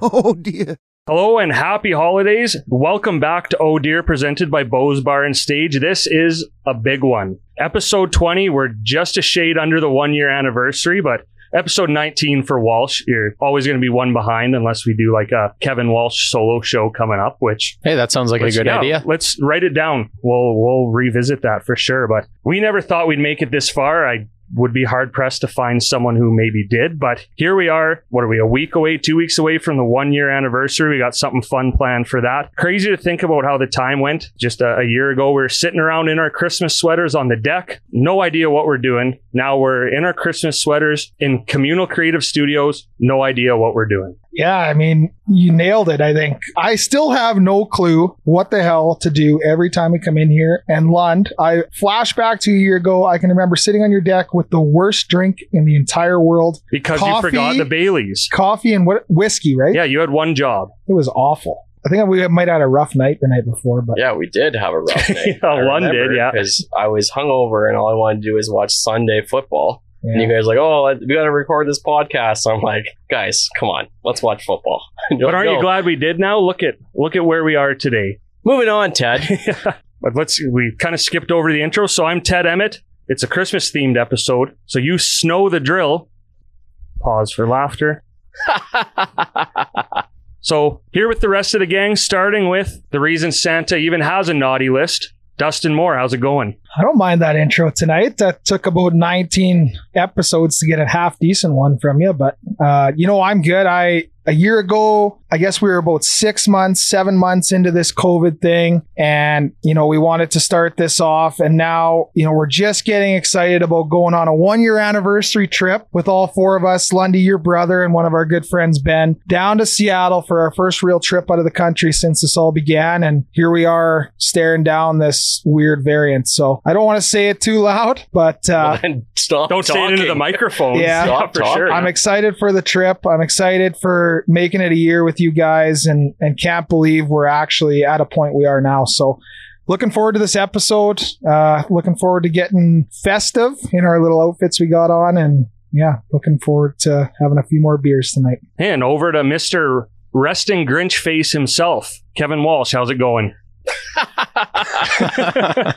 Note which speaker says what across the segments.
Speaker 1: Oh dear.
Speaker 2: Hello and happy holidays. Welcome back to Oh Dear, presented by Bose Bar and Stage. This is a big one. Episode 20, we're just a shade under the one year anniversary, but episode 19 for Walsh, you're always going to be one behind unless we do like a Kevin Walsh solo show coming up, which
Speaker 3: Hey, that sounds like a
Speaker 2: Let's-
Speaker 3: good
Speaker 2: yeah,
Speaker 3: idea.
Speaker 2: Let's write it down. We'll we'll revisit that for sure. But we never thought we'd make it this far. I would be hard pressed to find someone who maybe did. But here we are. What are we? A week away, two weeks away from the one year anniversary. We got something fun planned for that. Crazy to think about how the time went. Just a, a year ago, we were sitting around in our Christmas sweaters on the deck. No idea what we're doing. Now we're in our Christmas sweaters in communal creative studios. No idea what we're doing.
Speaker 4: Yeah, I mean, you nailed it, I think. I still have no clue what the hell to do every time we come in here. And Lund, I flashback to a year ago, I can remember sitting on your deck with the worst drink in the entire world
Speaker 2: Because
Speaker 4: Coffee.
Speaker 2: you forgot the Baileys.
Speaker 4: coffee and what whiskey, right?
Speaker 2: Yeah, you had one job.
Speaker 4: It was awful. I think we might have had a rough night the night before, but
Speaker 5: Yeah, we did have a rough night.
Speaker 2: Yeah, one did, yeah.
Speaker 5: Because I was hungover and all I wanted to do is watch Sunday football. And you
Speaker 4: yeah.
Speaker 5: guys were like, oh, we got to record this podcast. So I'm like, guys, come on, let's watch football. And you're
Speaker 2: But
Speaker 5: like,
Speaker 2: aren't you
Speaker 5: "No."
Speaker 2: glad we did now? Look at look at where we are today.
Speaker 5: Moving on, Ted.
Speaker 2: But let's we kind of skipped over the intro. So I'm Ted Emmett. It's a Christmas themed episode. So you snow the drill. Pause for laughter. So here with the rest of the gang, starting with the reason Santa even has a naughty list. Dustin Moore, how's it going?
Speaker 4: I don't mind that intro tonight. That took about 19 episodes to get a half decent one from you, but uh, you know I'm good. I a year ago, I guess we were about six months, seven months into this COVID thing, and you know we wanted to start this off, and now you know we're just getting excited about going on a one-year anniversary trip with all four of us, Lundy, your brother, and one of our good friends Ben, down to Seattle for our first real trip out of the country since this all began, and here we are staring down this weird variant. So I don't want to say it too loud, but uh,
Speaker 5: and stop
Speaker 2: Don't say it into the
Speaker 5: talking.
Speaker 2: microphone.
Speaker 4: Yeah.
Speaker 5: Stop
Speaker 2: for
Speaker 5: talking.
Speaker 2: sure.
Speaker 4: I'm excited for the trip. I'm excited for making it a year with you guys and and can't believe we're actually at a point we are now. So looking forward to this episode. Uh looking forward to getting festive in our little outfits we got on and yeah, looking forward to having a few more beers tonight.
Speaker 2: and over to Mr. Resting Grinch Face himself, Kevin Walsh. How's it going?
Speaker 3: uh,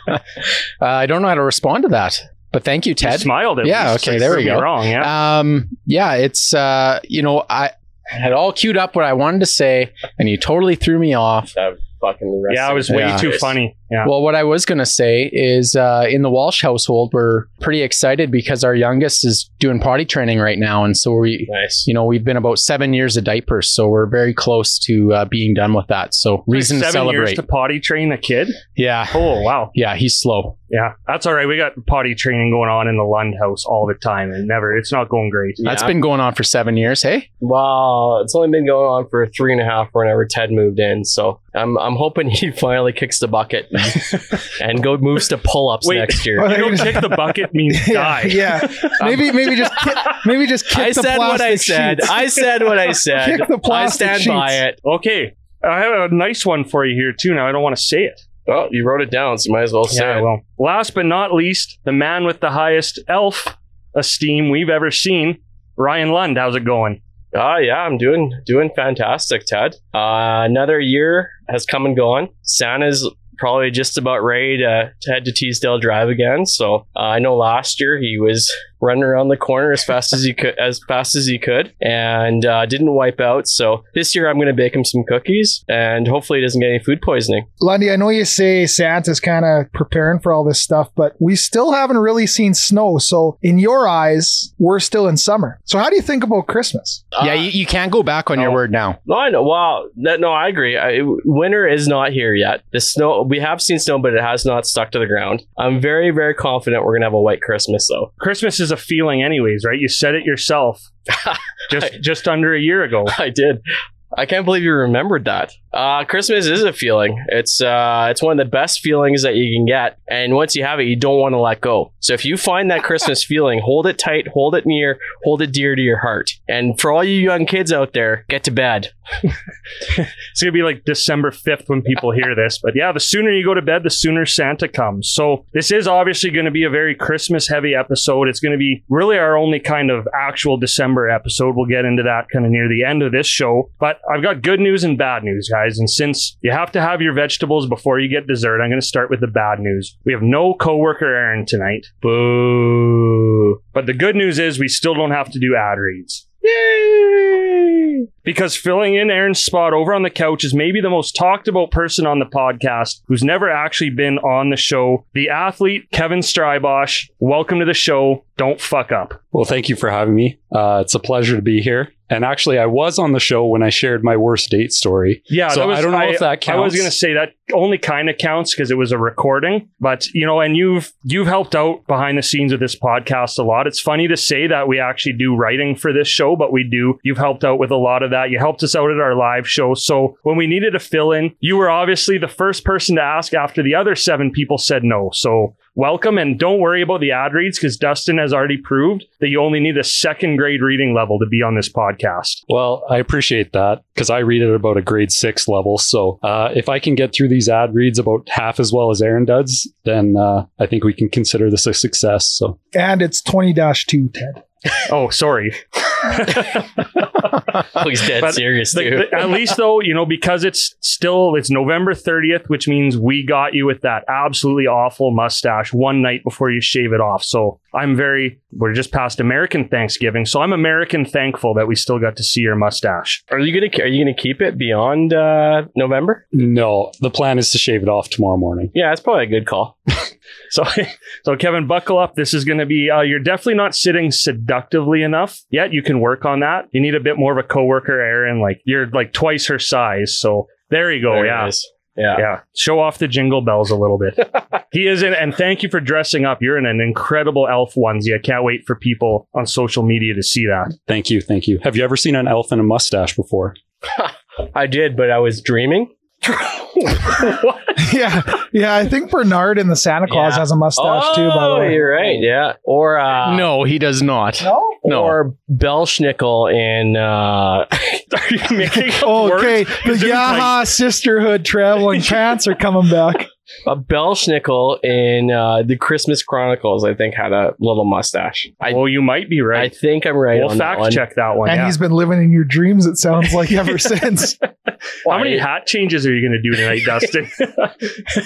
Speaker 3: I don't know how to respond to that, but thank you,
Speaker 2: You
Speaker 3: Ted.
Speaker 2: smiled at
Speaker 3: Yeah,
Speaker 2: least.
Speaker 3: okay,
Speaker 2: You
Speaker 3: there we
Speaker 2: proved me
Speaker 3: go.
Speaker 2: Wrong. Yeah.
Speaker 3: Um, yeah, it's uh, you know, I had all queued up what I wanted to say, and you totally threw me off.
Speaker 5: That fucking
Speaker 2: yeah, it was way
Speaker 3: Yeah.
Speaker 2: too funny. Yeah.
Speaker 3: Well, what I was going to say is uh, in the Walsh household, we're pretty excited because our youngest is doing potty training right now. And so we,
Speaker 5: Nice.
Speaker 3: you know, we've been about seven years of diapers. So we're very close to uh, being done with that. So reason
Speaker 2: Seven
Speaker 3: to
Speaker 2: years
Speaker 3: celebrate.
Speaker 2: to potty train a kid.
Speaker 3: yeah.
Speaker 2: Oh wow,
Speaker 3: Yeah. He's slow.
Speaker 2: yeah, that's all right. We got potty training going on in the Lund house all the time, and never it's not going great.
Speaker 3: That's
Speaker 5: Yeah.
Speaker 3: been going on for seven years. Hey.
Speaker 5: Well, it's only been going on for three and a half whenever Ted moved in, so I'm I'm hoping he finally kicks the bucket and go moves to pull ups
Speaker 2: Wait.
Speaker 5: next
Speaker 4: Oh,
Speaker 5: year.
Speaker 2: You don't kick the bucket means die.
Speaker 4: yeah. Maybe maybe just kick, maybe just kick
Speaker 5: I
Speaker 4: the
Speaker 5: said what I
Speaker 4: plastic
Speaker 5: said.
Speaker 4: sheets.
Speaker 5: I said what I said.
Speaker 4: Kick the
Speaker 5: I
Speaker 4: plastic
Speaker 5: stand
Speaker 4: sheets.
Speaker 5: by it.
Speaker 2: Okay, I have a nice one for you here too. Now I don't want to say it.
Speaker 5: Well, you wrote it down, so you might as well say it.
Speaker 2: well. Last but not least, the man with the highest elf esteem we've ever seen, Ryan Lund. How's it going?
Speaker 5: Ah, yeah, I'm doing doing fantastic, Ted. Uh, another year has come and gone. Santa's probably just about ready to, to head to Teesdale Drive again. So uh, I know last year he was running around the corner as fast as he could, as fast as he could, and uh, didn't wipe out. So this year I'm going to bake him some cookies, and hopefully he doesn't get any food poisoning.
Speaker 4: Lundy, I know you say Santa's kind of preparing for all this stuff, but we still haven't really seen snow. So, in your eyes, we're still in summer. So, how do you think about Christmas?
Speaker 3: yeah.
Speaker 5: Uh,
Speaker 3: You, you can't go back on
Speaker 5: no.
Speaker 3: your word now.
Speaker 5: No, I know. Wow. No, no, I agree. I, winter is not here yet. The snow, we have seen snow, but it has not stuck to the ground. I'm very, very confident we're going to have a white Christmas, though.
Speaker 2: Christmas is a feeling, anyways, right? You said it yourself. just just under a year ago.
Speaker 5: I did. I can't believe you remembered that. Uh, Christmas is a feeling. It's uh, it's one of the best feelings that you can get, and once you have it, you don't want to let go. So if you find that Christmas feeling, hold it tight, hold it near, hold it dear to your heart. And for all you young kids out there, get to bed.
Speaker 2: It's going to be like December 5th when people hear this. But yeah, the sooner you go to bed, the sooner Santa comes. So this is obviously going to be a very Christmas heavy episode. It's going to be really our only kind of actual December episode. We'll get into that kind of near the end of this show. But I've got good news and bad news, guys. And since you have to have your vegetables before you get dessert, I'm going to start with the bad news. We have no coworker Aaron tonight. Boo. But the good news is we still don't have to do ad reads. Yay! Because filling in Aaron's spot over on the couch is maybe the most talked about person on the podcast who's never actually been on the show. The athlete, Kevin Strybosh. Welcome to the show. Don't fuck up.
Speaker 1: Well, thank you for having me. Uh, it's a pleasure to be here. And actually, I was on the show when I shared my worst date story.
Speaker 2: Yeah,
Speaker 1: so
Speaker 2: that was-
Speaker 1: I don't know if that
Speaker 2: I
Speaker 1: counts.
Speaker 2: was gonna say that only kind of counts because it was a recording, but you know, and you've you've helped out behind the scenes with this podcast a lot. It's funny to say that we actually do writing for this show, but we do. You've helped out with a lot of that. You helped us out at our live show. So when we needed a fill in, you were obviously the first person to ask after the other seven people said no. So welcome and don't worry about the ad reads because Dustin has already proved that you only need a second grade reading level to be on this podcast.
Speaker 1: Well, I appreciate that because I read at about a grade six level. So uh, if I can get through these ad reads about half as well as Aaron does, then uh, I think we can consider this a success. So
Speaker 4: And it's 20 2, Ted.
Speaker 2: Oh, sorry.
Speaker 5: He's dead
Speaker 2: But
Speaker 5: serious,
Speaker 2: The-
Speaker 5: dude.
Speaker 2: the- at least though, you know, because it's still it's November 30th, which means we got you with that absolutely awful mustache one night before you shave it off. So I'm very we're just past American Thanksgiving, so I'm American thankful that we still got to see your mustache.
Speaker 5: are you gonna are you gonna keep it beyond uh, November?
Speaker 1: no, the plan is to shave it off tomorrow morning.
Speaker 5: Yeah, that's probably a good call.
Speaker 2: So so Kevin, buckle up. This is gonna be uh, you're definitely not sitting seductively enough yet. You can work on that. You need a bit more of a coworker, Aaron. Like you're like twice her size. So there you go.
Speaker 5: There it
Speaker 2: Oh, yeah.
Speaker 5: is. Yeah.
Speaker 2: Yeah, show off the jingle bells a little bit. he is in, and thank you for dressing up. You're in an incredible elf onesie. I can't wait for people on social media to see that.
Speaker 1: Thank you. Thank you. Have you ever seen an elf in a mustache before?
Speaker 5: I did, but I was dreaming.
Speaker 4: yeah. Yeah. I think Bernard in the Santa Claus
Speaker 5: Yeah.
Speaker 4: has a mustache too, by the
Speaker 5: Oh,
Speaker 4: way.
Speaker 5: you're right. Yeah, or uh,
Speaker 3: no, he does not.
Speaker 4: No?
Speaker 3: No.
Speaker 5: or Belschnickel in uh,
Speaker 2: Are you making up
Speaker 4: Oh, Okay.
Speaker 2: words?
Speaker 4: The
Speaker 2: Is it
Speaker 4: Yaha Sisterhood traveling pants are coming back.
Speaker 5: a Belschnickel in uh, the Christmas Chronicles. I think had a little mustache. I
Speaker 2: oh, you might be
Speaker 5: I
Speaker 2: right.
Speaker 5: think I'm right
Speaker 2: we'll
Speaker 5: on that
Speaker 2: fact
Speaker 5: one.
Speaker 2: check that one.
Speaker 4: And
Speaker 2: Oh, yeah.
Speaker 4: he's been living in your dreams, it sounds like, ever since.
Speaker 2: How many hat changes are you going to do tonight, Dustin?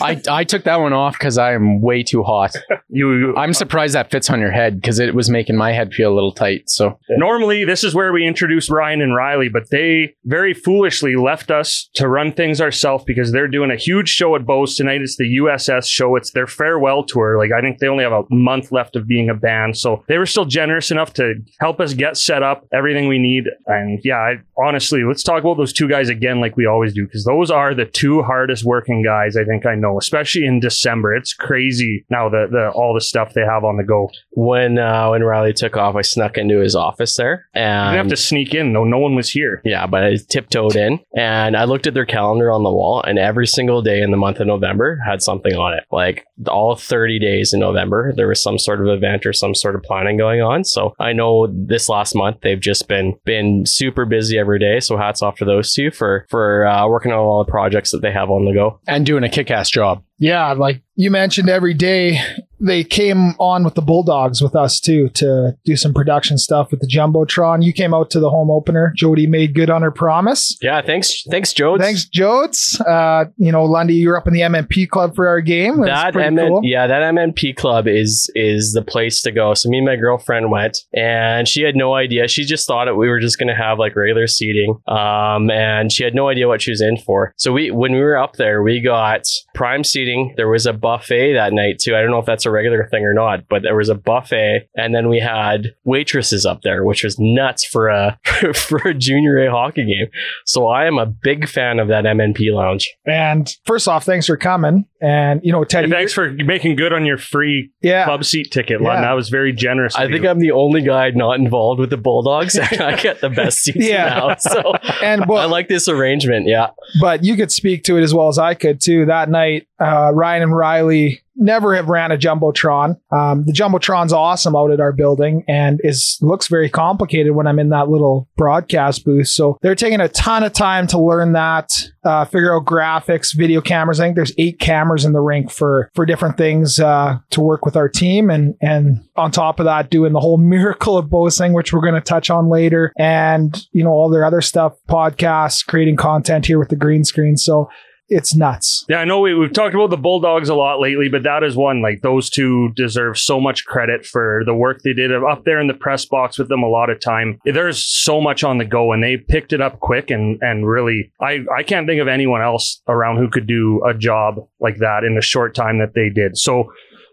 Speaker 3: I, I took that one off because I am way too hot.
Speaker 2: you
Speaker 3: I'm surprised that fits on your head because it was making my head feel a little tight. So
Speaker 2: normally this is where we introduce Ryan and Riley, but they very foolishly left us to run things ourselves because they're doing a huge show at Bose tonight. It's the USS show. It's their farewell tour. Like I think they only have a month left of being a band, so they were still generous enough to help us get set up, everything we need. And yeah, I, honestly, let's talk about those two guys again, like we always do, because those are the two hardest working guys I think I know, especially in December. It's crazy now the the all the stuff they have on the go.
Speaker 5: When uh, when Riley took off, I snuck into his office there,
Speaker 2: You
Speaker 5: and
Speaker 2: didn't have to sneak in though; no one was here.
Speaker 5: Yeah, but I tiptoed in and I looked at their calendar on the wall, and every single day in the month of November had something on it. Like all 30 days in November, there was some sort of event or some sort of planning going on. So I know this last month they've just been been super busy every day. So hats off to those two for for uh, working on all the projects that they have on the go.
Speaker 3: and doing a kick ass job.
Speaker 4: Yeah, like you mentioned, every day they came on with the Bulldogs with us too to do some production stuff with the Jumbotron. You came out to the home opener. Jody made good on her promise.
Speaker 5: Yeah, thanks, thanks, Joe.
Speaker 4: Thanks, Jodes. Uh, you know, Lundy, you were up in the MMP club for our game. That's
Speaker 5: that
Speaker 4: pretty
Speaker 5: MN
Speaker 4: cool.
Speaker 5: yeah that MNP club is is the place to go. So me and my girlfriend went, and she had no idea. She just thought that we were just gonna have like regular seating, um, and she had no idea what she was in for. So we when we were up there, we got prime seating. There was a buffet that night too. I don't know if that's a regular thing or not, but there was a buffet, and then we had waitresses up there, which was nuts for a for a junior A hockey game. So I am a big fan of that MNP lounge.
Speaker 4: And first off, thanks for coming. And you know, Teddy,
Speaker 2: And thanks for making good on your free
Speaker 4: yeah,
Speaker 2: club seat ticket, Lon.
Speaker 4: Yeah.
Speaker 2: That was very generous.
Speaker 5: I
Speaker 2: of
Speaker 5: think
Speaker 2: you.
Speaker 5: I'm the only guy not involved with the Bulldogs, and I get the best seats
Speaker 4: Yeah.
Speaker 5: now. So
Speaker 4: and
Speaker 5: I
Speaker 4: well,
Speaker 5: like this arrangement. Yeah,
Speaker 4: but you could speak to it as well as I could too. That night, uh, Ryan and Riley never have ran a jumbotron. Um, the jumbotron's awesome out at our building and is looks very complicated when I'm in that little broadcast booth. So they're taking a ton of time to learn that, uh, figure out graphics, video cameras. I think there's eight cameras in the rink for for different things uh, to work with our team, and and on top of that, doing the whole miracle of Bosing, which we're going to touch on later, and you know all their other stuff, podcasts, creating content here with the green screen. So it's nuts.
Speaker 2: Yeah, I know we, we've talked about the Bulldogs a lot lately, but that is one. Like, those two deserve so much credit for the work they did up there in the press box with them a lot of time. There's so much on the go, and they picked it up quick and, and really, I, I can't think of anyone else around who could do a job like that in the short time that they did. So,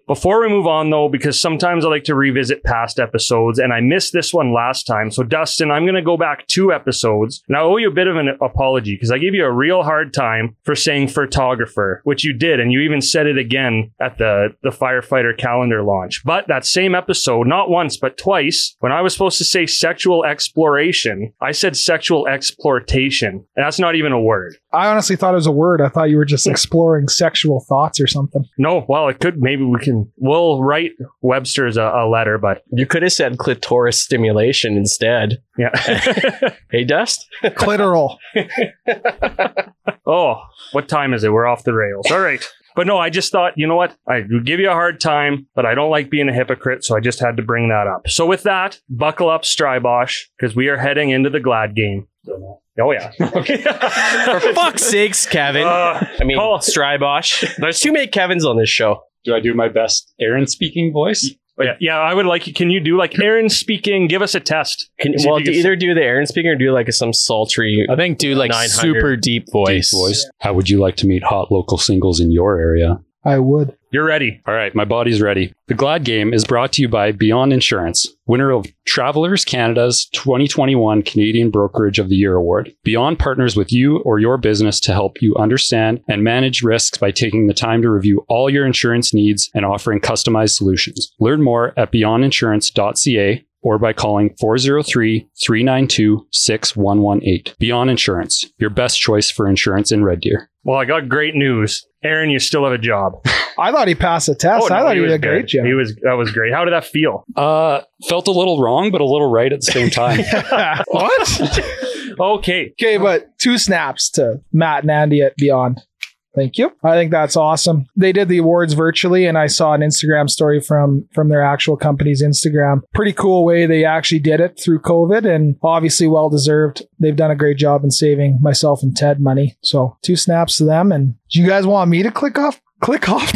Speaker 2: before we move on, though, because sometimes I like to revisit past episodes, and I missed this one last time. So, Dustin, I'm going to go back two episodes, and I owe you a bit of an apology because I gave you a real hard time for saying photographer, which you did, and you even said it again at the the firefighter calendar launch. But that same episode, not once but twice, when I was supposed to say sexual exploration, I said sexual exploitation, and that's not even a word.
Speaker 4: I honestly thought it was a word. I thought you were just exploring sexual thoughts or something.
Speaker 2: No, well, it could. Maybe we can. We'll write Webster's a, a letter, but
Speaker 5: You could have said clitoris stimulation instead.
Speaker 2: yeah.
Speaker 5: Hey, Dust?
Speaker 4: Clitoral.
Speaker 2: Oh, what time is it? We're off the rails. All right. But no, I just thought, you know what? I would give you a hard time, but I don't like being a hypocrite, so I just had to bring that up. So with that, buckle up, Strybosh, because we are heading into the Glad game. Oh yeah. Okay.
Speaker 5: For
Speaker 3: Fuck's sakes, Kevin.
Speaker 2: Uh,
Speaker 5: I mean,
Speaker 2: Call-
Speaker 5: Strybosh. There's too many Kevins on this show.
Speaker 1: Do I do my best Aaron speaking voice?
Speaker 2: yeah, yeah, I would like. Can you do like Aaron speaking? Give us a test.
Speaker 5: Can,
Speaker 2: See if
Speaker 5: well,
Speaker 2: you can-
Speaker 5: either do the Aaron speaking or do like some sultry. uh,
Speaker 3: I think do like
Speaker 5: 900.
Speaker 3: super deep voice.
Speaker 1: Deep voice. How would you like to meet hot local singles in your area?
Speaker 4: I would.
Speaker 2: You're ready.
Speaker 1: All right, my body's ready. The Glad Game is brought to you by Beyond Insurance, winner of Travelers Canada's 2021 Canadian Brokerage of the Year Award. Beyond partners with you or your business to help you understand and manage risks by taking the time to review all your insurance needs and offering customized solutions. Learn more at beyondinsurance.ca or by calling 403 392 6118. Beyond Insurance, your best choice for insurance in Red Deer.
Speaker 2: Well, I got great news. Aaron, you still have a job.
Speaker 4: I thought he passed the test. I
Speaker 2: Oh, no,
Speaker 4: thought Oh, he, did a
Speaker 2: good.
Speaker 4: great job.
Speaker 2: He was that was great. How did that feel?
Speaker 1: Uh, felt a little wrong, but a little right at the same time.
Speaker 4: what?
Speaker 2: Okay.
Speaker 4: okay, but two snaps to Matt and Andy at Beyond. Thank you. I think that's awesome. They did the awards virtually, and I saw an Instagram story from from their actual company's Instagram. Pretty cool way they actually did it through COVID, and obviously well deserved. They've done a great job in saving myself and Ted money. So two snaps to them. And do you guys want me to click off? Click off?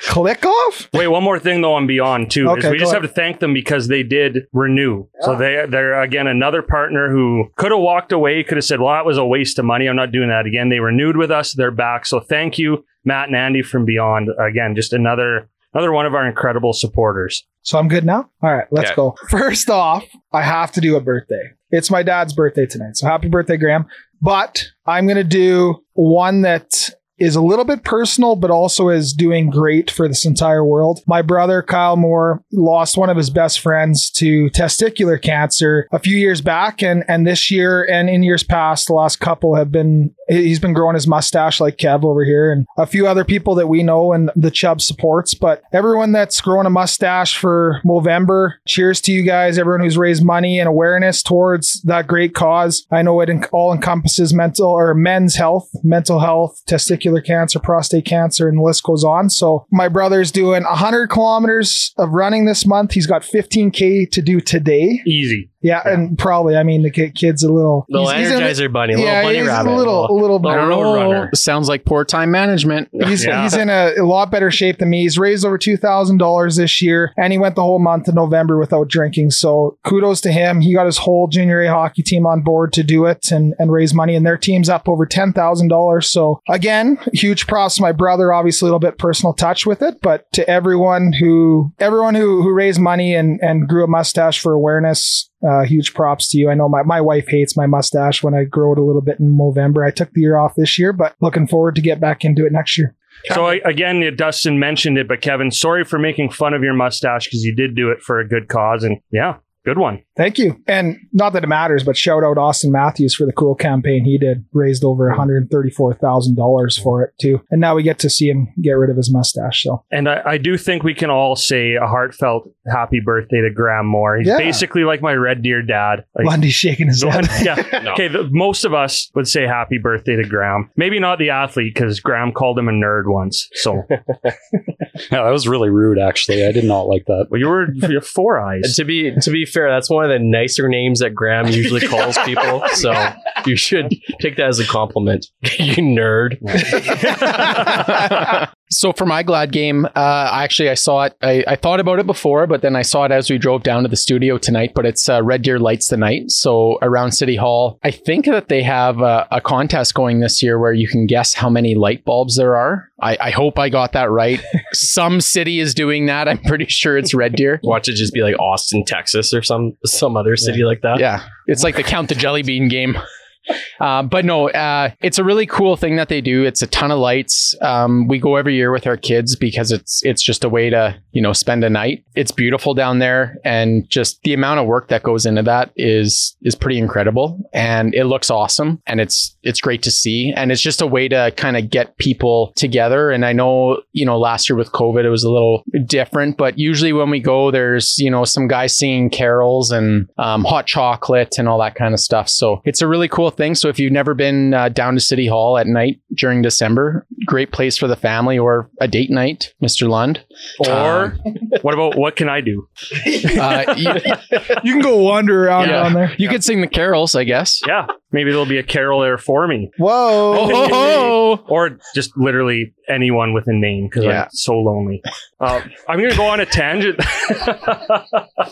Speaker 4: click off?
Speaker 2: Wait, one more thing though on Beyond too is
Speaker 4: Okay,
Speaker 2: we
Speaker 4: go
Speaker 2: just
Speaker 4: ahead.
Speaker 2: have to thank them because they did renew. So they they're again another partner who could have walked away, could have said, "Well, that was a waste of money. I'm not doing that again." They renewed with us. They're back. So thank you, Matt and Andy from Beyond. Again, just another another one of our incredible supporters.
Speaker 4: So I'm good now? All right, let's
Speaker 5: Yeah.
Speaker 4: go. First off, I have to do a birthday. It's my dad's birthday tonight. So happy birthday, Graham. But I'm going to do one that is a little bit personal, but also is doing great for this entire world. My brother, Kyle Moore, lost one of his best friends to testicular cancer a few years back. And, and this year and in years past, the last couple have been, he's been growing his mustache like Kev over here and a few other people that we know and the Chubb supports. But everyone that's growing a mustache for Movember, cheers to you guys. Everyone who's raised money and awareness towards that great cause. I know it en- all encompasses mental or men's health, mental health, testicular cancer, prostate cancer, and the list goes on. So my brother's doing 100 kilometers of running this month. He's got 15K to do today.
Speaker 2: Easy.
Speaker 4: Yeah, and probably, I mean, the ki- kid's a little.
Speaker 5: The
Speaker 4: he's- he's in-
Speaker 5: Energizer Bunny, little
Speaker 4: yeah,
Speaker 5: bunny
Speaker 4: he's
Speaker 5: rabbit.
Speaker 4: a little, a little,
Speaker 3: I
Speaker 4: bit.
Speaker 3: don't
Speaker 2: Road
Speaker 3: know.
Speaker 2: runner.
Speaker 3: Sounds like poor time management.
Speaker 4: He's,
Speaker 2: Yeah.
Speaker 4: he's in a, a lot better shape than me. He's raised over two thousand dollars this year, and he went the whole month of November without drinking. So kudos to him. He got his whole junior A hockey team on board to do it and and raise money, and their team's up over ten thousand dollars. So again, huge props to my brother. Obviously, a little bit personal touch with it, but to everyone who everyone who who raised money and and grew a mustache for awareness. Uh, huge props to you. I know my, my wife hates my mustache when I grow it a little bit in November. I took the year off this year, but looking forward to get back into it next year.
Speaker 2: So I, again, yeah, Dustin mentioned it, but Kevin, sorry for making fun of your mustache because you did do it for a good cause, and yeah, Good one.
Speaker 4: Thank you. And not that it matters, but shout out Austin Matthews for the cool campaign he did. Raised over $134,000 for it, too. And now we get to see him get rid of his mustache. So
Speaker 2: And I, I do think we can all say a heartfelt happy birthday to Graham Moore. He's
Speaker 4: Yeah.
Speaker 2: basically like my Red Deer dad. Like,
Speaker 4: Lundy's shaking his head.
Speaker 2: yeah.
Speaker 5: No.
Speaker 2: Okay, the, most of us would say happy birthday to Graham. Maybe not the athlete because Graham called him a nerd once. So,
Speaker 1: Yeah, that was really rude, actually. I did not like that.
Speaker 2: well, you were you have four eyes.
Speaker 5: And to be to be fair, that's one of the nicer names that Graham usually calls people. So you should take that as a compliment. you nerd.
Speaker 3: So for my Glad game, uh, actually I saw it. I, I thought about it before, but then I saw it as we drove down to the studio tonight. But it's uh, Red Deer Lights the Night, so around City Hall. I think that they have a, a contest going this year where you can guess how many light bulbs there are. I, I hope I got that right. Some city is doing that. I'm pretty sure it's Red Deer.
Speaker 5: Watch it just be like Austin, Texas, or some some other city like that.
Speaker 3: Yeah, it's like the count the jelly bean game. Uh, but no, uh, it's a really cool thing that they do. It's a ton of lights. Um, we go every year with our kids because it's it's just a way to you know spend a night. It's beautiful down there, and just the amount of work that goes into that is is pretty incredible. And it looks awesome, and it's it's great to see, and it's just a way to kind of get people together. And I know you know last year with COVID it was a little different, but usually when we go, there's you know some guys singing carols and um, hot chocolate and all that kind of stuff. So it's a really cool thing. So if you've never been uh, down to City Hall at night during December, great place for the family or a date night, Mr. Lund.
Speaker 2: Or what about what can I do?
Speaker 3: Uh, you,
Speaker 4: You can go wander around
Speaker 3: Yeah.
Speaker 4: down there.
Speaker 3: you could sing the carols, I guess.
Speaker 2: Yeah, maybe there'll be a carol there for me,
Speaker 4: Whoa.
Speaker 3: Oh, ho, ho.
Speaker 2: or just literally anyone with a name because
Speaker 3: Yeah.
Speaker 2: I'm so lonely. Uh, I'm gonna go on a tangent.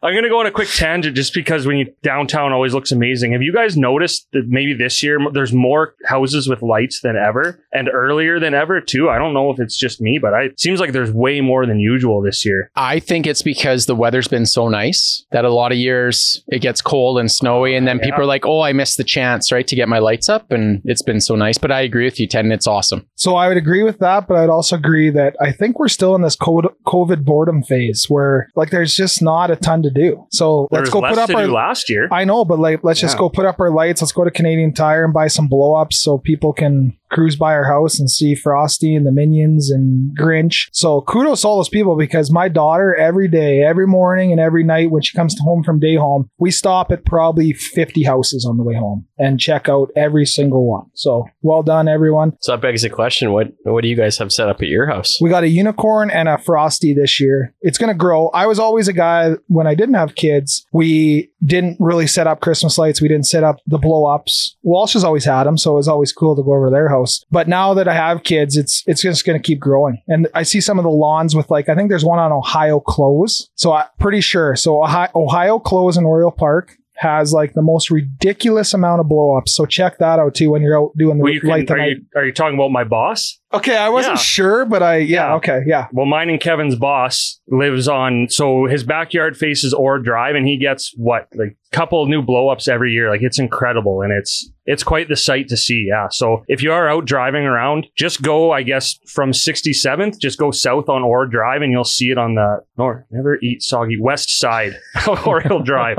Speaker 2: I'm gonna go on a quick tangent just because when you downtown always looks amazing. Have you guys noticed that maybe this year m- there's more houses with lights than ever and earlier than ever too? I don't know if it's just me, but I, it seems like there's way more than usual this year.
Speaker 3: I think it's because the weather's been so nice that a lot of years it gets cold and snowy, and then
Speaker 2: Yeah.
Speaker 3: people are like, "Oh, I missed the chance, right, to get my lights up." And it's been so nice. But I agree with you, Ted. and It's awesome.
Speaker 4: So I would agree with that, but I'd also agree that I think we're still in this co- COVID boredom phase where like there's just not a ton to do. So
Speaker 2: There
Speaker 4: let's
Speaker 2: was
Speaker 4: go
Speaker 2: less
Speaker 4: put up
Speaker 2: to
Speaker 4: our
Speaker 2: do last year.
Speaker 4: I know, but like let's just
Speaker 2: Yeah.
Speaker 4: go put up our lights. Let's go to Canadian Tire and buy some blow ups so people can cruise by our house and see Frosty and the Minions and Grinch. So kudos to all those people because my daughter every day, every morning and every night when she comes home from day home, we stop at probably 50 houses on the way home and check out every single one. So well done everyone.
Speaker 5: So that begs the question: what what do you guys have set up at your house?
Speaker 4: We got a unicorn and a frosty this year. It's going to grow. I was always a guy when I didn't have kids. We didn't really set up Christmas lights. We didn't set up the blow ups. Walsh has always had them, so it was always cool to go over to their house. But now that I have kids, it's it's just going to keep growing. And I see some of the lawns with like I think there's one on Ohio Close. So I'm pretty sure. So Ohio, Ohio Close in Oriole Park. Has like the most ridiculous amount of blow ups. So check that out too when you're out doing the
Speaker 2: Well, you can,
Speaker 4: light the
Speaker 2: are,
Speaker 4: night.
Speaker 2: you, are you talking about my boss?
Speaker 4: Okay, I wasn't
Speaker 2: Yeah.
Speaker 4: sure, but I, yeah,
Speaker 2: Yeah.
Speaker 4: okay, yeah.
Speaker 2: Well, mine and Kevin's boss lives on, so his backyard faces Orr Drive, and he gets what like couple new blow ups every year. Like it's incredible, and it's it's quite the sight to see. Yeah. So if you are out driving around, just go. I guess from 67th, just go south on Orr Drive, and you'll see it on the north. Never eat soggy west side of Oriole Drive.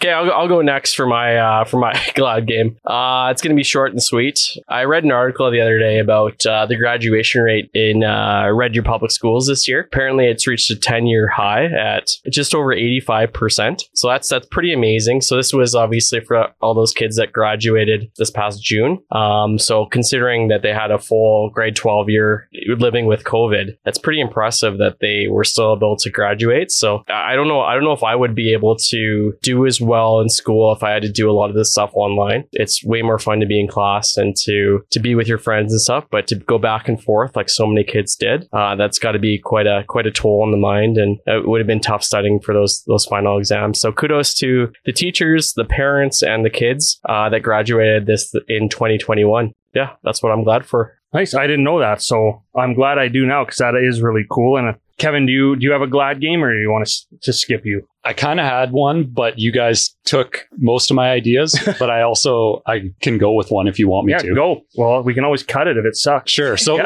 Speaker 5: Okay, I'll, I'll go next for my uh, for my Glad game. Uh, it's going to be short and sweet. I read an article the other day about uh, the graduation rate in uh, Red Deer Public Schools this year. Apparently, it's reached a ten year high at just over eighty five percent. So that's that's pretty amazing. So this was obviously for all those kids that graduated this past June. Um, so considering that they had a full grade twelve year living with COVID, that's pretty impressive that they were still able to graduate. So I I don't know. I don't know if I would be able to do as well in school if I had to do a lot of this stuff online. It's way more fun to be in class and to to be with your friends and stuff. But to go back and forth like so many kids did, uh, that's got to be quite a quite a toll on the mind, and it would have been tough studying for those those final exams. So kudos to the teachers, the parents, and the kids uh, that graduated this in 2021. Yeah, that's what I'm glad for.
Speaker 2: Nice. I didn't know that, so I'm glad I do now because that is really cool. And uh, Kevin, do you do you have a glad game, or do you want to just skip you?
Speaker 1: I kind of had one, but you guys took most of my ideas. but I also I can go with one if you want me
Speaker 2: yeah,
Speaker 1: to.
Speaker 2: Oh, go. Well, we can always cut it if it sucks.
Speaker 1: Sure. So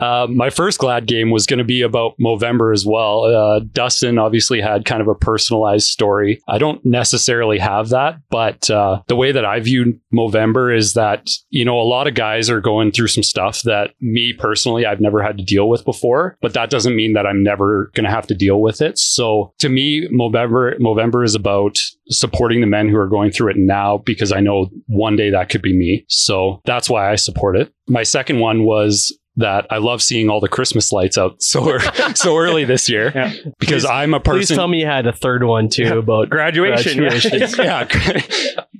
Speaker 1: Uh, my first Glad game was going to be about Movember as well. Uh, Dustin obviously had kind of a personalized story. I don't necessarily have that, but uh, the way that I view Movember is that, you know, a lot of guys are going through some stuff that me personally, I've never had to deal with before, but that doesn't mean that I'm never going to have to deal with it. So to me, Movember, Movember is about supporting the men who are going through it now because I know one day that could be me. So that's why I support it. My second one was that I love seeing all the Christmas lights out so ear- so early this year
Speaker 2: Yeah.
Speaker 1: because
Speaker 5: Please-
Speaker 1: I'm a
Speaker 5: Please
Speaker 1: person.
Speaker 5: tell me you had a third one too about
Speaker 2: Graduation.
Speaker 5: graduation.
Speaker 1: yeah,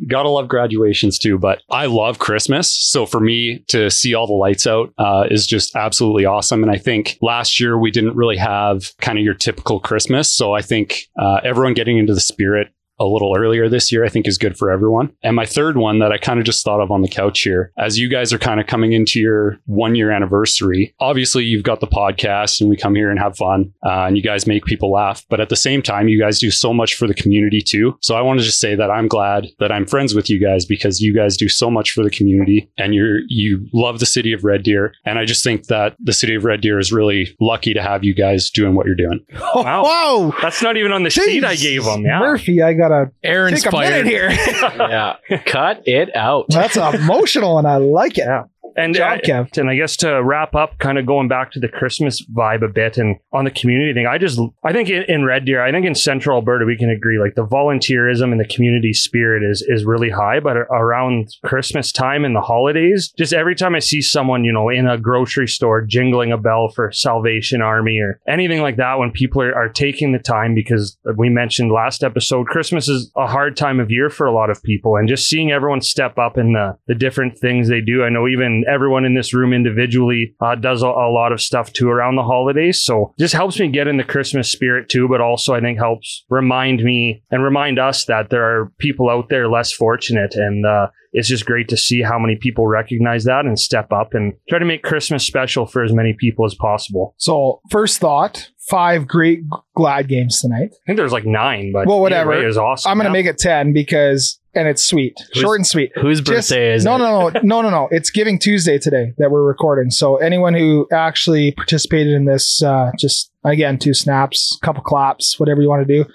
Speaker 1: gotta love graduations too. But I love Christmas, so for me to see all the lights out uh, is just absolutely awesome. And I think last year we didn't really have kind of your typical Christmas, so I think uh, everyone getting into the spirit a little earlier this year, I think is good for everyone. And my third one that I kind of just thought of on the couch here, as you guys are kind of coming into your one year anniversary, obviously you've got the podcast and we come here and have fun uh, and you guys make people laugh. But at the same time, you guys do so much for the community too. So I want to just say that I'm glad that I'm friends with you guys because you guys do so much for the community and you're, you love the city of Red Deer. And I just think that the city of Red Deer is really lucky to have you guys doing what you're doing.
Speaker 2: Wow.
Speaker 4: wow.
Speaker 2: That's not even on the sheet I gave him. Yeah.
Speaker 4: Murphy, I gotta
Speaker 3: Aaron's
Speaker 4: take a minute
Speaker 3: fired.
Speaker 4: here.
Speaker 5: yeah. Cut it out.
Speaker 4: That's emotional, and I like it.
Speaker 2: And
Speaker 4: Good job,
Speaker 2: I-
Speaker 4: Kev.
Speaker 2: And I guess to wrap up, kind of going back to the Christmas vibe a bit and on the community thing, I just, I think in, in Red Deer, I think in central Alberta, we can agree like the volunteerism and the community spirit is, is really high. But around Christmas time and the holidays, just every time I see someone, you know, in a grocery store jingling a bell for Salvation Army or anything like that, when people are, are taking the time, because we mentioned last episode, Christmas is a hard time of year for a lot of people. And just seeing everyone step up in the, the different things they do. I know even everyone in this room individually uh, does a, a lot of stuff too around the holidays. So just helps me get in the Christmas spirit too, but also I think helps remind me and remind us that there are people out there less fortunate. And uh, it's just great to see how many people recognize that and step up and try to make Christmas special for as many people as possible.
Speaker 4: So, first thought: five great glad games tonight.
Speaker 2: I think there's like nine, but
Speaker 4: Well,
Speaker 2: either
Speaker 4: whatever.
Speaker 2: way, it was awesome.
Speaker 4: I'm gonna
Speaker 2: Yeah.
Speaker 4: make it ten because, and it's sweet,
Speaker 5: Who's-
Speaker 4: short and sweet.
Speaker 5: Whose
Speaker 4: Just-
Speaker 5: birthday is
Speaker 4: no,
Speaker 5: it?
Speaker 4: no, no, no, no, no. It's Giving Tuesday today that we're recording. So anyone who actually participated in this, uh, just again, two snaps, couple claps, whatever you want to do.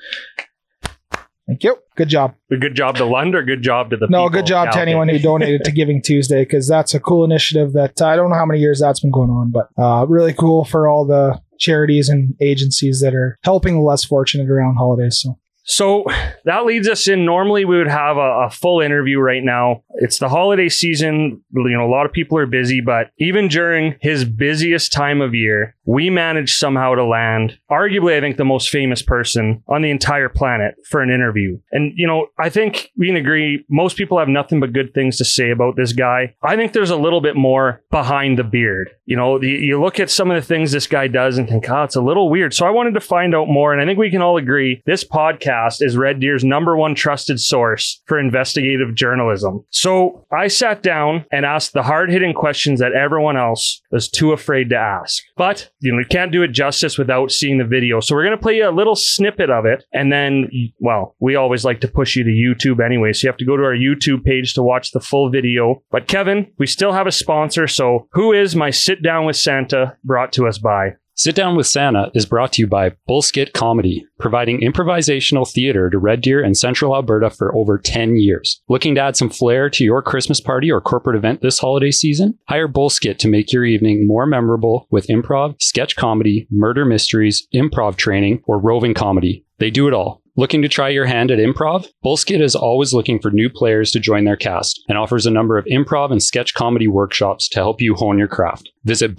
Speaker 4: Thank you. Good job.
Speaker 2: A good job to Lund or good job to the
Speaker 4: No,
Speaker 2: people?
Speaker 4: good job
Speaker 2: Yeah,
Speaker 4: to
Speaker 2: okay.
Speaker 4: anyone who donated to Giving Tuesday because that's a cool initiative that I don't know how many years that's been going on, but uh, really cool for all the charities and agencies that are helping the less fortunate around holidays. So
Speaker 2: So that leads us in. Normally, we would have a, a full interview right now. It's the holiday season. You know, a lot of people are busy, but even during his busiest time of year, we managed somehow to land, arguably, I think, the most famous person on the entire planet for an interview. And, you know, I think we can agree most people have nothing but good things to say about this guy. I think there's a little bit more behind the beard. You know, you, you look at some of the things this guy does and think, oh, it's a little weird. So I wanted to find out more. And I think we can all agree this podcast is Red Deer's number one trusted source for investigative journalism. So I sat down and asked the hard hitting questions that everyone else was too afraid to ask. But, you know, we can't do it justice without seeing the video. So we're going to play you a little snippet of it. And then, well, we always like to push you to YouTube anyway. So you have to go to our YouTube page to watch the full video. But Kevin, we still have a sponsor. So who is my sit down with Santa brought to us by?
Speaker 1: Sit Down with Santa is brought to you by Bullskit Comedy, providing improvisational theater to Red Deer and Central Alberta for over 10 years. Looking to add some flair to your Christmas party or corporate event this holiday season? Hire Bullskit to make your evening more memorable with improv, sketch comedy, murder mysteries, improv training, or roving comedy. They do it all. Looking to try your hand at improv? Bullskit is always looking for new players to join their cast and offers a number of improv and sketch comedy workshops to help you hone your craft. Visit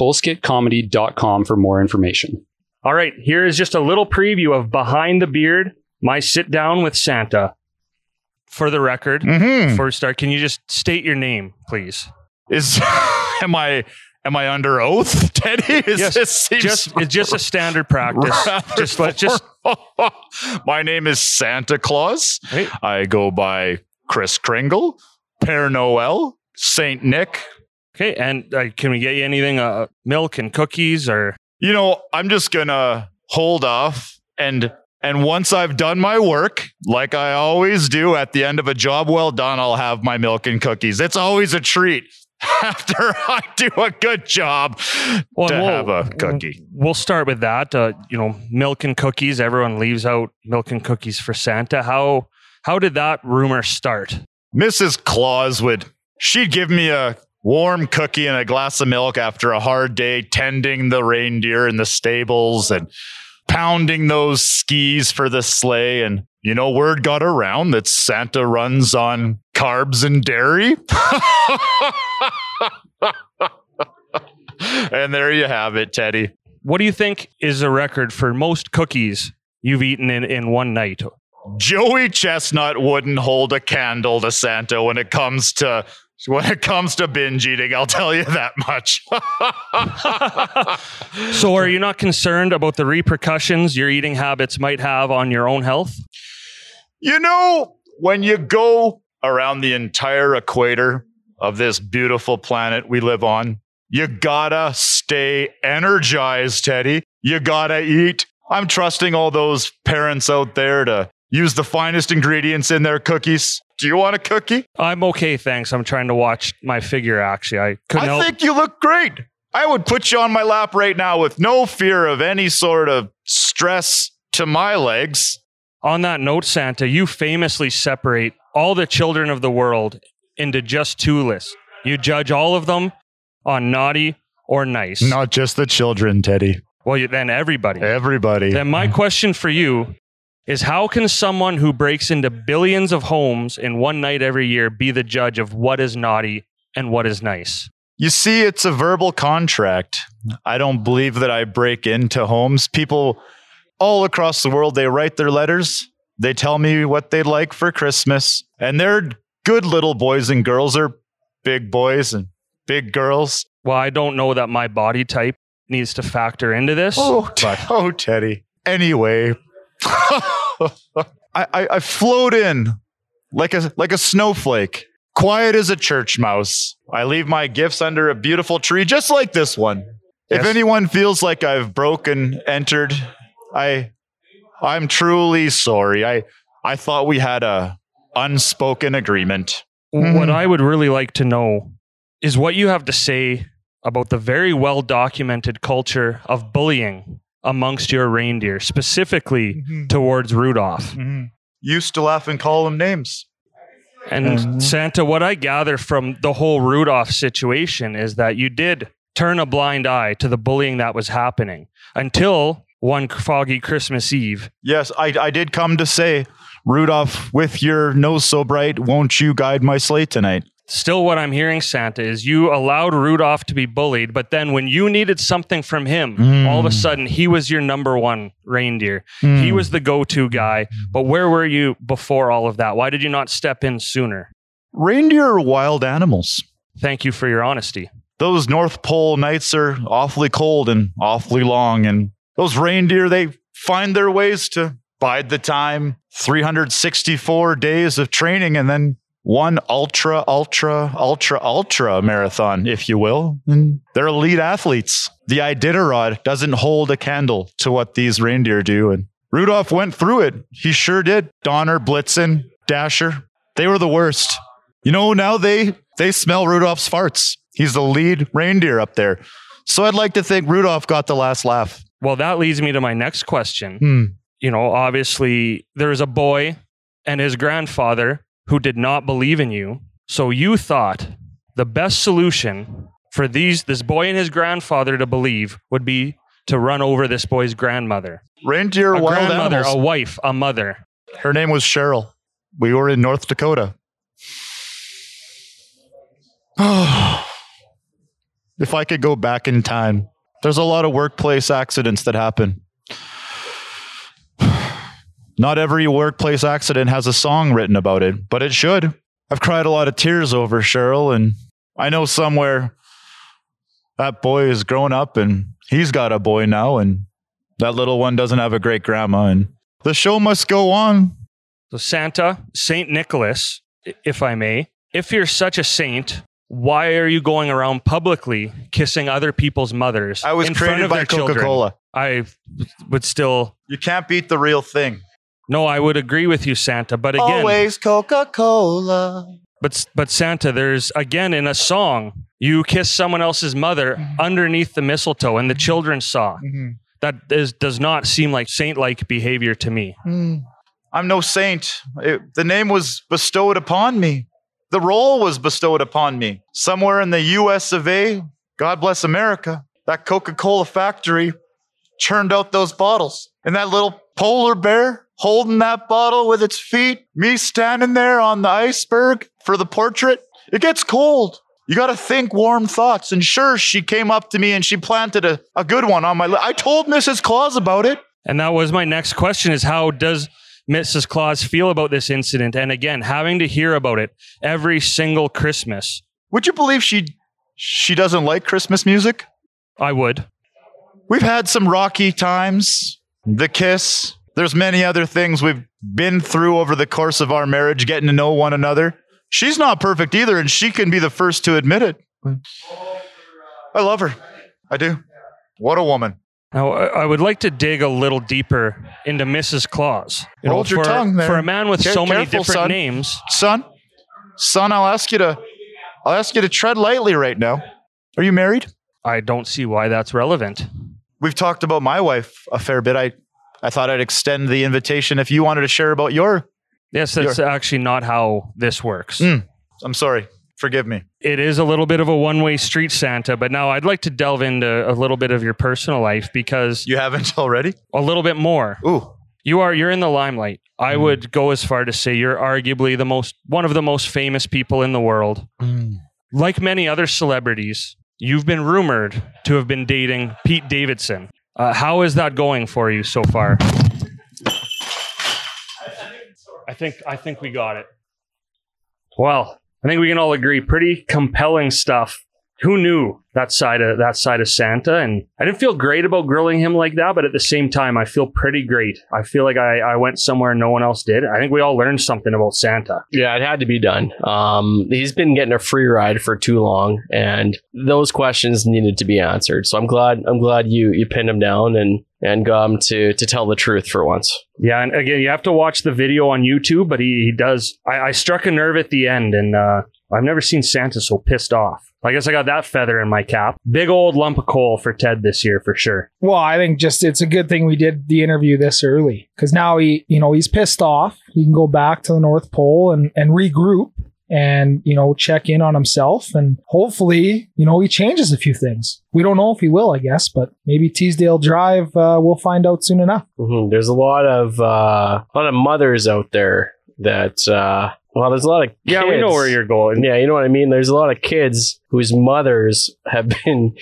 Speaker 1: bullskitcomedy.com for more information.
Speaker 2: All right, here is just a little preview of Behind the Beard, my sit down with Santa. For the record,
Speaker 6: Mm-hmm.
Speaker 2: First start, can you just state your name, please?
Speaker 6: Is am I am I under oath, Teddy? Is
Speaker 2: Yes,
Speaker 6: this seems
Speaker 2: Just it's just a standard practice.
Speaker 6: rather
Speaker 2: Just let just
Speaker 6: formal? My name is Santa Claus.
Speaker 2: Hey.
Speaker 6: I go by Chris Kringle, Père Noel, Saint Nick.
Speaker 2: okay. And uh, can we get you anything? Uh, milk and cookies, or
Speaker 6: You know, I'm just gonna hold off and and once I've done my work, like I always do at the end of a job well done, I'll have my milk and cookies. It's always a treat. after I do a good job
Speaker 2: Well,
Speaker 6: to
Speaker 2: we'll-
Speaker 6: have a cookie.
Speaker 2: We'll start with that. Uh, you know, milk and cookies. Everyone leaves out milk and cookies for Santa. How how did that rumor start?
Speaker 6: Mrs. Claus would she'd give me a warm cookie and a glass of milk after a hard day tending the reindeer in the stables and pounding those skis for the sleigh and you know word got around that Santa runs on carbs and dairy. and there you have it, Teddy.
Speaker 2: What do you think is a record for most cookies you've eaten in, in one night?
Speaker 6: Joey Chestnut wouldn't hold a candle to Santa when it comes to when it comes to binge eating. I'll tell you that much.
Speaker 2: So, are you not concerned about the repercussions your eating habits might have on your own health?
Speaker 6: you know, when you go around the entire equator of this beautiful planet we live on, you gotta stay energized, Teddy. You gotta eat. I'm trusting all those parents out there to use the finest ingredients in their cookies. Do you want a cookie?
Speaker 2: I'm okay, thanks. I'm trying to watch my figure. Actually, I couldn't
Speaker 6: I
Speaker 2: help.
Speaker 6: think you look great. I would put you on my lap right now with no fear of any sort of stress to my legs.
Speaker 2: On that note, Santa, you famously separate all the children of the world into just two lists. You judge all of them on naughty or nice.
Speaker 6: just the children, Teddy.
Speaker 2: Well, you, then everybody.
Speaker 6: Everybody.
Speaker 2: Then my question for you is how can someone who breaks into billions of homes in one night every year be the judge of what is naughty and what is nice?
Speaker 6: You see, it's a verbal contract. I don't believe that I break into homes. People all across the world, they write their letters. They tell me what they like for Christmas. And they're good little boys and girls are big boys and big girls.
Speaker 2: Well, I don't know that my body type needs to factor into this.
Speaker 6: Oh, oh, Teddy. Anyway, I, I, I float in like a like a snowflake, quiet as a church mouse. I leave my gifts under a beautiful tree, just like this one. If
Speaker 2: Yes.
Speaker 6: anyone feels like I've broken entered, I I'm truly sorry. I I thought we had a unspoken agreement.
Speaker 2: What
Speaker 6: Mhm.
Speaker 2: I would really like to know is what you have to say about the very well documented culture of bullying amongst your reindeer, specifically towards Rudolph.
Speaker 6: Used to laugh and call them names.
Speaker 2: And Santa, what I gather from the whole Rudolph situation is that you did turn a blind eye to the bullying that was happening until one foggy Christmas Eve.
Speaker 6: Yes, I, I did come to say, Rudolph, with your nose so bright, won't you guide my sleigh tonight?
Speaker 2: Still, what I'm hearing, Santa, is you allowed Rudolph to be bullied, but then when you needed something from him,
Speaker 6: Mm.
Speaker 2: all of a sudden he was your number one reindeer. He was the go to guy. But where were you before all of that? Why did you not step in sooner?
Speaker 6: Reindeer are wild animals.
Speaker 2: Thank you for your honesty.
Speaker 6: Those North Pole nights are awfully cold and awfully long, and those reindeer, they find their ways to bide the time 364 days of training and then one ultra, ultra, ultra, ultra marathon, if you will. And they're elite athletes. The Iditarod doesn't hold a candle to what these reindeer do. And Rudolph went through it. He sure did. Donner, Blitzen, Dasher, they were the worst. You know, now they they smell Rudolph's farts. He's the lead reindeer up there. So I'd like to think Rudolph got the last laugh.
Speaker 2: Well, that leads me to my next question.
Speaker 6: Hmm.
Speaker 2: You know, obviously, there's a boy and his grandfather who did not believe in you. So you thought the best solution for these this boy and his grandfather to believe would be to run over this boy's grandmother.
Speaker 6: Reindeer
Speaker 2: a
Speaker 6: wild
Speaker 2: grandmother,
Speaker 6: animals.
Speaker 2: a wife, a mother.
Speaker 6: Her name was Cheryl. We were in North Dakota. if I could go back in time, there's a lot of workplace accidents that happen. Not every workplace accident has a song written about it, but it should. I've cried a lot of tears over Cheryl, and I know somewhere that boy is grown up and he's got a boy now, and that little one doesn't have a great grandma, and the show must go on.
Speaker 2: So Santa, Saint Nicholas, i- if I may, if you're such a saint, why are you going around publicly kissing other people's mothers?
Speaker 6: I was
Speaker 2: in front
Speaker 6: created
Speaker 2: of
Speaker 6: by
Speaker 2: their children?
Speaker 6: Coca Cola.
Speaker 2: I would still
Speaker 6: You can't beat the real thing.
Speaker 2: no. I would agree with you, Santa. But again,
Speaker 6: Coca Cola.
Speaker 2: But but Santa, there's again in a song, you kiss someone else's mother underneath the mistletoe, and the children saw.
Speaker 4: Mhm.
Speaker 2: That is does not seem like saint-like behavior to me.
Speaker 4: Mm.
Speaker 6: I'm no saint. It- the name was bestowed upon me. The role was bestowed upon me. Somewhere in the US of A, God bless America, that Coca Cola factory churned out those bottles. And that little polar bear holding that bottle with its feet, me standing there on the iceberg for the portrait, it gets cold. You got to think warm thoughts. And sure, she came up to me and she planted a, a good one on my lip. I told Mrs. Claus about it.
Speaker 2: And that was my next question is how does Mrs. Claus feel about this incident? And again, having to hear about it every single Christmas,
Speaker 6: Would you believe she she doesn't like Christmas music?
Speaker 2: I would.
Speaker 6: We've had some rocky times. The kiss. There's many other things we've been through over the course of our marriage, getting to know one another. She's not perfect either, and she can be the first to admit it. I love her. I do. What a woman.
Speaker 2: Now, I I would like to dig a little deeper into Mrs. Claus.
Speaker 6: Hold your
Speaker 2: for,
Speaker 6: tongue there.
Speaker 2: For a man with
Speaker 6: Care-
Speaker 2: so many
Speaker 6: careful,
Speaker 2: different
Speaker 6: son.
Speaker 2: names,
Speaker 6: Son, son, I'll ask you to I'll ask you to tread lightly right now. Are you married?
Speaker 2: I don't see why that's relevant.
Speaker 6: We've talked about my wife a fair bit. I I thought I'd extend the invitation if you wanted to share about your
Speaker 2: Yes, that's actually not how this works.
Speaker 6: Mm. I'm sorry. Forgive me.
Speaker 2: It is a little bit of a one way street, Santa, but now I'd like to delve into a little bit of your personal life because
Speaker 6: You haven't already?
Speaker 2: a little bit more.
Speaker 6: Ooh.
Speaker 2: You are you're in the limelight. I
Speaker 6: Mm.
Speaker 2: would go as far to say you're arguably the most one of the most famous people in the world. Like many other celebrities, you've been rumored to have been dating Pete Davidson. Uh, how is that going for you so far? I think I think we got it. Well, I think we can all agree pretty compelling stuff. Who knew that side of that side of Santa? And I didn't feel great about grilling him like that, but at the same time, I feel pretty great. I feel like I, I went somewhere no one else did. I think we all learned something about Santa.
Speaker 5: Yeah, it had to be done. Um, he's been getting a free ride for too long, and those questions needed to be answered. So I'm glad I'm glad you you pinned him down and and got him to to tell the truth for once.
Speaker 2: Yeah, and again, you have to watch the video on YouTube, but he, he does. I, I struck a nerve at the end, and uh, I've never seen Santa so pissed off. I guess I got that feather in my cap. Big old lump of coal for Ted this year for sure.
Speaker 4: Well, I think just it's a good thing we did the interview this early because now he, you know, he's pissed off. He can go back to the North Pole and and regroup and you know check in on himself and hopefully you know he changes a few things. We don't know if he will, I guess, but maybe Teasdale Drive uh, we'll find out soon enough.
Speaker 5: hmm There's a lot of uh, a lot of mothers out there that uh, well, there's a lot of
Speaker 2: Yeah, we know
Speaker 5: kids.
Speaker 2: where you're going.
Speaker 5: yeah, you know what I mean. There's a lot of kids whose mothers have been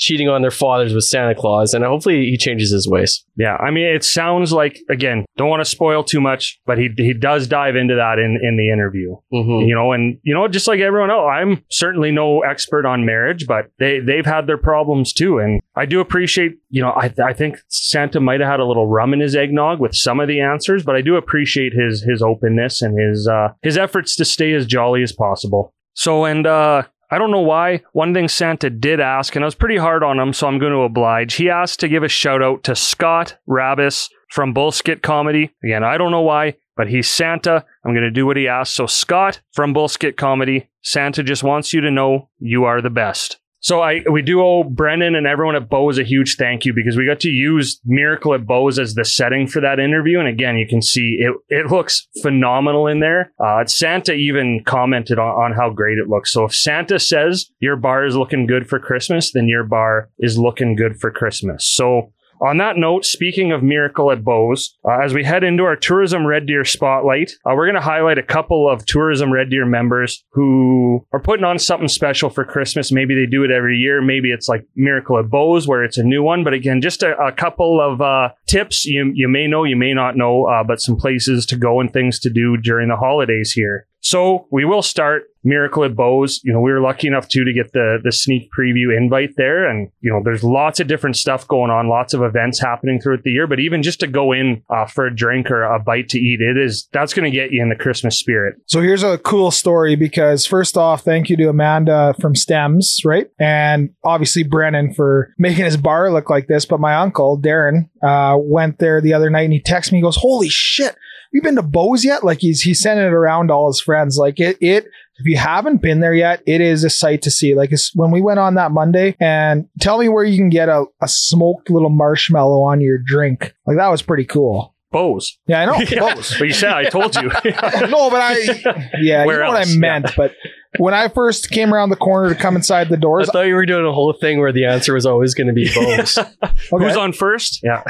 Speaker 5: cheating on their fathers with Santa Claus, and hopefully he changes his ways.
Speaker 2: Yeah, I mean, it sounds like again, don't want to spoil too much, but he he does dive into that in in the interview.
Speaker 5: Mm-hmm.
Speaker 2: you know and you know just like everyone else i'm certainly no expert on marriage but they they've had their problems too and i do appreciate you know i, I think santa might have had a little rum in his eggnog with some of the answers but i do appreciate his his openness and his uh his efforts to stay as jolly as possible so and uh I don't know why. One thing Santa did ask, and I was pretty hard on him, so I'm going to oblige. He asked to give a shout out to Scott Rabbis from Bullskit Comedy. Again, I don't know why, but he's Santa. I'm going to do what he asked. So, Scott from Bullskit Comedy, Santa just wants you to know you are the best. So I we do owe Brennan and everyone at Bose a huge thank you because we got to use Miracle at Bose as the setting for that interview. And again, you can see it it looks phenomenal in there. Uh, Santa even commented on, on how great it looks. So if Santa says your bar is looking good for Christmas, then your bar is looking good for Christmas. So on that note, speaking of Miracle at Bose, uh, as we head into our Tourism Red Deer spotlight, uh, we're going to highlight a couple of Tourism Red Deer members who are putting on something special for Christmas. Maybe they do it every year. Maybe it's like Miracle at Bose, where it's a new one. But again, just a, a couple of uh, tips you, you may know, you may not know, uh, but some places to go and things to do during the holidays here. So we will start Miracle at Bose. You know, we were lucky enough too to get the the sneak preview invite there, and you know, there's lots of different stuff going on, lots of events happening throughout the year. But even just to go in uh, for a drink or a bite to eat, it is that's going to get you in the Christmas spirit.
Speaker 4: So here's a cool story because first off, thank you to Amanda from Stems, right? And obviously Brennan for making his bar look like this. But my uncle Darren uh, went there the other night and he texts me. He goes, "Holy shit, you been to Bose yet?" Like he's he's sending it around to all his friends. Like it it If you haven't been there yet, it is a sight to see. Like it's, when we went on that Monday, and tell me where you can get a, a smoked little marshmallow on your drink. Like that was pretty cool.
Speaker 2: Bose.
Speaker 4: Yeah, I know.
Speaker 2: Yeah.
Speaker 4: Close.
Speaker 2: But you said I told you.
Speaker 4: no, but I, yeah,
Speaker 2: Where
Speaker 4: you know
Speaker 2: else?
Speaker 4: what I meant. But when I first came around the corner to come inside the
Speaker 5: I
Speaker 4: doors,
Speaker 5: thought you were doing a whole thing where the answer was always going to be Bose.
Speaker 4: okay.
Speaker 2: Who's on first? Yeah.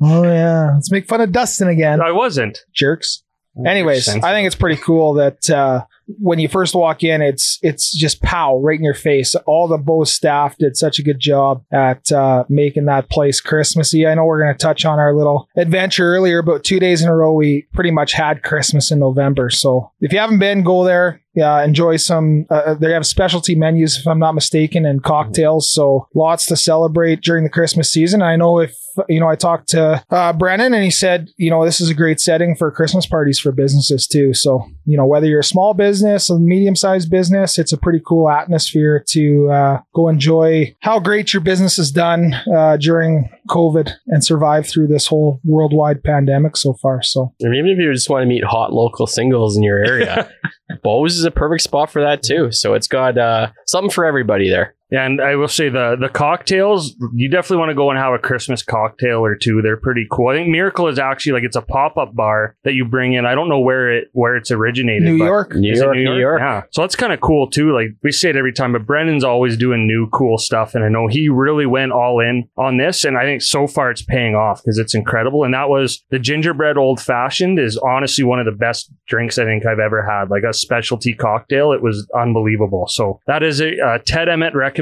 Speaker 4: oh yeah, let's make fun of Dustin again,
Speaker 2: I wasn't.
Speaker 4: jerks. Anyways,
Speaker 2: Sense.
Speaker 4: I think it's pretty cool that uh, when you first walk in, it's it's just pow right in your face. All the Bose staff did such a good job at uh, making that place Christmassy. I know we're going to touch on our little adventure earlier, but two days in a row, we pretty much had Christmas in November. So if you haven't been, go there. Yeah, enjoy some. Uh, they have specialty menus, if I'm not mistaken, and cocktails. So lots to celebrate during the Christmas season. I know if you know, I talked to uh, Brennan and he said, you know, this is a great setting for Christmas parties for businesses too. So, you know, whether you're a small business, a medium sized business, it's a pretty cool atmosphere to uh, go enjoy how great your business has done uh, during COVID and survive through this whole worldwide pandemic so far. So,
Speaker 5: Or even if you just want to meet hot local singles in your area, Bose is a perfect spot for that too. So it's got uh, something for everybody there.
Speaker 2: And I will say the the cocktails, you definitely want to go and have a Christmas cocktail or two. They're pretty cool. I think Miracle is actually like it's a pop up bar that you bring in. I don't know where it where it's originated.
Speaker 4: New
Speaker 2: but-
Speaker 4: York.
Speaker 5: New
Speaker 2: Is it
Speaker 5: York, New York.
Speaker 2: Yeah. So that's kind of cool too. Like we say it every time, but Brennan's always doing new cool stuff. And I know he really went all in on this. And I think so far it's paying off because it's incredible. And that was the gingerbread old fashioned is honestly one of the best drinks I think I've ever had. Like a specialty cocktail. It was unbelievable. So that is a, uh Ted Emmett recommendation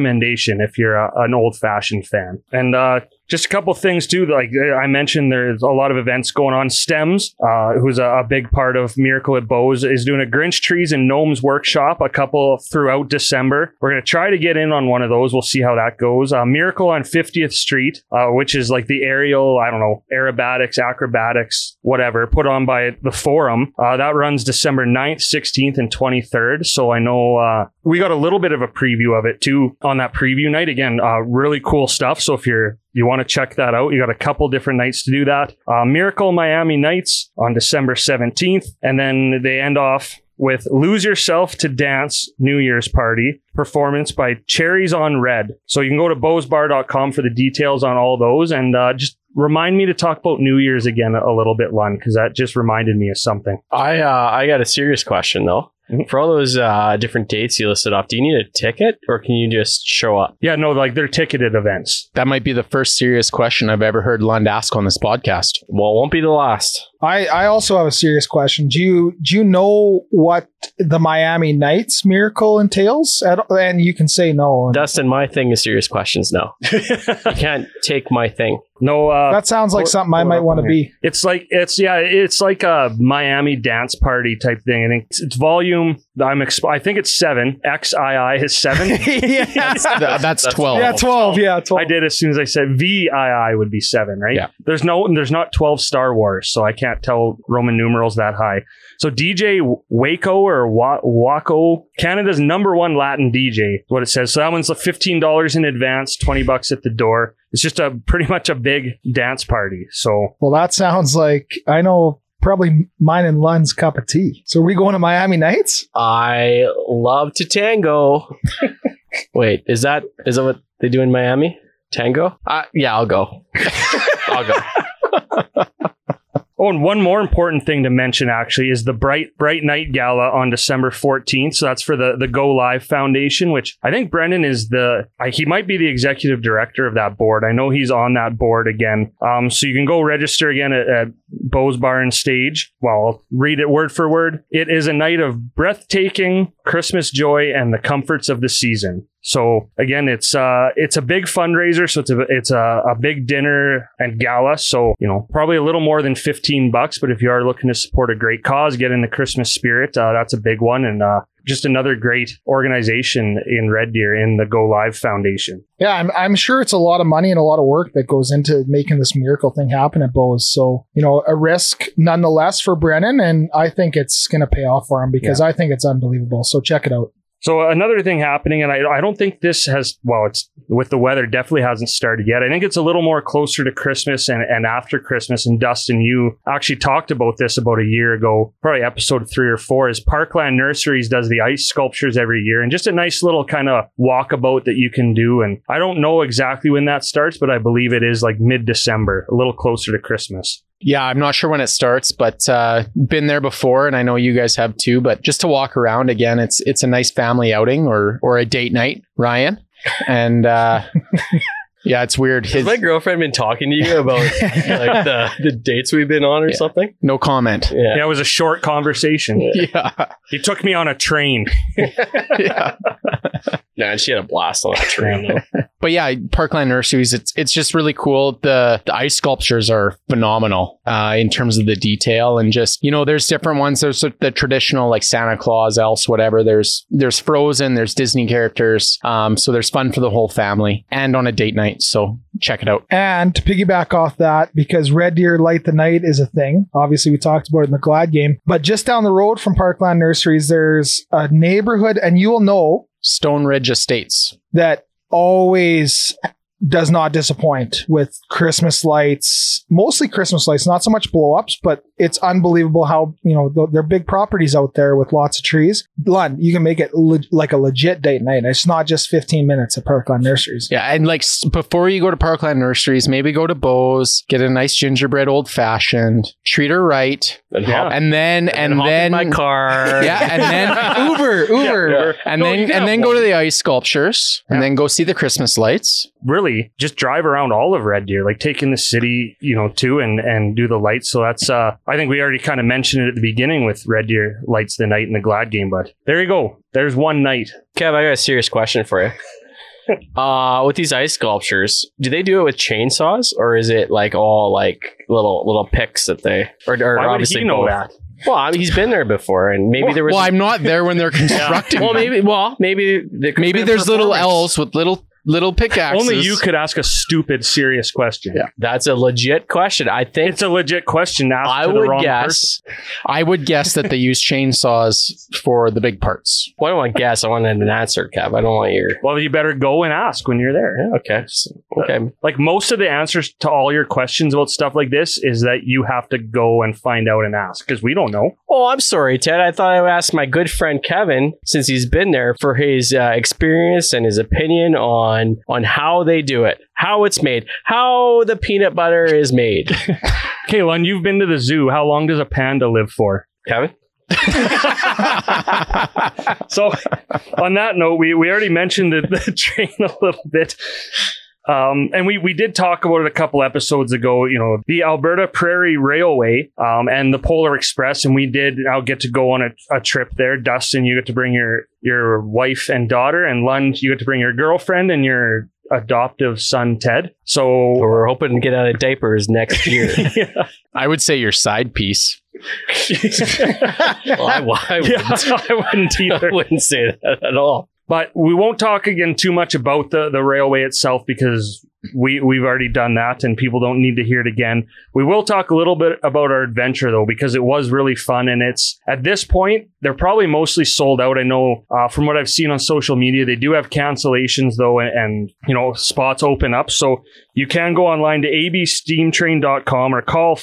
Speaker 2: if you're a, an old fashioned fan. And, uh, just a couple things too. Like uh, I mentioned, there's a lot of events going on. Stems, uh, who's a, a big part of Miracle at Bose, is doing a Grinch Trees and Gnomes workshop. A couple throughout December. We're gonna try to get in on one of those. We'll see how that goes. Uh, Miracle on 50th Street, uh, which is like the aerial, I don't know, aerobatics, acrobatics, whatever, put on by the Forum. Uh, that runs December 9th, 16th, and 23rd. So I know uh, we got a little bit of a preview of it too on that preview night. Again, uh, really cool stuff. So if you're you want to check that out. You got a couple different nights to do that. Uh, Miracle Miami Nights on December 17th. And then they end off with Lose Yourself to Dance New Year's Party performance by Cherries on Red. So you can go to bowsbar.com for the details on all those and uh, just remind me to talk about New Year's again a little bit, Lun, because that just reminded me of something.
Speaker 5: I uh, I got a serious question though.
Speaker 2: Mhm.
Speaker 5: For all those uh, different dates you listed off, do you need a ticket or can you just show up?
Speaker 2: Yeah, no, like they're ticketed events.
Speaker 3: That might be the first serious question I've ever heard Lund ask on this podcast.
Speaker 5: Well, it won't be the last.
Speaker 4: I, I also have a serious question. Do you do you know what the Miami Knights miracle entails? At, and you can say no.
Speaker 5: Dustin, my thing is serious questions now. you can't take my thing.
Speaker 2: No, uh,
Speaker 4: that sounds like
Speaker 2: what-
Speaker 4: something I
Speaker 2: what
Speaker 4: might
Speaker 2: up
Speaker 4: want to
Speaker 2: on
Speaker 4: be.
Speaker 2: It's like it's yeah, it's like a Miami dance party type thing. I think it's, it's volume. I'm exp- I think it's seven. XII is seven.
Speaker 4: yeah.
Speaker 3: Th- that's 12.
Speaker 4: Yeah, 12. Yeah, 12.
Speaker 2: Oh, I did as soon as I said VII would be seven, right?
Speaker 3: Yeah.
Speaker 2: There's no, there's not twelve Star Wars, so I can't tell Roman numerals that high. So DJ Waco or Wa- Waco, Canada's number one Latin DJ, is what it says. So that one's fifteen dollars in advance, twenty bucks at the door. It's just a pretty much a big dance party. So
Speaker 4: Well, that sounds like I know probably mine and Lun's cup of tea. So are we going to Miami Nights?
Speaker 5: I love to tango. Wait, is that is that what they do in Miami? Tango? Uh, yeah, I'll go. I'll go.
Speaker 2: Oh, and one more important thing to mention actually is the Bright Bright Night Gala on December 14th. So that's for the the Go Live Foundation, which I think Brendan is the I, he might be the executive director of that board. I know he's on that board again. Um, so you can go register again at, at Bose Bar and Stage. Well, I'll read it word for word. It is a night of breathtaking Christmas joy and the comforts of the season. So again, it's uh, it's a big fundraiser. So it's a it's a, a big dinner and gala. So you know probably a little more than fifteen bucks. But if you are looking to support a great cause, get in the Christmas spirit. Uh, that's a big one, and uh, just another great organization in Red Deer in the Go Live Foundation.
Speaker 4: Yeah, I'm, I'm sure it's a lot of money and a lot of work that goes into making this miracle thing happen at Bose. So, you know, a risk nonetheless for Brennan. And I think it's going to pay off for him because I think it's unbelievable. So check it out.
Speaker 2: So another thing happening, and I, I don't think this has well, it's with the weather definitely hasn't started yet. I think it's a little more closer to Christmas and, and after Christmas. And Dustin, you actually talked about this about a year ago, probably episode three or four. Is Parkland Nurseries does the ice sculptures every year, and just a nice little kind of walkabout that you can do. And I don't know exactly when that starts, but I believe it is like mid December, a little closer to Christmas.
Speaker 3: Yeah, I'm not sure when it starts, but uh, been there before, and I know you guys have too. But just to walk around again, it's it's a nice family outing or or a date night, Ryan. And uh, yeah, it's weird.
Speaker 5: Has
Speaker 3: His,
Speaker 5: my girlfriend been talking to you about like the, the dates we've been on or
Speaker 3: Yeah.
Speaker 5: something?
Speaker 3: no comment.
Speaker 5: Yeah.
Speaker 2: Yeah, it was a short conversation.
Speaker 3: Yeah,
Speaker 2: He took me on a train.
Speaker 3: yeah.
Speaker 5: Nah, she had a blast on that train though.
Speaker 3: but yeah, Parkland Nurseries, it's it's just really cool. The the ice sculptures are phenomenal uh, in terms of the detail and just you know, there's different ones. There's the the traditional like Santa Claus, Elf, whatever. There's there's Frozen, there's Disney characters. Um, so there's fun for the whole family and on a date night. So check it out.
Speaker 4: And to piggyback off that, because Red Deer Light the Night is a thing. Obviously, we talked about it in the Glad game. But just down the road from Parkland Nurseries, there's a neighborhood, and you will know
Speaker 3: Stone Ridge Estates.
Speaker 4: that always does not disappoint with Christmas lights, mostly Christmas lights, not so much blow ups, but it's unbelievable how, you know, th- there are big properties out there with lots of trees. Lund, you can make it le- like a legit date night. It's not just 15 minutes at Parkland Nurseries.
Speaker 3: Yeah, and like s- before you go to Parkland Nurseries, maybe go to Bose, get a nice gingerbread old fashioned, treat her right,
Speaker 5: And
Speaker 2: Yeah.
Speaker 5: hop-
Speaker 3: and then and,
Speaker 5: hop in
Speaker 3: then
Speaker 5: my car.
Speaker 3: yeah, and then Uber, Uber,
Speaker 5: Yeah.
Speaker 3: and
Speaker 5: No, you
Speaker 3: then
Speaker 5: can
Speaker 3: and then
Speaker 5: have
Speaker 3: go to
Speaker 5: one.
Speaker 3: the ice sculptures, and then go see the Christmas lights.
Speaker 2: really just drive around all of Red Deer, like take in the city, you know, too, and and do the lights. So that's uh, I think we already kind of mentioned it at the beginning with Red Deer lights the night and the Glad game, but there you go. There's one night.
Speaker 5: Kev, I got a serious question for you. uh, with these ice sculptures, do they do it with chainsaws or is it like all like little little picks that they or, or
Speaker 2: Why would
Speaker 5: obviously
Speaker 2: he know
Speaker 5: both?
Speaker 2: that?
Speaker 5: Well, I mean, he's been there before, and maybe there was.
Speaker 3: well, I'm not there when they're constructing.
Speaker 5: well,
Speaker 3: them.
Speaker 5: maybe. Well, maybe. There could
Speaker 3: maybe
Speaker 5: be a
Speaker 3: there's little
Speaker 5: performance.
Speaker 3: elves with little little pickaxes.
Speaker 2: Only you could ask a stupid, serious question.
Speaker 3: Yeah.
Speaker 5: That's a legit question. I think
Speaker 2: It's a legit question asked
Speaker 5: I
Speaker 2: to the
Speaker 5: would
Speaker 2: wrong person.
Speaker 5: guess.
Speaker 3: I would guess that they use chainsaws for the big parts.
Speaker 5: Well, I don't want to guess. I want an answer, Kev. I don't want your.
Speaker 2: Well, you better go and ask when you're there.
Speaker 5: Yeah, okay. S- Okay.
Speaker 2: Like most of the answers to all your questions about stuff like this is that you have to go and find out and ask because we don't know.
Speaker 5: Oh, I'm sorry, Ted. I thought I would ask my good friend Kevin, since he's been there, for his uh, experience and his opinion on on how they do it, how it's made, how the peanut butter is made.
Speaker 2: Kaylin, you've been to the zoo. How long does a panda live for?
Speaker 5: Kevin,
Speaker 2: So, on that note, we, we already mentioned the, the train a little bit. Um, and we, we did talk about it a couple episodes ago, you know, the Alberta Prairie Railway um, and the Polar Express. And we did now get to go on a, a trip there. Dustin, you get to bring your, your wife and daughter, and Lund, you get to bring your girlfriend and your adoptive son, Ted. So,
Speaker 5: we're hoping to get out of diapers next year.
Speaker 3: I would say your side piece.
Speaker 5: well, I, I
Speaker 2: yeah,
Speaker 5: wouldn't.
Speaker 2: I wouldn't either.
Speaker 5: I wouldn't say that at all.
Speaker 2: But we won't talk again too much about the, the railway itself because we we've already done that and people don't need to hear it again. We will talk a little bit about our adventure though because it was really fun and it's at this point they're probably mostly sold out. I know uh, from what I've seen on social media they do have cancellations though and, and you know spots open up so you can go online to absteamtrain.com or call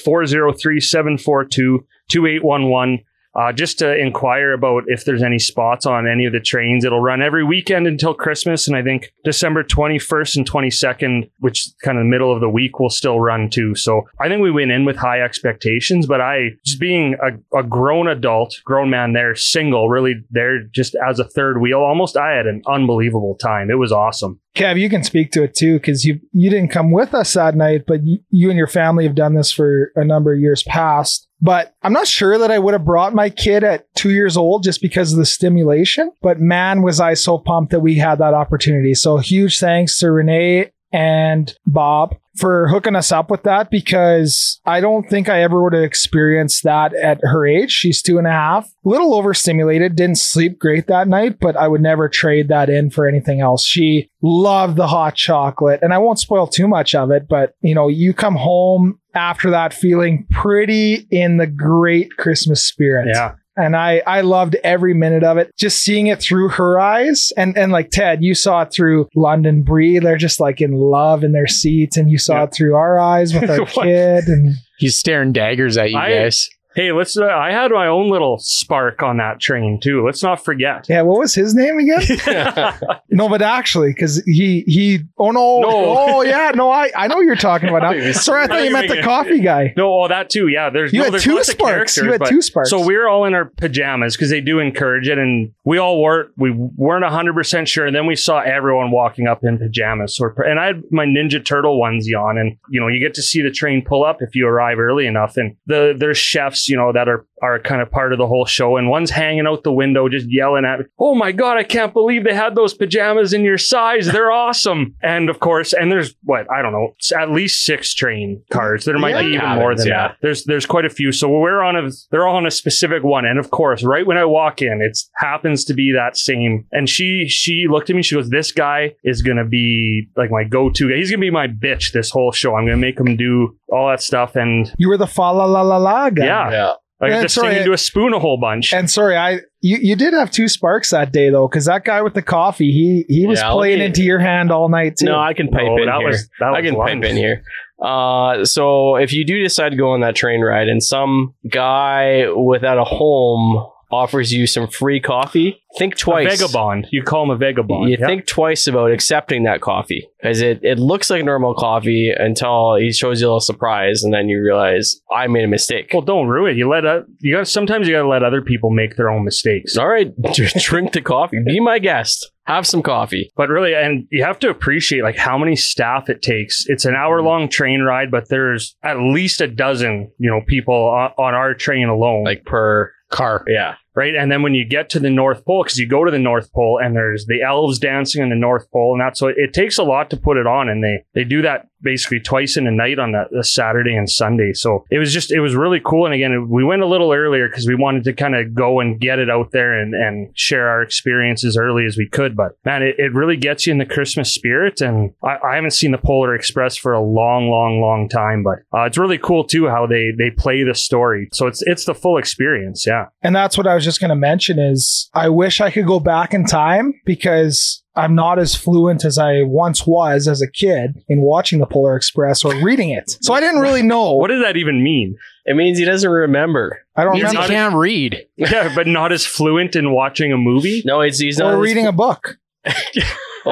Speaker 2: 403-742-2811 uh, just to inquire about if there's any spots on any of the trains. It'll run every weekend until Christmas, and I think December 21st and 22nd, which is kind of the middle of the week, will still run too. So I think we went in with high expectations, but I, just being a, a grown adult, grown man there, single, really there just as a third wheel almost, I had an unbelievable time. It was awesome.
Speaker 4: Kev, you can speak to it too because you you didn't come with us that night, but you, you and your family have done this for a number of years past. But I'm not sure that I would have brought my kid at two years old just because of the stimulation. But man, was I so pumped that we had that opportunity. So huge thanks to Renee and Bob for hooking us up with that because I don't think I ever would have experienced that at her age. She's two and a half, little overstimulated, didn't sleep great that night, but I would never trade that in for anything else. She loved the hot chocolate and I won't spoil too much of it, but you know, you come home after that feeling pretty in the great Christmas spirit.
Speaker 2: Yeah.
Speaker 4: and I I loved every minute of it. Just seeing it through her eyes, and and like Ted, you saw it through London Bree. They're just like in love in their seats, and you saw
Speaker 2: Yeah.
Speaker 4: it through our eyes with our
Speaker 2: What?
Speaker 4: kid. And
Speaker 3: He's staring daggers at you
Speaker 2: I-
Speaker 3: guys.
Speaker 2: Hey, let's. Uh, I had my own little spark on that train too. Let's not forget.
Speaker 4: yeah, what was his name again? No, but actually, because he he oh no,
Speaker 2: No.
Speaker 4: oh yeah no I I know what you're talking about
Speaker 5: He
Speaker 4: now.
Speaker 5: was-
Speaker 4: Sorry, I thought you meant the
Speaker 2: Yeah.
Speaker 4: coffee guy.
Speaker 2: no, all that too. Yeah, there's
Speaker 4: You
Speaker 2: no,
Speaker 4: had
Speaker 2: there's
Speaker 4: two
Speaker 2: lots of
Speaker 4: sparks. You
Speaker 2: characters,
Speaker 4: had
Speaker 2: but-
Speaker 4: two sparks.
Speaker 2: So we were all in our pajamas because they do encourage it, and we all were. We weren't hundred percent sure, and then we saw everyone walking up in pajamas. So, we're pr- and I had my Ninja Turtle onesie on, and you know you get to see the train pull up if you arrive early enough. And the there's chefs, you know, that are are kind of part of the whole show, and one's hanging out the window just yelling at, me, "Oh my god, I can't believe they had those pajamas in your size. They're awesome!" And of course, and there's what I don't know, s- at least six train cars. There might
Speaker 5: Yeah.
Speaker 2: be even more
Speaker 5: Cabins,
Speaker 2: than
Speaker 5: yeah.
Speaker 2: that. There's there's quite a few. So we're on a they're all on a specific one. And of course, right when I walk in, it happens to be that same. And she she looked at me. She goes, "This guy is gonna be like my go-to guy. He's gonna be my bitch this whole show. I'm gonna make him do all that stuff." And
Speaker 4: you were the fa la la la la guy.
Speaker 2: yeah,
Speaker 5: yeah.
Speaker 2: I
Speaker 4: Yeah,
Speaker 2: got to sing
Speaker 4: sorry,
Speaker 2: into a spoon a whole bunch.
Speaker 4: And sorry, I you, you did have two sparks that day though, because that guy with the coffee, he he was
Speaker 5: Yeah, I'll
Speaker 4: playing
Speaker 5: be-
Speaker 4: into your hand all night too.
Speaker 5: No, I can pipe
Speaker 2: Oh,
Speaker 5: in
Speaker 2: that
Speaker 5: here.
Speaker 2: was that was
Speaker 5: I can
Speaker 2: lunch.
Speaker 5: pipe in here. Uh, so if you do decide to go on that train ride, and some guy without a home offers you some free coffee, think
Speaker 2: A
Speaker 5: twice.
Speaker 2: vagabond. You call him a vagabond.
Speaker 5: You
Speaker 2: yeah.
Speaker 5: think twice about accepting that coffee because it, it looks like normal coffee until he shows you a little surprise, and then you realize I made a mistake.
Speaker 2: Well, don't ruin it. You let uh, you got sometimes you gotta let other people make their own mistakes.
Speaker 5: All right, drink the coffee. Be my guest. Have some coffee.
Speaker 2: But really, and you have to appreciate like how many staff it takes. It's an hour long train ride, but there's at least a dozen, you know, people on, on our train alone.
Speaker 5: Like per
Speaker 3: Car.
Speaker 5: yeah.
Speaker 2: right. And then when you get to the North Pole, because you go to the North Pole and there's the elves dancing in the North Pole, and that's so it takes a lot to put it on. And they they do that basically twice in a night on a, a Saturday and Sunday. So it was just it was really cool. And again, we went a little earlier because we wanted to kind of go and get it out there and and share our experience as early as we could. But man, it, it really gets you in the Christmas spirit. And I, I haven't seen the Polar Express for a long, long, long time. But uh, it's really cool too how they they play the story. So it's it's the full experience. Yeah.
Speaker 4: And that's what I was just going to mention is I wish I could go back in time because I'm not as fluent as I once was as a kid in watching the Polar Express or reading it. So I didn't really know.
Speaker 2: What does that even mean?
Speaker 5: It means he doesn't remember.
Speaker 4: I don't
Speaker 3: Means he
Speaker 4: remember.
Speaker 3: can't read.
Speaker 2: Yeah, but not as fluent in watching a movie.
Speaker 5: No, it's he's not
Speaker 4: Or reading a book.
Speaker 5: It's-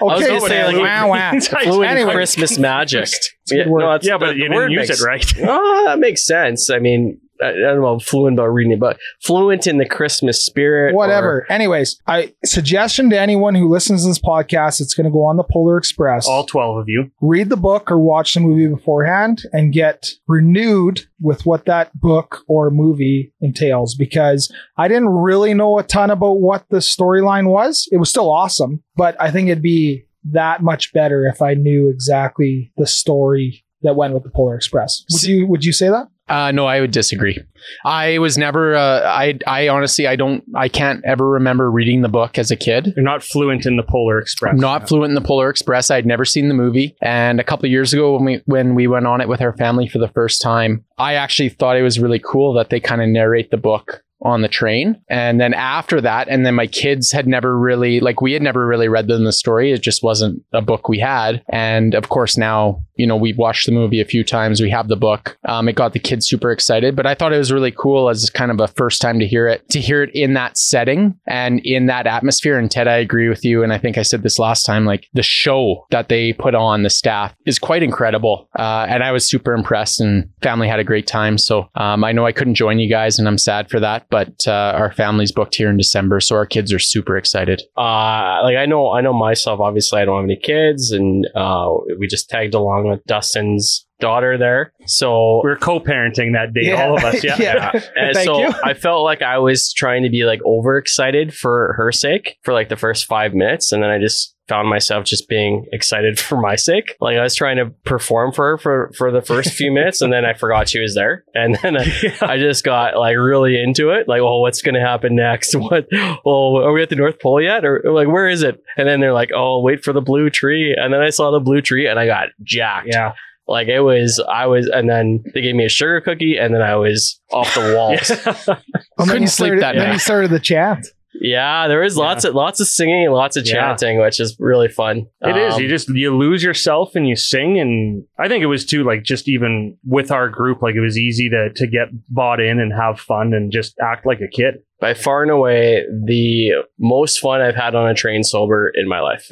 Speaker 5: I was
Speaker 4: Okay,
Speaker 5: gonna say, like,
Speaker 4: wow, wow.
Speaker 5: fluent
Speaker 4: Anyway.
Speaker 5: Christmas magic.
Speaker 4: a good word.
Speaker 5: it's-
Speaker 2: yeah,
Speaker 5: the-
Speaker 2: but you
Speaker 5: the word
Speaker 2: didn't use
Speaker 5: makes-
Speaker 2: it right.
Speaker 5: Oh, that makes sense. I mean, I, I don't know, fluent about reading it, but fluent in the Christmas spirit.
Speaker 4: Whatever. Anyways, I suggestion to anyone who listens to this podcast, it's going to go on the Polar Express.
Speaker 2: All twelve of you.
Speaker 4: read the book or watch the movie beforehand and get renewed with what that book or movie entails because I didn't really know a ton about what the storyline was. It was still awesome, but I think it'd be that much better if I knew exactly the story that went with the Polar Express. Would you would you say that?
Speaker 3: Uh, no, I would disagree. I was never. Uh, I. I honestly, I don't. I can't ever remember reading the book as a kid.
Speaker 2: You're not fluent in the Polar Express.
Speaker 3: I'm not fluent in the Polar Express. I'd never seen the movie. And a couple of years ago, when we when we went on it with our family for the first time, I actually thought it was really cool that they kind of narrate the book on the train. And then after that, and then my kids had never really like we had never really read them the story. It just wasn't a book we had. And of course now, you know, we've watched the movie a few times. We have the book. Um, it got the kids super excited. But I thought it was really cool as kind of a first time to hear it, to hear it in that setting and in that atmosphere. And Ted, I agree with you. And I think I said this last time, like the show that they put on the staff is quite incredible. Uh, and I was super impressed and family had a great time. So um, I know I couldn't join you guys and I'm sad for that, but uh, our family's booked here in December. So our kids are super excited.
Speaker 5: Or, uh, like I know, I know myself. Obviously, I don't have any kids, and uh, we just tagged along with Dustin's daughter there. So
Speaker 2: We were co-parenting that day,
Speaker 4: Yeah.
Speaker 2: all of us. Yeah.
Speaker 5: And
Speaker 4: Thank
Speaker 5: so
Speaker 4: you.
Speaker 5: I felt like I was trying to be like overexcited for her sake for like the first five minutes. And then I just found myself just being excited for my sake. Like I was trying to perform for her for, for the first few minutes. And then I forgot she was there. And then I, I just got like really into it. Like, oh, what's going to happen next? What? Oh, are we at the North Pole yet? Or like, where is it? And then they're like, oh, wait for the blue tree. And then I saw the blue tree and I got jacked.
Speaker 2: Yeah.
Speaker 5: Like it was, I was, and then they gave me a sugar cookie, and then I was off the walls. yeah.
Speaker 4: And then
Speaker 3: Couldn't
Speaker 4: he
Speaker 3: sleep
Speaker 4: Oh, started-
Speaker 3: that
Speaker 4: Then he
Speaker 3: night.
Speaker 4: started the chat.
Speaker 5: there is lots of lots of singing and lots of
Speaker 2: Yeah.
Speaker 5: chanting, which is really fun.
Speaker 2: It is.
Speaker 5: Um,
Speaker 2: You just you lose yourself and you sing, and I think it was too like just even with our group, like it was easy to to get bought in and have fun and just act like a kid.
Speaker 5: by far and away the most fun I've had on a train sober in my life.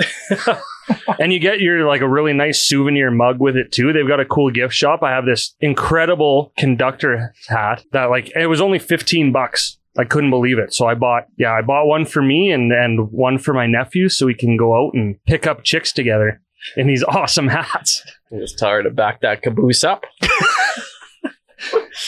Speaker 2: and you get your like a really nice souvenir mug with it too. They've got a cool gift shop. I have this incredible conductor hat that like it was only 15 bucks. I couldn't believe it. So I bought yeah, I bought one for me and and one for my nephew so we can go out and pick up chicks together in these awesome hats.
Speaker 5: I'm just tired to back that caboose up.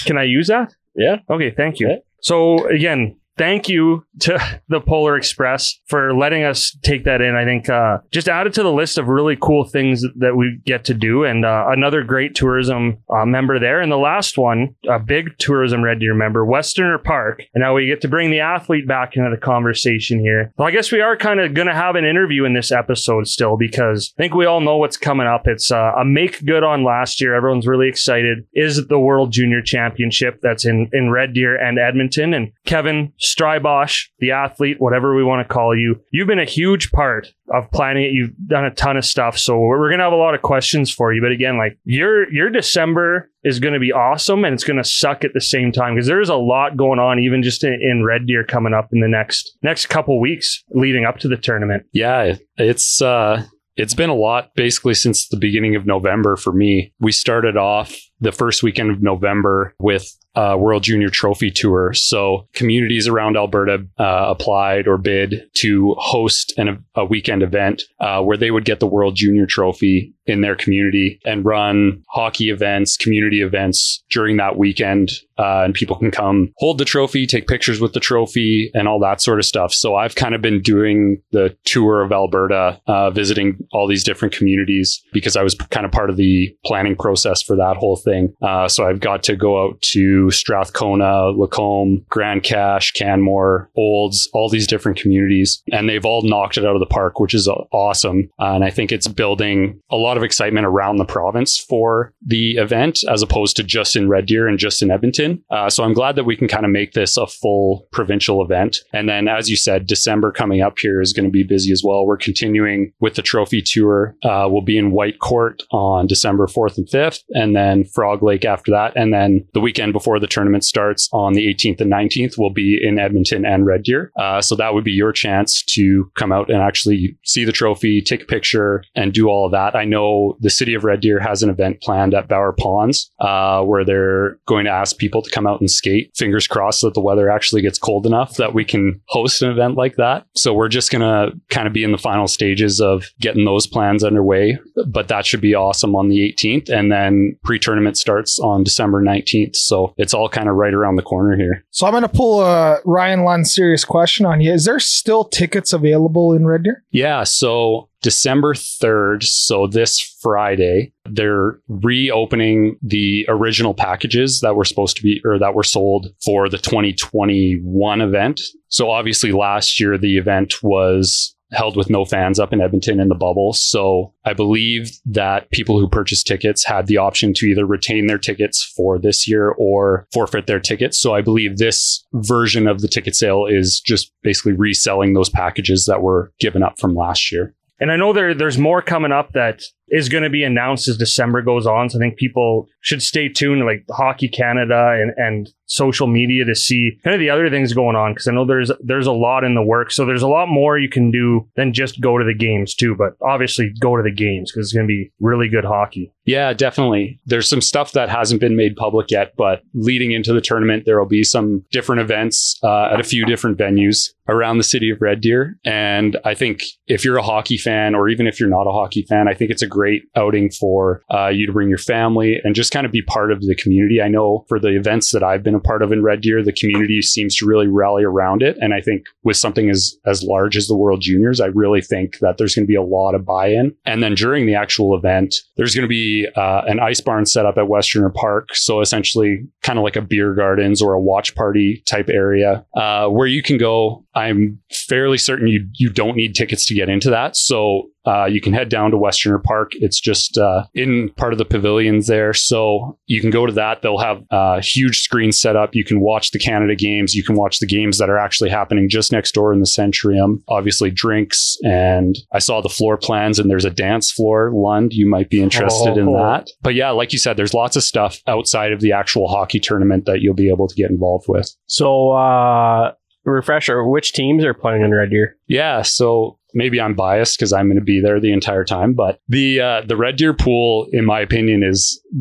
Speaker 2: Can I use that?
Speaker 5: Yeah.
Speaker 2: Okay, thank you.
Speaker 5: Yeah.
Speaker 2: So again, thank you to the Polar Express for letting us take that in. I think uh, just add it to the list of really cool things that we get to do, and uh, another great tourism uh, member there. And the last one, a big tourism Red Deer member, Westerner Park. And now we get to bring the athlete back into the conversation here. Well, I guess we are kind of going to have an interview in this episode still because I think we all know what's coming up. It's uh, a make good on last year. Everyone's really excited. Is the World Junior Championship that's in in Red Deer and Edmonton and Kevin Strybosch, the athlete, whatever we want to call you, you've been a huge part of planning it. You've done a ton of stuff, so we're we're gonna have a lot of questions for you. But again, like your your December is going to be awesome and it's going to suck at the same time because there's a lot going on even just in, in red deer coming up in the next next couple weeks leading up to the tournament
Speaker 1: Yeah, it- it's uh it's been a lot basically since the beginning of November for me. We started off the first weekend of November with a World Junior Trophy Tour. So communities around Alberta uh, applied or bid to host an, a weekend event uh, where they would get the World Junior Trophy in their community and run hockey events, community events during that weekend. Uh, and people can come hold the trophy, take pictures with the trophy, and all that sort of stuff. So I've kind of been doing the tour of Alberta, uh, visiting all these different communities because I was kind of part of the planning process for that whole thing. Uh, so I've got to go out to Strathcona, Lacombe, Grand Cache, Canmore, Olds, all these different communities, and they've all knocked it out of the park, which is uh, awesome. Uh, and I think it's building a lot of excitement around the province for the event as opposed to just in Red Deer and just in Edmonton. Uh, so I'm glad that we can kind of make this a full provincial event. And then, as you said, December coming up here is going to be busy as well. We're continuing with the trophy tour. Uh, we'll be in White Court on December 4th and 5th, and then Frog Lake after that. And then the weekend before the tournament starts on the 18th and 19th, we'll be in Edmonton and Red Deer. Uh, so that would be your chance to come out and actually see the trophy, take a picture, and do all of that. I know the city of Red Deer has an event planned at Bower Ponds uh, where they're going to ask people to come out and skate. Fingers crossed that the weather actually gets cold enough that we can host an event like that. So we're just going to kind of be in the final stages of getting those plans underway. But that should be awesome on the 18th. And then pre tournament starts on December 19th. So it's all kind of right around the corner here.
Speaker 4: So I'm going to pull a Ryan Lund serious question on you. Is there still tickets available in Red Deer?
Speaker 1: Yeah, so December 3rd, so this Friday, they're reopening the original packages that were supposed to be or that were sold for the 2021 event. So obviously last year the event was held with no fans up in Edmonton in the bubble. So I believe that people who purchased tickets had the option to either retain their tickets for this year or forfeit their tickets. So I believe this version of the ticket sale is just basically reselling those packages that were given up from last year.
Speaker 2: and i know there there's more coming up that is going to be announced as december goes on so i think people should stay tuned like hockey canada and and social media to see kind of the other things going on because i know there's there's a lot in the work so there's a lot more you can do than just go to the games too but obviously go to the games because it's going to be really good hockey
Speaker 1: Yeah, definitely. There's some stuff that hasn't been made public yet, but leading into the tournament, there will be some different events uh, at a few different venues around the city of Red Deer. And I think if you're a hockey fan, or even if you're not a hockey fan, I think it's a great outing for uh, you to bring your family and just kind of be part of the community. I know for the events that I've been a part of in Red Deer, the community seems to really rally around it. And I think with something as as large as the World Juniors, I really think that there's going to be a lot of buy-in. And then during the actual event, there's going to be uh, an ice barn set up at Westerner Park. So essentially, kind of like a beer gardens or a watch party type area uh, where you can go. I'm fairly certain you you don't need tickets to get into that. So Uh, you can head down to Westerner Park. It's just uh, in part of the pavilions there. So you can go to that. They'll have a huge screen set up. You can watch the Canada games. You can watch the games that are actually happening just next door in the Centrium. Obviously, drinks. And I saw the floor plans, and there's a dance floor. Lund, you might be interested in
Speaker 2: Oh.
Speaker 1: that. But yeah, like you said, there's lots of stuff outside of the actual hockey tournament that you'll be able to get involved with.
Speaker 5: So, uh, refresher, which teams are playing in Red Deer?
Speaker 1: Yeah, so maybe I'm biased because I'm going to be there the entire time, but the uh, the Red Deer pool, in my opinion, is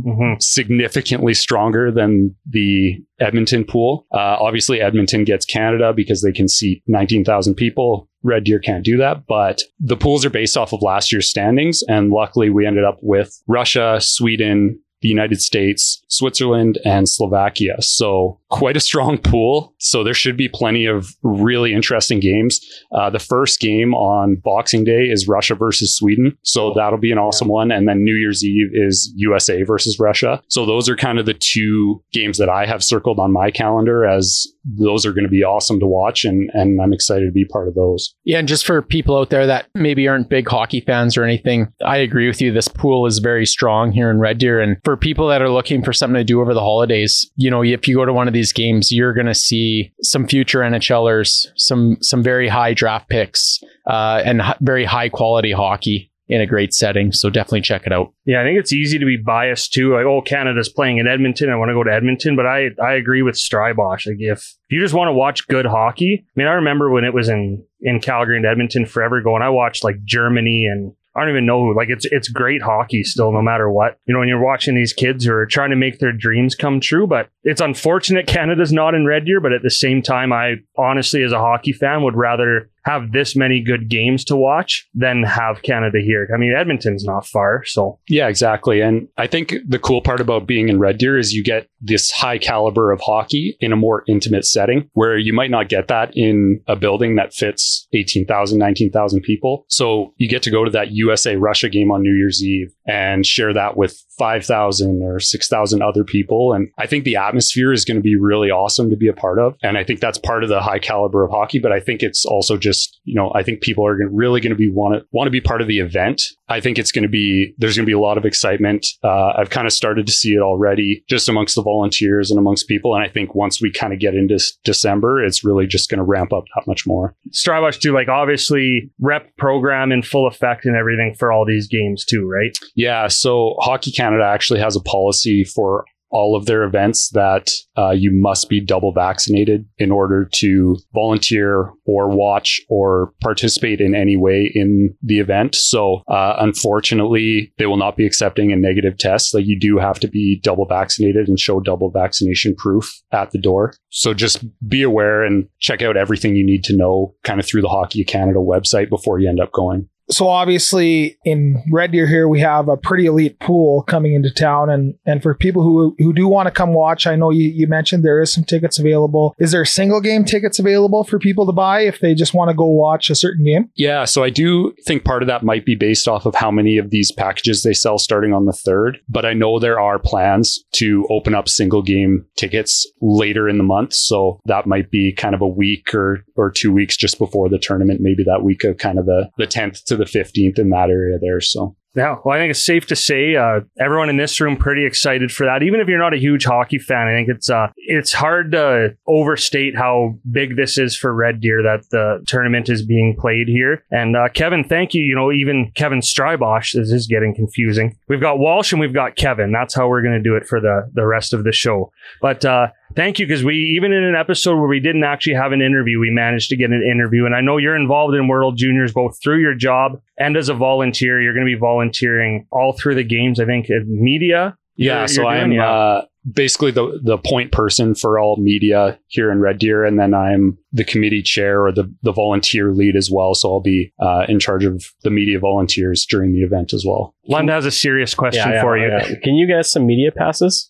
Speaker 2: Mm-hmm.
Speaker 1: significantly stronger than the Edmonton pool. Uh, obviously, Edmonton gets Canada because they can seat 19,000 people. Red Deer can't do that, but the pools are based off of last year's standings, and luckily we ended up with Russia, Sweden. The United States, Switzerland, and Slovakia. So, quite a strong pool. So, there should be plenty of really interesting games. Uh, the first game on Boxing Day is Russia versus Sweden. So that'll be an awesome one. And then New Year's Eve is USA versus Russia. So those are kind of the two games that I have circled on my calendar as those are going to be awesome to watch. And, and I'm excited to be part of those.
Speaker 3: Yeah, and just for people out there that maybe aren't big hockey fans or anything, I agree with you. This pool is very strong here in Red Deer. And for people that are looking for something to do over the holidays, you know, if you go to one of these games, you're going to see some future NHLers, some some very high draft picks, uh, and h- very high quality hockey in a great setting. So definitely check it out.
Speaker 2: Yeah, I think it's easy to be biased too. Like, oh, Canada's playing in Edmonton. I want to go to Edmonton, but I I agree with Strybosh. Like, if, if you just want to watch good hockey, I mean, I remember when it was in in Calgary and Edmonton forever ago, and I watched like Germany and I don't even know who. Like, it's it's great hockey still, no matter what. You know, when you're watching these kids who are trying to make their dreams come true, but it's unfortunate Canada's not in Red Deer. But at the same time, I honestly, as a hockey fan, would rather have this many good games to watch than have Canada here. I mean, Edmonton's not far, so.
Speaker 1: Yeah, exactly. And I think the cool part about being in Red Deer is you get this high caliber of hockey in a more intimate setting where you might not get that in a building that fits 18,000, 19,000 people. So you get to go to that USA Russia game on New Year's Eve and share that with 5,000 or 6,000 other people. And I think the atmosphere is going to be really awesome to be a part of. And I think that's part of the high caliber of hockey. But I think it's also just, you know, I think people are gonna, really going to be want to want to be part of the event. I think it's going to be, there's going to be a lot of excitement. Uh, I've kind of started to see it already just amongst the volunteers and amongst people. And I think once we kind of get into s- December, it's really just going to ramp up that much more.
Speaker 2: Strybosh too, like obviously rep program in full effect and everything for all these games too, right?
Speaker 1: Yeah. So Hockey Canada actually has a policy for all of their events that uh, you must be double vaccinated in order to volunteer or watch or participate in any way in the event. So, uh, unfortunately, they will not be accepting a negative test. Like, you do have to be double vaccinated and show double vaccination proof at the door. So, just be aware and check out everything you need to know kind of through the Hockey Canada website before you end up going.
Speaker 4: so obviously in Red Deer here we have a pretty elite pool coming into town and and for people who who do want to come watch I know you, you mentioned there is some tickets available is there single game tickets available for people to buy if they just want to go watch a certain game
Speaker 1: Yeah, so I do think part of that might be based off of how many of these packages they sell starting on the 3rd, but I know there are plans to open up single game tickets later in the month, so that might be kind of a week or or 2 weeks just before the tournament, maybe that week of kind of the the 10th to the 15th in that area there, so.
Speaker 2: Yeah, well, I think it's safe to say uh, everyone in this room pretty excited for that. Even if you're not a huge hockey fan, I think it's uh, it's hard to overstate how big this is for Red Deer that the tournament is being played here. And uh, Kevin, thank you. You know, even Kevin Strybosh, this is getting confusing. We've got Walsh and we've got Kevin. That's how we're going to do it for the the rest of the show. But uh, thank you because we even in an episode where we didn't actually have an interview, we managed to get an interview. And I know you're involved in World Juniors both through your job and as a volunteer. You're going to be volunteering all through the games. I think in media.
Speaker 1: Yeah,
Speaker 2: You're-
Speaker 1: so
Speaker 2: you're
Speaker 1: I'm
Speaker 2: doing- yeah.
Speaker 1: uh, basically the the point person for all media here in Red Deer, and then I'm the committee chair or the the volunteer lead as well. So I'll be uh, in charge of the media volunteers during the event as well.
Speaker 2: Lund has a serious question
Speaker 5: Yeah,
Speaker 2: for
Speaker 5: yeah,
Speaker 2: you.
Speaker 5: yeah. Can you get some media passes?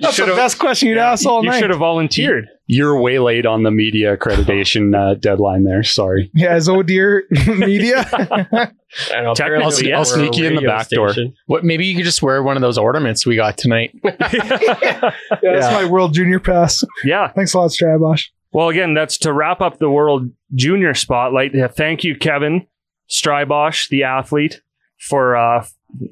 Speaker 4: that's the
Speaker 2: should've-
Speaker 4: best question you'd ask all
Speaker 2: You
Speaker 4: night
Speaker 2: should have volunteered.
Speaker 1: You're way late on the media accreditation uh, deadline there. Sorry.
Speaker 4: yeah is Odeer media
Speaker 5: And I'll,
Speaker 2: Technically, I'll sneak-
Speaker 1: I'll sneak you in the back door.
Speaker 3: What maybe you could just wear one of those ornaments we got tonight.
Speaker 4: yeah, that's my World Junior pass
Speaker 2: yeah,
Speaker 4: thanks a lot Strabosh
Speaker 2: Well, again, that's to wrap up the World Junior Spotlight. Yeah, Thank you, Kevin. Strybosch, the athlete, for uh,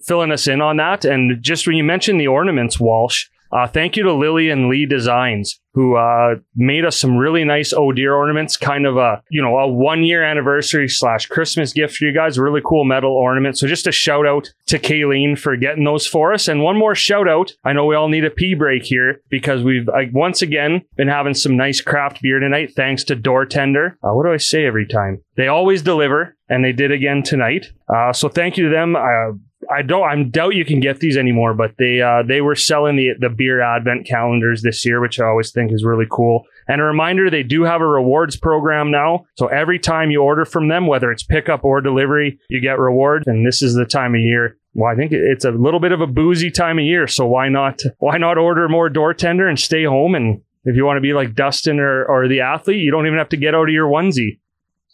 Speaker 2: filling us in on that. And just when you mentioned the ornaments, Walsh, uh, thank you to Lily and Lee Designs, who uh, made us some really nice Oh Dear ornaments, kind of a, you know, a one year anniversary slash Christmas gift for you guys. Really cool metal ornament. So just a shout out to Kayleen for getting those for us. And one more shout out. I know we all need a pee break here because we've uh, once again been having some nice craft beer tonight, thanks to Door Tender. Uh, what do I say every time? They always deliver, and they did again tonight. Uh, so thank you to them. Uh, I don't. I doubt you can get these anymore, but they uh, they were selling the the beer advent calendars this year, which I always think is really cool. And a reminder, they do have a rewards program now. So every time you order from them, whether it's pickup or delivery, you get rewards. And this is the time of year. Well, I think it- it's a little bit of a boozy time of year, so why not why not order more door tender and stay home? And if you want to be like Dustin or or the athlete, you don't even have to get out of your onesie.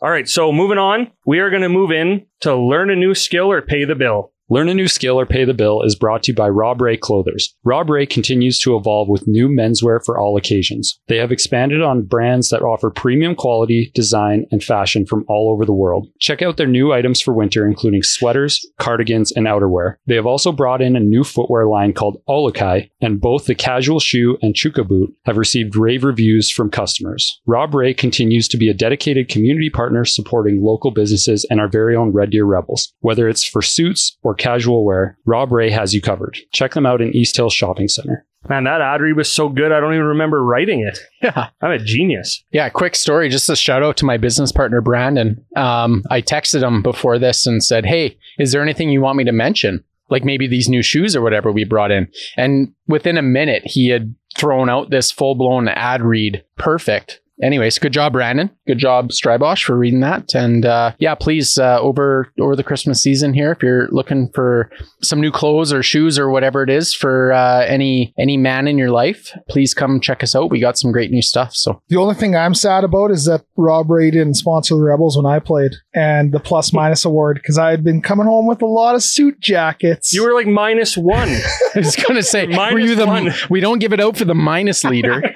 Speaker 2: All right, so moving on, we are going to move in to learn a new skill or pay the bill.
Speaker 1: Learn a new skill or pay the bill is brought to you by Rob Ray Clothers. Rob Ray continues to evolve with new menswear for all occasions. They have expanded on brands that offer premium quality, design, and fashion from all over the world. Check out their new items for winter, including sweaters, cardigans, and outerwear. They have also brought in a new footwear line called Olokai, and both the casual shoe and chuka boot have received rave reviews from customers. Rob Ray continues to be a dedicated community partner supporting local businesses and our very own Red Deer Rebels. Whether it's for suits or casual wear, Rob Ray has you covered. Check them out in East Hill Shopping Center.
Speaker 2: Man, that ad read was so good, I don't even remember writing it.
Speaker 3: Yeah.
Speaker 2: I'm a genius.
Speaker 3: Yeah, quick story. Just a shout out to my business partner, Brandon. Um, I texted him before this and said, Hey, is there anything you want me to mention? Like maybe these new shoes or whatever we brought in. And within a minute, he had thrown out this full blown ad read. Perfect. Anyways, good job, Brandon. Good job, Strybosh, for reading that. And uh, yeah, please uh, over over the Christmas season here, if you're looking for some new clothes or shoes or whatever it is for uh, any any man in your life, please come check us out. We got some great new stuff. So
Speaker 4: The only thing I'm sad about is that Rob Ray didn't sponsor the Rebels when I played and the plus minus award because I had been coming home with a lot of suit jackets.
Speaker 2: You were like minus one.
Speaker 3: I was gonna say,
Speaker 2: Minus
Speaker 3: were you the?
Speaker 2: one.
Speaker 3: We don't give it out for the minus leader.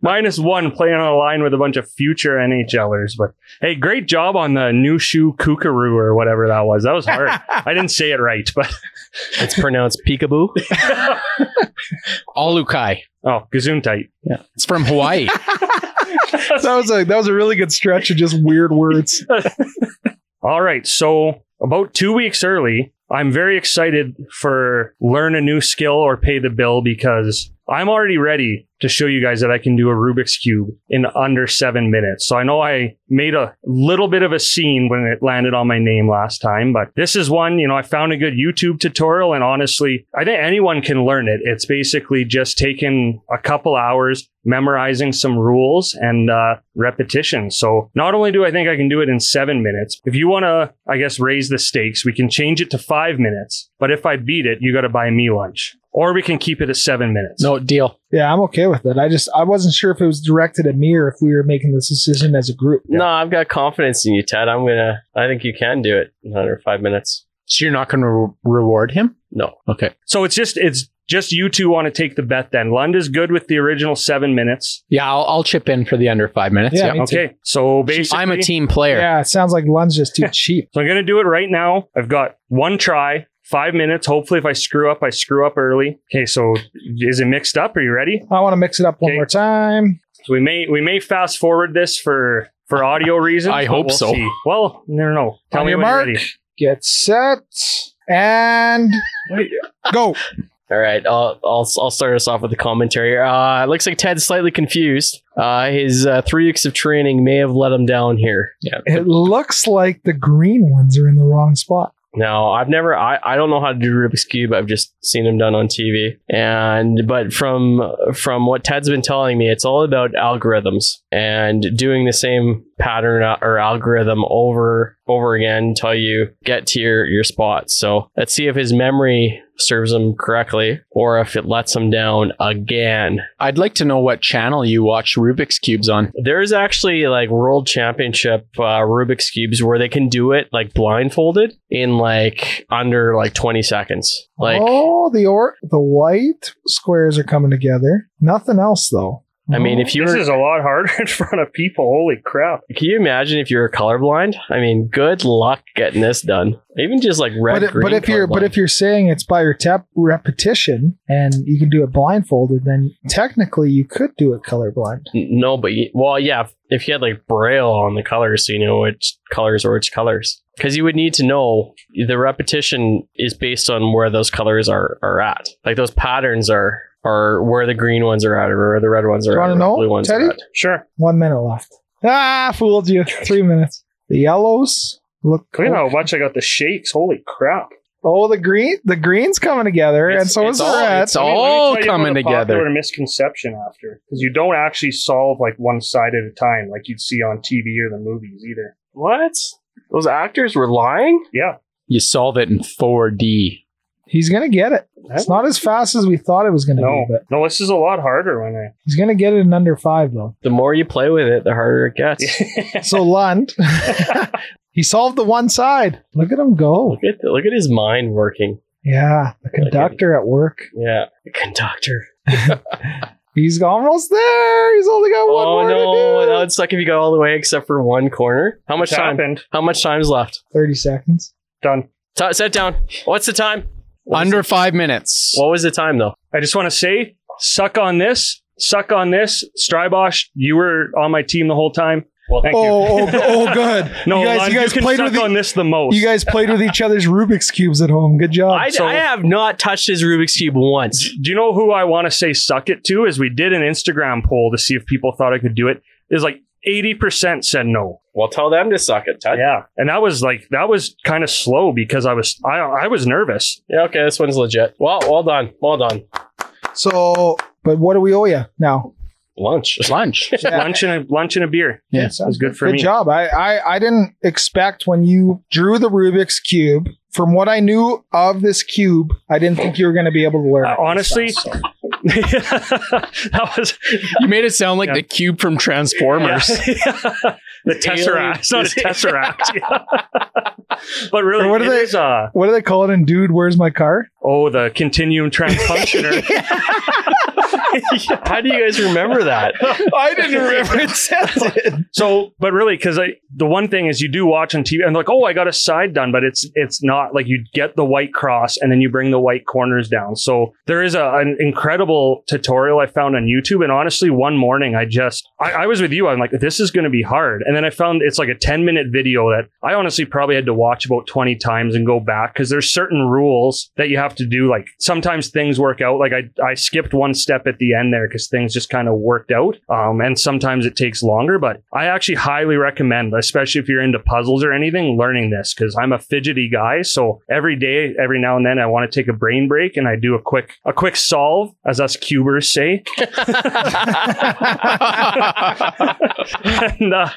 Speaker 2: minus one playing on a line with a bunch of future NHLers. But hey, great job on the new shoe kookaroo or whatever that was. That was hard. I didn't say it right, but
Speaker 5: It's pronounced peekaboo.
Speaker 3: Alukai.
Speaker 2: oh, gazoon
Speaker 3: Yeah, it's from Hawaii.
Speaker 4: that was a that was a really good stretch of just weird words.
Speaker 2: All right. So about two weeks early, I'm very excited for learn a new skill or pay the bill because I'm already ready to show you guys that I can do a Rubik's cube in under seven minutes. So I know I made a little bit of a scene when it landed on my name last time, but this is one, you know, I found a good YouTube tutorial and honestly, I think anyone can learn it. It's basically just taking a couple hours, memorizing some rules and uh, repetition. So not only do I think I can do it in seven minutes, if you want to, I guess, raise the stakes, we can change it to five minutes. But if I beat it, you got to buy me lunch. Or we can keep it at seven minutes.
Speaker 3: no deal.
Speaker 4: Yeah, I'm okay with it. I just I wasn't sure if it was directed at me or if we were making this decision as a group.
Speaker 5: No, I've got confidence in you, Ted. I'm gonna. I think you can do it in under five minutes.
Speaker 3: So you're not going to re- reward him?
Speaker 5: No,
Speaker 3: Okay.
Speaker 2: So it's just it's just you two want to take the bet then. Lund is good with the original seven minutes.
Speaker 3: Yeah, I'll, I'll chip in for the under five minutes.
Speaker 4: Yeah,
Speaker 3: Yeah.
Speaker 4: me too.
Speaker 2: Okay. So basically
Speaker 3: I'm a team player.
Speaker 4: Yeah, it sounds like Lund's just too cheap.
Speaker 2: So I'm going to do it right now. I've got one try, five minutes. Hopefully, if I screw up, I screw up early. Okay, so is it mixed up? Are you ready?
Speaker 4: I want to mix it up one
Speaker 2: Okay.
Speaker 4: more time.
Speaker 2: So we may we may fast forward this for for audio reasons.
Speaker 3: I
Speaker 2: but
Speaker 3: hope
Speaker 2: we'll
Speaker 3: so.
Speaker 2: see. Well, no, no. no. Tell
Speaker 4: On
Speaker 2: me
Speaker 4: your
Speaker 2: when you're
Speaker 4: mark.
Speaker 2: ready.
Speaker 4: Get set and go.
Speaker 5: All right, I'll, I'll I'll start us off with the commentary. Uh, it looks like Ted's slightly confused. Uh, his uh, three weeks of training may have let him down here. Yeah.
Speaker 4: It looks like the green ones are in the wrong spot.
Speaker 5: Now I've never. I, I don't know how to do Rubik's cube. I've just seen him done on TV. And but from from what Ted's been telling me, it's all about algorithms and doing the same pattern uh, or algorithm over over again until you get to your your spot. So let's see if his memory serves him correctly or if it lets him down again.
Speaker 3: I'd like to know what channel you watch Rubik's Cubes on.
Speaker 5: There's actually like world championship uh, Rubik's cubes where they can do it like blindfolded in like under like 20 seconds. Like
Speaker 4: oh, the or the white squares are coming together. Nothing else though.
Speaker 5: I mean, if you
Speaker 2: this
Speaker 5: were,
Speaker 2: is a lot harder in front of people. Holy crap!
Speaker 5: can you imagine if you're colorblind? I mean, good luck getting this done. Even just like red,
Speaker 4: but, if-
Speaker 5: green.
Speaker 4: but if you're but
Speaker 5: colorblind.
Speaker 4: if you're saying it's by your tap repetition and you can do it blindfolded, then technically you could do it colorblind.
Speaker 5: N- No, but you, well, yeah. if- If you had like braille on the colors, so you know which colors are which colors, because you would need to know the repetition is based on where those colors are are at. Like those patterns are are where the green ones are at, or where the red ones are
Speaker 4: You
Speaker 5: at,
Speaker 4: wanna
Speaker 5: or where
Speaker 4: know,
Speaker 5: the blue ones
Speaker 4: Teddy?
Speaker 5: are at.
Speaker 2: Sure.
Speaker 4: One minute left. Ah, fooled you. Three minutes. The yellows look
Speaker 2: Look at how much I got the shakes. Holy crap!
Speaker 4: Oh, the green, the green's coming together, and
Speaker 5: It's-
Speaker 4: so
Speaker 5: it's
Speaker 4: is the
Speaker 5: all-
Speaker 4: red.
Speaker 3: it's all
Speaker 2: tell you
Speaker 3: coming
Speaker 2: about a
Speaker 3: together.
Speaker 2: Popular misconception after because you don't actually solve like one side at a time like you'd see on TV or the movies either.
Speaker 5: What? Those actors were lying.
Speaker 2: Yeah,
Speaker 3: You solve it in 4D.
Speaker 4: He's gonna get it. It's not as fast as we thought it was gonna
Speaker 2: no,
Speaker 4: be, but
Speaker 2: no. This is a lot harder when I
Speaker 4: he's gonna get it in under five though.
Speaker 5: The more you play with it, the harder it gets.
Speaker 4: So Lund, he solved the one side. Look at him go.
Speaker 5: look at the, look at his mind working.
Speaker 4: Yeah, the conductor at work.
Speaker 5: Yeah, the conductor.
Speaker 4: He's almost there. He's only got one
Speaker 5: oh
Speaker 4: more
Speaker 5: no,
Speaker 4: to do.
Speaker 5: that would suck if you got all the way except for one corner. How much
Speaker 2: It's
Speaker 5: time?
Speaker 2: happened.
Speaker 5: How much time's left?
Speaker 4: Thirty seconds.
Speaker 2: Done.
Speaker 5: T- set down. What's the time? What was
Speaker 3: Under
Speaker 5: it-
Speaker 3: five minutes.
Speaker 5: what was the time though?
Speaker 2: I just want to say, suck on this, suck on this. Strybosh, you were on my team the whole time.
Speaker 5: Well,
Speaker 2: thank you.
Speaker 4: Oh, oh, oh, good.
Speaker 2: No,
Speaker 4: you guys,
Speaker 2: Lon,
Speaker 4: you guys
Speaker 2: can
Speaker 4: played
Speaker 2: suck
Speaker 4: with the,
Speaker 2: on this the most.
Speaker 4: you guys played with each other's Rubik's cubes at home. Good job.
Speaker 5: I,
Speaker 2: so-
Speaker 5: I have not touched his Rubik's cube once.
Speaker 2: Do you know who I want to say suck it to? Is we did an Instagram poll to see if people thought I could do it. Is like eighty percent said no.
Speaker 5: Well, tell them to suck it, Ted. Yeah.
Speaker 2: Yeah, and that was like that was kind of slow because I was I I was nervous.
Speaker 5: Okay, this one's legit. Well, well done, well done.
Speaker 4: so, but what do we owe you now?
Speaker 5: Lunch.
Speaker 3: Lunch.
Speaker 4: Yeah.
Speaker 2: Lunch and a, lunch and a beer.
Speaker 3: Yeah.
Speaker 2: was good for
Speaker 4: uh, good
Speaker 2: me.
Speaker 4: job. I, I I didn't expect when you drew the Rubik's cube. From what I knew of this cube, I didn't think you were going to be able to learn.
Speaker 2: Uh,
Speaker 4: it this
Speaker 2: honestly,
Speaker 4: fast, so.
Speaker 2: that was
Speaker 3: you made it sound like
Speaker 2: Yeah.
Speaker 3: the cube from Transformers.
Speaker 2: Yeah. the tesseract. It's not a tesseract. but really,
Speaker 4: Or what
Speaker 2: what
Speaker 4: do
Speaker 2: are
Speaker 4: they-
Speaker 2: they? uh,
Speaker 4: what do they call it in Dude? Where's my car?
Speaker 2: oh, the continuum transfunctioner.
Speaker 5: How do you guys remember that?
Speaker 4: I didn't remember it sounded.
Speaker 2: so, but really, because the one thing is, you do watch on TV and like, oh, I got a side done, but it's it's not like you get the white cross and then you bring the white corners down. So there is a, an incredible tutorial I found on YouTube, and honestly, one morning I just I, I was with you. I'm like, this is going to be hard, and then I found it's like a 10 minute video that I honestly probably had to watch about 20 times and go back because there's certain rules that you have to do. Like sometimes things work out. Like I, I skipped one step at the end there because things just kind of worked out. Um, and sometimes it takes longer, but I actually highly recommend, especially if you're into puzzles or anything, learning this because I'm a fidgety guy. So every day, every now and then, I want to take a brain break and I do a quick, a quick solve, as us cubers say. and uh,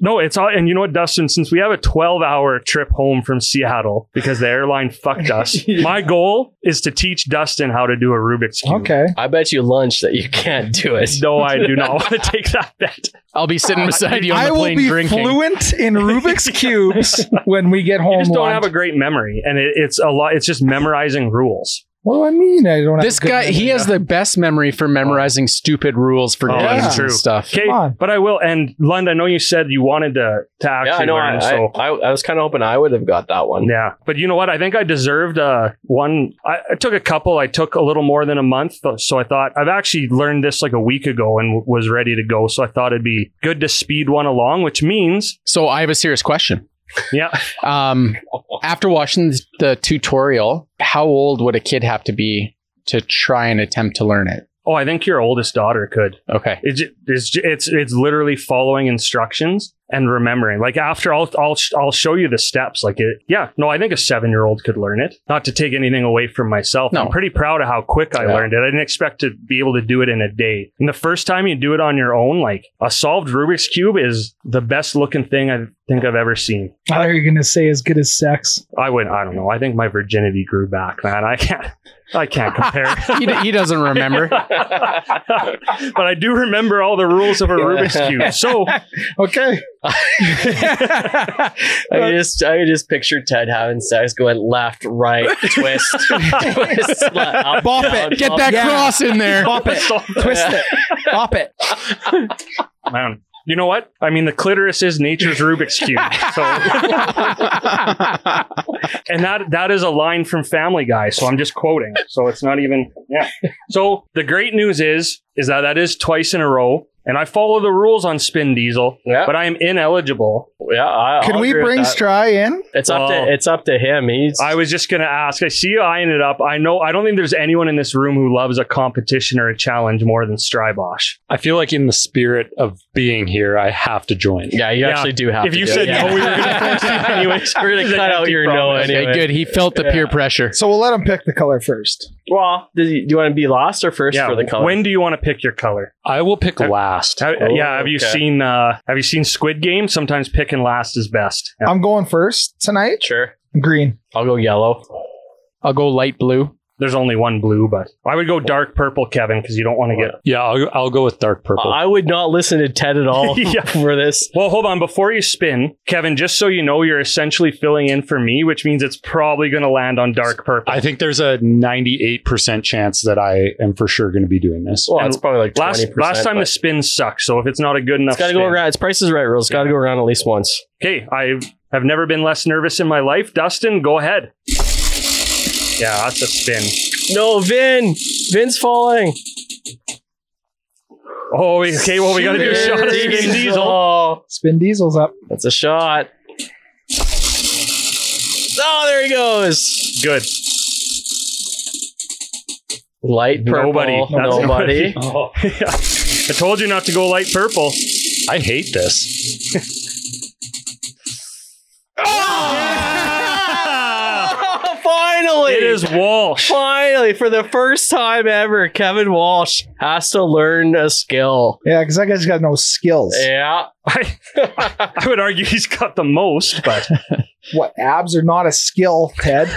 Speaker 2: no, it's all. And you know what, Dustin? Since we have a 12-hour trip home from Seattle because the airline fucked us, my goal is to teach Dustin how to do a Rubik's cube.
Speaker 4: Okay.
Speaker 5: I bet you lunch that you can't do it.
Speaker 2: No, I do not want to take that bet.
Speaker 3: I'll be sitting beside you on
Speaker 4: I
Speaker 3: the
Speaker 4: will
Speaker 3: plane
Speaker 4: be
Speaker 3: drinking.
Speaker 4: fluent in Rubik's cubes when we get home.
Speaker 2: I just don't
Speaker 4: Lon.
Speaker 2: have a great memory, and it, it's a lot. It's just memorizing rules.
Speaker 4: what do I mean? I don't.
Speaker 3: This
Speaker 4: have a good
Speaker 3: guy,
Speaker 4: memory?
Speaker 3: he has the best memory for memorizing stupid rules for
Speaker 2: Oh,
Speaker 4: that's
Speaker 3: games
Speaker 2: true.
Speaker 3: and stuff.
Speaker 2: Okay,
Speaker 4: Come on.
Speaker 2: but I will. And Lund, I know you said you wanted to to actually
Speaker 5: Yeah, I know.
Speaker 2: learn.
Speaker 5: I,
Speaker 2: so
Speaker 5: I, I was kind of hoping I would have got that one.
Speaker 2: Yeah, but you know what? I think I deserved uh, one. I, I took a couple. I took a little more than a month, so I thought I've actually learned this like a week ago and w- was ready to go. So I thought it'd be good to speed one along, which means
Speaker 3: So I have a serious question.
Speaker 2: yeah,
Speaker 3: Um, after watching th- the tutorial, how old would a kid have to be to try and attempt to learn it?
Speaker 2: oh, I think your oldest daughter could.
Speaker 3: Okay.
Speaker 2: It's ju- it's ju- it's it's literally following instructions and remembering. Like after I'll I'll sh- I'll show you the steps. Like it, yeah, no, I think a seven year old could learn it. Not to take anything away from myself.
Speaker 3: No.
Speaker 2: I'm pretty proud of how quick I
Speaker 3: Yeah.
Speaker 2: learned it. I didn't expect to be able to do it in a day. And the first time you do it on your own, like a solved Rubik's cube is the best looking thing I think I've ever seen.
Speaker 4: How are you going to say as good as sex?
Speaker 2: I would I don't know. I think my virginity grew back, man. I can't I can't compare.
Speaker 3: He, d- he doesn't remember.
Speaker 2: but I do remember all the rules of a Rubik's cube. So
Speaker 4: Okay.
Speaker 5: I just I just picture Ted having sex going left, right, twist, twist, left, up,
Speaker 4: Bop it.
Speaker 5: down,
Speaker 3: Get
Speaker 5: up,
Speaker 3: that
Speaker 4: Yeah.
Speaker 3: cross in there.
Speaker 4: Bop it. Twist it. Bop it.
Speaker 2: Man. You know what? I mean, the clitoris is nature's Rubik's cube. So, and that that is a line from Family Guy. So I'm just quoting. So it's not even yeah. So the great news is is that that is twice in a row, and I follow the rules on Spin Diesel,
Speaker 5: Yeah,
Speaker 2: but I am ineligible.
Speaker 5: yeah. I,
Speaker 4: Can
Speaker 5: I'll
Speaker 4: we
Speaker 5: agree with
Speaker 4: bring
Speaker 5: that. Oh.
Speaker 4: Stry in?
Speaker 5: It's up
Speaker 2: Well,
Speaker 5: to it's up to him. He's
Speaker 2: I was just gonna ask. I see you eyeing it up. I know. I don't think there's anyone in this room who loves a competition or a challenge more than Strybosh.
Speaker 1: I feel like in the spirit of being here, I have to join.
Speaker 5: yeah. You
Speaker 2: Yeah.
Speaker 5: actually do have.
Speaker 2: if
Speaker 5: to
Speaker 2: you
Speaker 5: do it,
Speaker 2: said
Speaker 5: yeah.
Speaker 2: no, we were gonna force you anyways.
Speaker 5: We're gonna
Speaker 2: It's an
Speaker 5: cut out
Speaker 2: empty
Speaker 5: your no
Speaker 2: promise.
Speaker 5: anyway.
Speaker 3: Okay, good. He felt the
Speaker 5: Yeah.
Speaker 3: peer pressure.
Speaker 4: So we'll let him pick the color first.
Speaker 5: Well, do you, do you want to be last or first for the color?
Speaker 2: When do you want to pick your color?
Speaker 1: I will pick
Speaker 2: Uh,
Speaker 1: last.
Speaker 2: Have-
Speaker 5: Oh,
Speaker 2: yeah, have you
Speaker 5: okay.
Speaker 2: seen uh have you seen Squid Game? Sometimes picking last is best. Yeah.
Speaker 4: I'm going first tonight.
Speaker 5: sure,
Speaker 4: Green.
Speaker 5: I'll go yellow.
Speaker 3: I'll go light blue.
Speaker 2: There's only one blue, but I would go dark purple, Kevin, because you don't want to get.
Speaker 1: Yeah, I'll, I'll go with dark purple.
Speaker 5: I would not listen to Ted at all
Speaker 2: Yeah.
Speaker 5: for this.
Speaker 2: Well, hold on. Before you spin, Kevin, just so you know, you're essentially filling in for me, which means it's probably going to land on dark purple.
Speaker 1: I think there's a 98% chance that I am for sure going to be doing this.
Speaker 5: Well,
Speaker 2: And
Speaker 5: it's probably like
Speaker 2: last
Speaker 5: 20%,
Speaker 2: last time
Speaker 5: but
Speaker 2: the spin sucked, so if it's not a good enough,
Speaker 5: it's got to go
Speaker 2: spin-
Speaker 5: around. It's Price is Right rules. Got to go around at least once.
Speaker 2: Okay, I have never been less nervous in my life. Dustin, go ahead. Yeah, that's a spin.
Speaker 5: No, Vin. Vin's falling.
Speaker 2: Oh, we- okay. Well, we got to do a shot of
Speaker 5: Diesel.
Speaker 2: spin diesel.
Speaker 4: Spin Diesel's up.
Speaker 5: Oh, That's a shot. Oh, there he goes.
Speaker 2: Good.
Speaker 5: Light purple.
Speaker 2: Nobody. That's
Speaker 5: Nobody.
Speaker 2: Oh. Yeah. I told you not to go light purple.
Speaker 1: I hate this.
Speaker 5: Finally.
Speaker 2: Ah! It is Walsh.
Speaker 5: Finally, for the first time ever, Kevin Walsh has to learn a skill.
Speaker 4: Yeah, because that guy's got no skills.
Speaker 5: Yeah.
Speaker 2: I, I would argue he's got the most, but
Speaker 4: What abs are not a skill, Ted.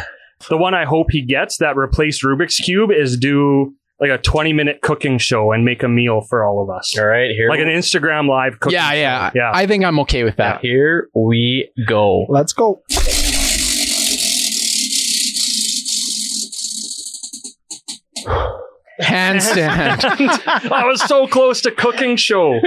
Speaker 2: the one I hope he gets that replaced Rubik's Cube is do like a 20 minute cooking show and make a meal for all of us.
Speaker 5: All right, here.
Speaker 2: Like an Instagram live cooking.
Speaker 3: Yeah, yeah,
Speaker 2: Yeah.
Speaker 3: I think I'm okay with that.
Speaker 5: here we go.
Speaker 4: Let's go.
Speaker 3: Handstand.
Speaker 2: I was so close to cooking show.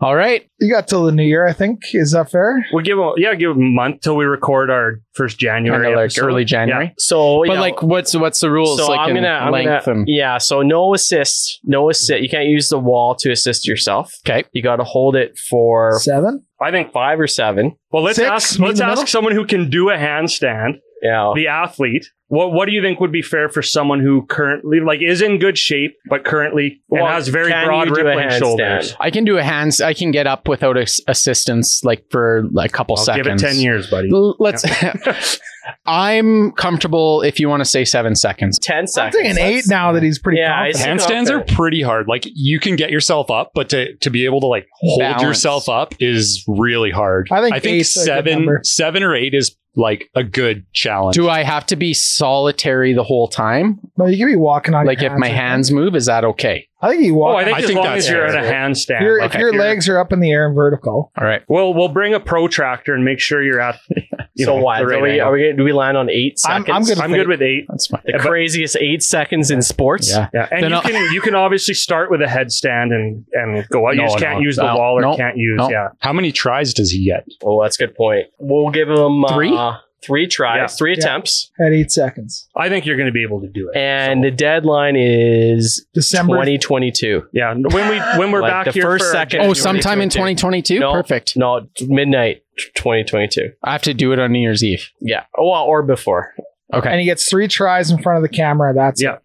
Speaker 3: All right.
Speaker 4: You got till the new year, I think. Is that fair?
Speaker 2: We'll give him, yeah, give him a month till we record our first January.
Speaker 3: Kinda like
Speaker 2: episode.
Speaker 3: early January.
Speaker 5: So,
Speaker 3: But
Speaker 5: yeah,
Speaker 3: like, what's what's the rules?
Speaker 5: so
Speaker 3: like
Speaker 5: I'm
Speaker 3: in
Speaker 5: gonna, I'm gonna,
Speaker 3: length and
Speaker 5: yeah. So no assist, no assist. You can't use the wall to assist yourself.
Speaker 3: okay.
Speaker 5: You got to hold it for
Speaker 4: Seven.
Speaker 2: Yeah. I think,
Speaker 5: five or seven.
Speaker 2: well, let's
Speaker 4: Six,
Speaker 2: ask,
Speaker 4: meet in
Speaker 2: let's
Speaker 4: the
Speaker 2: ask
Speaker 4: middle?
Speaker 2: someone who can do a handstand.
Speaker 5: Yeah.
Speaker 2: the athlete. What what do you think would be fair for someone who currently like is in good shape but currently and
Speaker 5: Well,
Speaker 2: has very
Speaker 5: can
Speaker 2: broad
Speaker 5: you do a
Speaker 2: rippling
Speaker 5: handstand?
Speaker 2: shoulders?
Speaker 3: I can do a hands. I can get up without as- assistance, like for like a couple
Speaker 2: I'll
Speaker 3: seconds.
Speaker 2: give it ten years, buddy.
Speaker 3: L- Let's. I'm comfortable if you want to say seven seconds.
Speaker 5: Ten
Speaker 4: I'm
Speaker 5: seconds.
Speaker 4: thinking eight
Speaker 5: That's-
Speaker 4: now that he's pretty
Speaker 5: Yeah, I
Speaker 4: confident.
Speaker 5: see.
Speaker 1: Handstands are pretty hard. Like you can get yourself up, but to, to be able to like hold
Speaker 3: Balance.
Speaker 1: yourself up is really hard.
Speaker 4: I think
Speaker 1: I think
Speaker 4: eight's a good number.
Speaker 1: seven seven or eight is like a good challenge.
Speaker 3: Do I have to be solitary the whole time?
Speaker 4: No, you can be walking on
Speaker 3: Like
Speaker 4: your
Speaker 3: if my
Speaker 4: I think.
Speaker 3: hands move, is that okay?
Speaker 4: I think you walk.
Speaker 2: Oh, I think
Speaker 1: I
Speaker 2: as
Speaker 1: think
Speaker 2: long
Speaker 1: that's
Speaker 2: as you're in a
Speaker 5: fair.
Speaker 2: handstand,
Speaker 4: if, your-
Speaker 2: like,
Speaker 4: if your
Speaker 2: you're-
Speaker 4: legs are up in the air and vertical,
Speaker 3: All right.
Speaker 2: Well, we'll bring a protractor and make sure you're at. You
Speaker 5: so
Speaker 2: know,
Speaker 5: what?
Speaker 2: the right
Speaker 5: are, we,
Speaker 2: angle.
Speaker 5: are we gonna, do we land on eight
Speaker 4: I'm-
Speaker 5: seconds?
Speaker 4: I'm good.
Speaker 2: I'm good with eight.
Speaker 3: That's fine.
Speaker 5: The
Speaker 2: Yeah, but-
Speaker 5: craziest eight seconds in sports.
Speaker 3: Yeah.
Speaker 2: Yeah, and
Speaker 3: Then
Speaker 2: you
Speaker 3: I'll-
Speaker 2: can you can obviously start with a headstand and and go out. You
Speaker 3: No,
Speaker 2: just can't
Speaker 3: no,
Speaker 2: use the
Speaker 3: no,
Speaker 2: wall or
Speaker 3: no,
Speaker 2: can't use
Speaker 3: no.
Speaker 2: yeah.
Speaker 1: How many tries does he get?
Speaker 5: Oh, that's a good point. We'll give him uh,
Speaker 3: Three?
Speaker 5: three tries,
Speaker 2: Yeah.
Speaker 5: three
Speaker 4: Yeah.
Speaker 5: attempts,
Speaker 4: at eight seconds,
Speaker 2: I think you're going to be able to do it.
Speaker 5: and the deadline is
Speaker 4: December.
Speaker 5: 2022.
Speaker 2: yeah, when we when we're
Speaker 5: Like
Speaker 2: back
Speaker 5: the
Speaker 2: here
Speaker 5: first
Speaker 2: for our
Speaker 5: second-
Speaker 3: Oh,
Speaker 2: January-
Speaker 3: sometime in 2022.
Speaker 5: No.
Speaker 3: Perfect.
Speaker 5: No, midnight 2022.
Speaker 3: I have to do it on New Year's Eve.
Speaker 5: Yeah. Oh, well, or before.
Speaker 3: Okay.
Speaker 4: And he gets three tries in front of the camera. That's
Speaker 2: Yeah.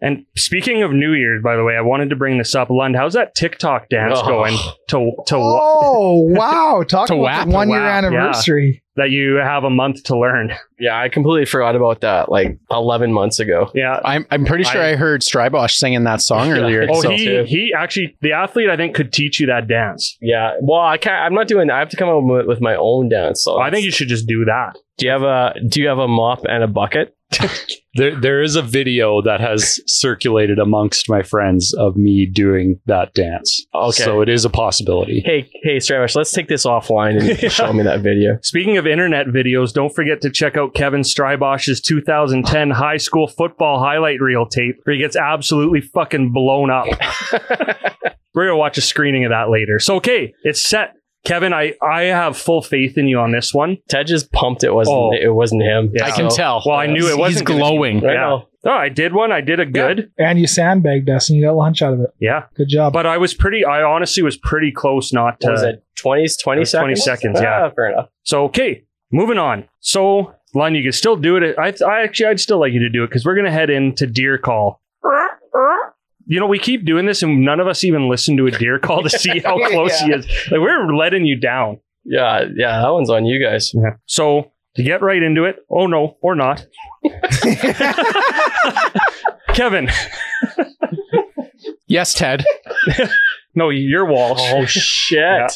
Speaker 2: And speaking of New Year's, by the way, I wanted to bring this up. Lund, how's that TikTok dance
Speaker 5: Oh.
Speaker 2: going to to wa-
Speaker 4: Oh wow! Talk
Speaker 3: To
Speaker 4: about
Speaker 3: whap,
Speaker 4: the one year
Speaker 2: whap, yeah.
Speaker 4: anniversary.
Speaker 2: that you have a month to learn?
Speaker 5: Yeah, I completely forgot about that like 11 months ago.
Speaker 2: Yeah.
Speaker 3: I'm, I'm pretty sure I,
Speaker 2: I-
Speaker 3: heard Strybosh singing that song
Speaker 5: Yeah.
Speaker 3: earlier.
Speaker 2: Oh,
Speaker 5: so
Speaker 2: he
Speaker 5: too.
Speaker 2: he actually the athlete I think could teach you that dance.
Speaker 5: Yeah. Well, I can't. I'm not doing. that. I have to come up with, with my own dance. So
Speaker 2: I think you should just do that.
Speaker 5: Do you have a Do you have a mop and a bucket?
Speaker 1: There, there is a video that has circulated amongst my friends of me doing that dance.
Speaker 5: Okay.
Speaker 1: So it is a possibility.
Speaker 5: Hey, hey, Stravash, let's take this offline and you can show me that video.
Speaker 2: Speaking of internet videos, don't forget to check out Kevin Strybosch's 2010 high school football highlight reel tape where he gets absolutely fucking blown up. We're gonna watch a screening of that later. So okay, it's set. Kevin, I, I have full faith in you on this one.
Speaker 5: Ted just pumped it wasn't
Speaker 2: Oh.
Speaker 5: it wasn't him.
Speaker 2: Yeah.
Speaker 3: I can
Speaker 5: So-
Speaker 3: tell.
Speaker 2: Well, I knew it
Speaker 3: He's
Speaker 2: wasn't gonna be-
Speaker 3: glowing.
Speaker 5: I
Speaker 2: Yeah.
Speaker 5: know.
Speaker 2: Oh, I did one. I did a good.
Speaker 4: And you sandbagged us and you got lunch out of it.
Speaker 2: Yeah.
Speaker 4: Good job.
Speaker 2: But I was pretty, I honestly was pretty close not to.
Speaker 5: What was it 20s, 20
Speaker 2: It was 20 Uh, seconds, yeah.
Speaker 5: Ah, fair enough.
Speaker 2: So, okay, moving on. So, Lon, you can still do it. I, I actually, I'd still like you to do it because we're going to head into deer call. You know, we keep doing this and none of us even listen to a deer call to see how close he is. Like, we're letting you down.
Speaker 5: Yeah, yeah, that one's on you guys.
Speaker 2: Yeah. So, to get right into it, oh no, or not. Kevin,
Speaker 3: Yes, Ted.
Speaker 2: no, you're Walsh.
Speaker 5: Oh shit.
Speaker 2: Yeah.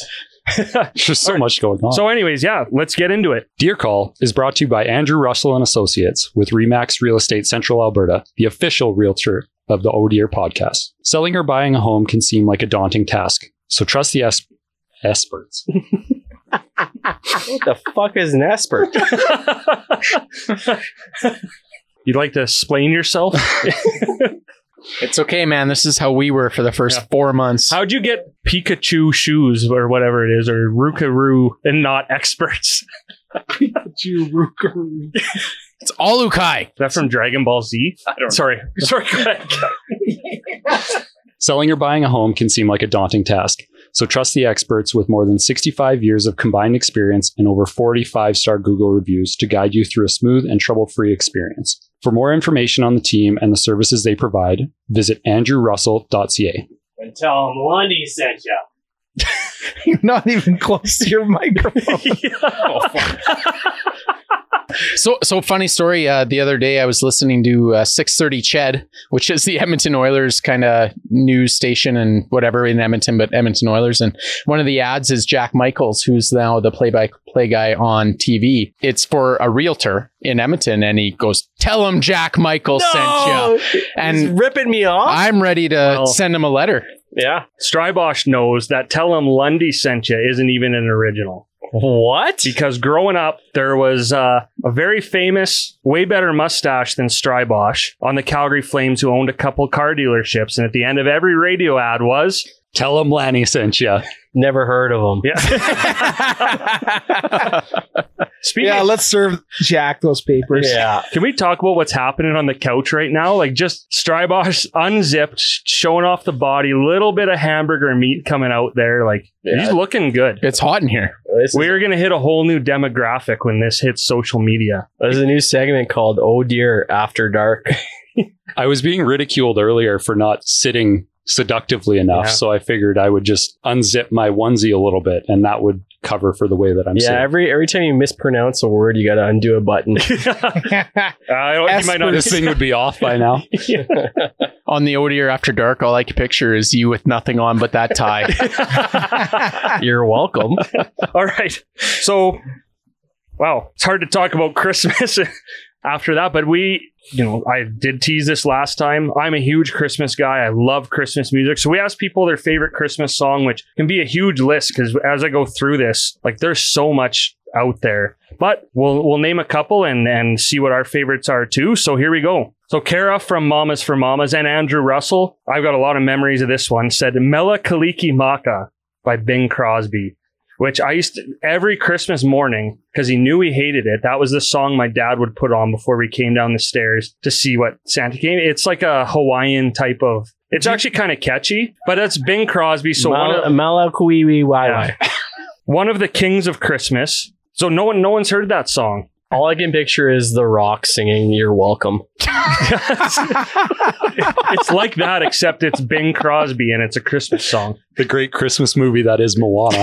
Speaker 1: There's so much going on.
Speaker 2: So, anyways, yeah, let's get into it.
Speaker 1: Deer Call is brought to you by Andrew Russell and Associates with Remax Real Estate Central Alberta, the official realtor of the ODR podcast. Selling or buying a home can seem like a daunting task, so trust the es- experts.
Speaker 5: What the fuck is an Esper?
Speaker 2: You'd like to explain yourself?
Speaker 3: It's okay, man. This is how we were for the first four months.
Speaker 2: How'd you get Pikachu shoes or whatever it is, or Rukaru and not experts?
Speaker 3: it's all Ukai.
Speaker 2: Is that from Dragon Ball Z? I don't Sorry. Sorry, go ahead.
Speaker 1: Selling or buying a home can seem like a daunting task, so trust the experts with more than 65 years of combined experience and over 45 star Google reviews to guide you through a smooth and trouble free experience. For more information on the team and the services they provide, visit andrewrussell.ca.
Speaker 5: and tell him Lundy sent you.
Speaker 4: You're not even close to your microphone.
Speaker 3: So, so funny story. Uh, the other day, I was listening to uh, 6:30 Ched, which is the Edmonton Oilers kind of news station and whatever in Edmonton, but Edmonton Oilers. And one of the ads is Jack Michaels, who's now the play-by-play guy on TV. It's for a realtor in Edmonton, and he goes, "Tell him Jack Michaels sent you."
Speaker 5: He's
Speaker 3: And
Speaker 5: ripping me off.
Speaker 3: I'm ready to
Speaker 2: Well-
Speaker 3: send him a letter.
Speaker 5: yeah.
Speaker 2: Strybosh knows that Tell 'em Lundy sent you isn't even an original.
Speaker 5: What?
Speaker 2: Because growing up, there was uh, a very famous, way better mustache than Strybosh on the Calgary Flames who owned a couple car dealerships. And at the end of every radio ad was,
Speaker 1: Tell them Lanny sent you.
Speaker 5: Never heard of him.
Speaker 2: yeah. Speaking
Speaker 4: yeah, let's serve Jack those papers.
Speaker 5: Yeah.
Speaker 2: Can we talk about what's happening on the couch right now? Like just Strybosh unzipped, showing off the body, little bit of hamburger meat coming out there. Like he's
Speaker 5: Yeah.
Speaker 2: looking good.
Speaker 3: It's hot in here.
Speaker 5: This, is,
Speaker 2: We're gonna hit a whole new demographic when this hits social media.
Speaker 5: this is a new segment called Oh Dear After Dark.
Speaker 1: I was being ridiculed earlier for not sitting seductively enough,
Speaker 2: Yeah.
Speaker 1: so I figured I would just unzip my onesie a little bit, and that would cover for the way that I'm
Speaker 5: yeah,
Speaker 1: sitting.
Speaker 5: every every time you mispronounce a word, you gotta undo a button.
Speaker 2: I don't- you might not
Speaker 1: this thing would be off by now.
Speaker 3: On the ODR After Dark, all I can picture is you with nothing on but that tie.
Speaker 5: You're welcome.
Speaker 2: All right. So, wow, it's hard to talk about Christmas after that, but we, you know, I did tease this last time. I'm a huge Christmas guy. I love Christmas music. So we asked people their favorite Christmas song, which can be a huge list because as I go through this, like there's so much out there. But we'll we'll name a couple and and see what our favorites are too. So here we go. So Kara from Mamas for Mamas and Andrew Russell. I've got a lot of memories of this one. Said Mela Kaliki Maka by Bing Crosby which I used to, every Christmas morning because he knew he hated it. That was the song my dad would put on before we came down the stairs to see what Santa came. It's like a Hawaiian type of. It's actually kind of catchy, but that's Bing Crosby. So one of,
Speaker 5: Malakuiwi
Speaker 2: Yeah. one of the kings of Christmas. So no one, no one's heard that song.
Speaker 5: All I can picture is The Rock singing You're Welcome.
Speaker 2: It's like that, except it's Bing Crosby and it's a Christmas song.
Speaker 1: The great Christmas movie that is Moana.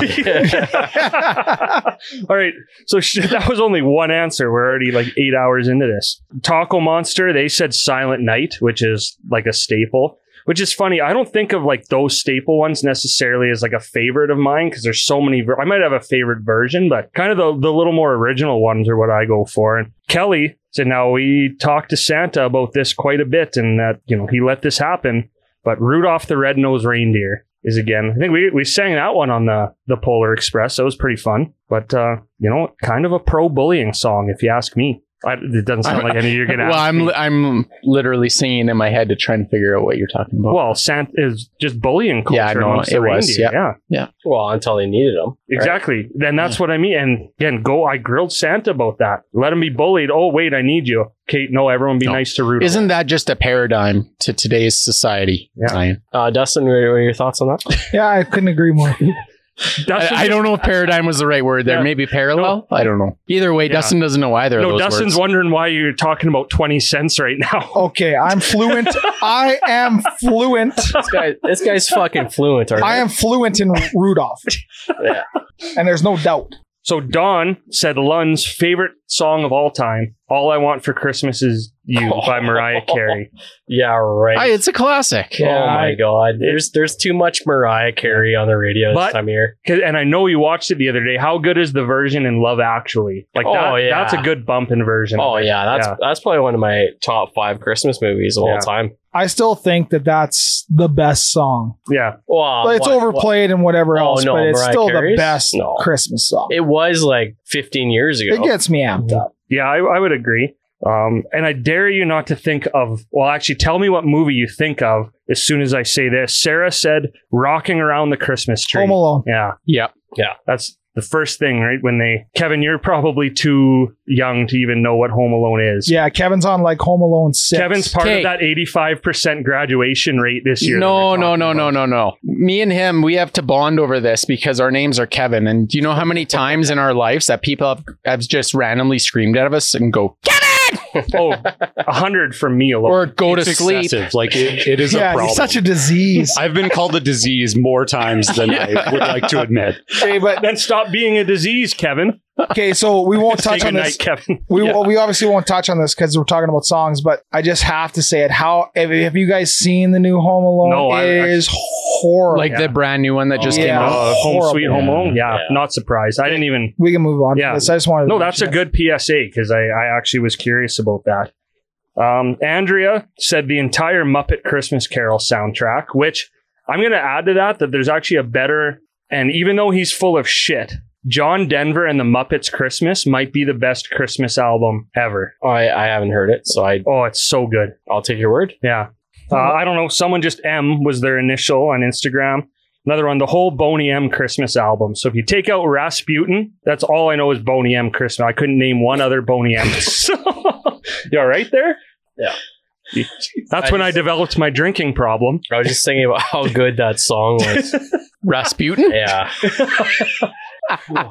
Speaker 2: All right. So sh- that was only one answer. We're already like eight hours into this. Taco Monster, they said Silent Night, which is like a staple. which is funny. I don't think of like those staple ones necessarily as like a favorite of mine because there's so many. Ver- I might have a favorite version, but kind of the, the little more original ones are what I go for. And Kelly said, now we talked to Santa about this quite a bit and that, you know, he let this happen. But Rudolph the Red-Nosed Reindeer is again, I think we, we sang that one on the, the Polar Express. That was pretty fun. But, uh, you know, kind of a pro bullying song, if you ask me. I, it doesn't sound like any you're going to
Speaker 3: well,
Speaker 2: ask me.
Speaker 3: I'm li- I'm literally singing in my head to try and figure out what you're talking about.
Speaker 2: Well, Sant is just bullying culture.
Speaker 3: Yeah, I know.
Speaker 2: amongst the
Speaker 3: It was,
Speaker 2: reindeer.
Speaker 5: Well, until they needed them.
Speaker 2: Yeah, exactly. Then that's what I mean. And again, go. I grilled Santa about that. Let him be bullied. Oh wait, I need you, Kate. No, everyone be
Speaker 3: No.
Speaker 2: nice to Rudolph.
Speaker 3: Isn't that just a paradigm to today's society?
Speaker 2: Yeah.
Speaker 3: Ryan?
Speaker 5: Uh, Dustin, what are what are your thoughts on that?
Speaker 4: Yeah, I couldn't agree more.
Speaker 2: Dustin,
Speaker 3: I, I don't know if paradigm was the right word there.
Speaker 2: Yeah.
Speaker 3: Maybe parallel? I don't know. Either way,
Speaker 2: Yeah.
Speaker 3: Dustin doesn't know either of
Speaker 2: No,
Speaker 3: those
Speaker 2: Dustin's
Speaker 3: words.
Speaker 2: wondering why you're talking about twenty cents right now.
Speaker 4: Okay, I'm fluent. I am fluent.
Speaker 5: This guy, this guy's fucking fluent. All right?
Speaker 4: I am fluent in Rudolph.
Speaker 5: Yeah.
Speaker 4: And there's no doubt.
Speaker 2: So Don said Lund's favorite song of all time, "All I Want for Christmas Is You"
Speaker 3: Oh.
Speaker 2: by Mariah Carey.
Speaker 5: Yeah, right.
Speaker 3: Hey, it's a classic.
Speaker 5: oh my
Speaker 2: I-
Speaker 5: god, there's there's too much Mariah Carey on the radio
Speaker 2: But-
Speaker 5: this time of year.
Speaker 2: 'Cause- And I know you watched it the other day. How good is the version in Love Actually? Like that,
Speaker 5: Oh, yeah.
Speaker 2: that's a good bump in version.
Speaker 5: Oh yeah, that's
Speaker 2: Yeah.
Speaker 5: that's probably one of my top five Christmas movies of
Speaker 2: Yeah.
Speaker 5: all time.
Speaker 4: I still think that that's the best song.
Speaker 2: yeah.
Speaker 5: Well,
Speaker 4: But it's
Speaker 5: what-
Speaker 4: overplayed and whatever
Speaker 5: Oh,
Speaker 4: else,
Speaker 5: no,
Speaker 4: but it's
Speaker 5: Mariah
Speaker 4: still
Speaker 5: Carey's?
Speaker 4: the best
Speaker 5: No.
Speaker 4: Christmas song.
Speaker 5: what- It was like 15 years ago.
Speaker 4: It gets me amped up.
Speaker 2: Yeah, I, I would agree. Um, and I dare you not to think of, well, actually, tell me what movie you think of as soon as I say this. Sarah said, Rocking Around the Christmas Tree.
Speaker 4: Home Alone.
Speaker 2: Yeah,
Speaker 3: Yeah.
Speaker 2: that's the first thing, right? When they, Kevin, you're probably too young to even know what Home Alone is.
Speaker 4: Yeah, Kevin's on like Home Alone 6.
Speaker 2: Kevin's part
Speaker 3: Okay.
Speaker 2: of that 85% graduation rate this year.
Speaker 3: No, no, no, no, no, no. Me and him, we have to bond over this because our names are Kevin. And do you know how many times in our lives that people have, have just randomly screamed at us and go,
Speaker 2: Oh, 100 from me alone.
Speaker 3: or go to
Speaker 1: It's
Speaker 3: sleep?
Speaker 1: excessive. Like it, it is a
Speaker 4: yeah,
Speaker 1: problem.
Speaker 4: it's such a disease.
Speaker 1: I've been called a disease more times than I would like to admit.
Speaker 4: okay, but
Speaker 2: then stop being a disease, Kevin.
Speaker 4: okay, so we won't touch
Speaker 2: Say
Speaker 4: on
Speaker 2: goodnight,
Speaker 4: this.
Speaker 2: Kevin.
Speaker 4: We well, we obviously won't touch on this because we're talking about songs, but I just have to say it. How have, have you guys seen the new Home Alone?
Speaker 2: No, I-
Speaker 4: it
Speaker 2: I-
Speaker 4: is horrible.
Speaker 3: Like the brand new one that just
Speaker 4: Oh,
Speaker 3: came
Speaker 4: yeah.
Speaker 3: out.
Speaker 2: Uh, home
Speaker 4: Horrible.
Speaker 2: Sweet Home Alone. Yeah,
Speaker 5: Yeah.
Speaker 2: not surprised. I didn't even
Speaker 4: we can move on.
Speaker 2: Yeah.
Speaker 4: Yeah, this. I just wanted.
Speaker 2: No,
Speaker 4: to
Speaker 2: that's a
Speaker 4: mention
Speaker 2: good PSA because I, I actually was curious about that. Um, Andrea said the entire Muppet Christmas Carol soundtrack, which I'm going to add to that that there's actually a better, and even though he's full of shit, John Denver and the Muppets Christmas might be the best Christmas album ever.
Speaker 5: I, I haven't heard it, so I
Speaker 2: Oh, it's so good.
Speaker 5: I'll take your word.
Speaker 2: Yeah. Uh, I don't know. Someone just M was their initial on Instagram. Another one, the whole Boney M Christmas album. So if you take out Rasputin, that's all I know is Boney M Christmas. I couldn't name one other Boney M. so, you all right there?
Speaker 5: Yeah.
Speaker 2: That's
Speaker 5: I
Speaker 2: when I
Speaker 5: just-
Speaker 2: developed my drinking problem.
Speaker 5: I was just thinking about how good that song was.
Speaker 3: Rasputin?
Speaker 5: yeah,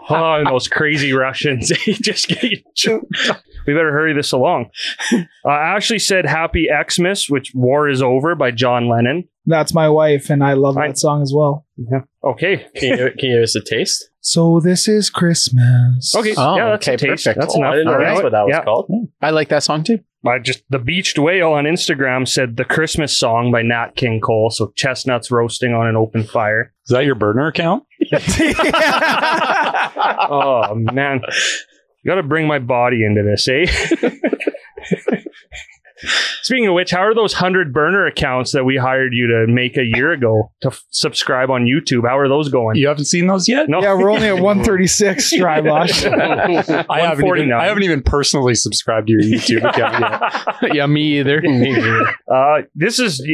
Speaker 2: Oh, and those crazy Russians. They just get you choked up. We better hurry this along. Uh, Ashley said Happy Xmas, which War is Over by John Lennon.
Speaker 4: That's my wife, and I love
Speaker 2: I-
Speaker 4: that song as well.
Speaker 2: Okay.
Speaker 5: can you can you give us a taste?
Speaker 4: So this is Christmas.
Speaker 2: Okay.
Speaker 3: Oh,
Speaker 2: yeah, that's a
Speaker 3: okay,
Speaker 2: taste.
Speaker 3: perfect.
Speaker 2: That's
Speaker 5: Oh,
Speaker 2: enough.
Speaker 5: I didn't know
Speaker 2: All
Speaker 5: that's
Speaker 2: right.
Speaker 5: what that was
Speaker 2: Yeah.
Speaker 5: called.
Speaker 3: I like that song too.
Speaker 2: I just the beached whale on Instagram said the Christmas song by Nat King Cole, so chestnuts roasting on an open fire.
Speaker 1: Is that your burner account?
Speaker 2: oh man. You gotta bring my body into this, eh? Speaking of which, how are those hundred burner accounts that we hired you to make a year ago to f- subscribe on YouTube? How are those going?
Speaker 1: You haven't seen those yet?
Speaker 2: No,
Speaker 4: Yeah, we're only at 136, Drybosh.
Speaker 1: I haven't, even,
Speaker 2: 149.
Speaker 1: I haven't even personally subscribed to your YouTube account yet.
Speaker 3: yeah, me either.
Speaker 2: Uh, this is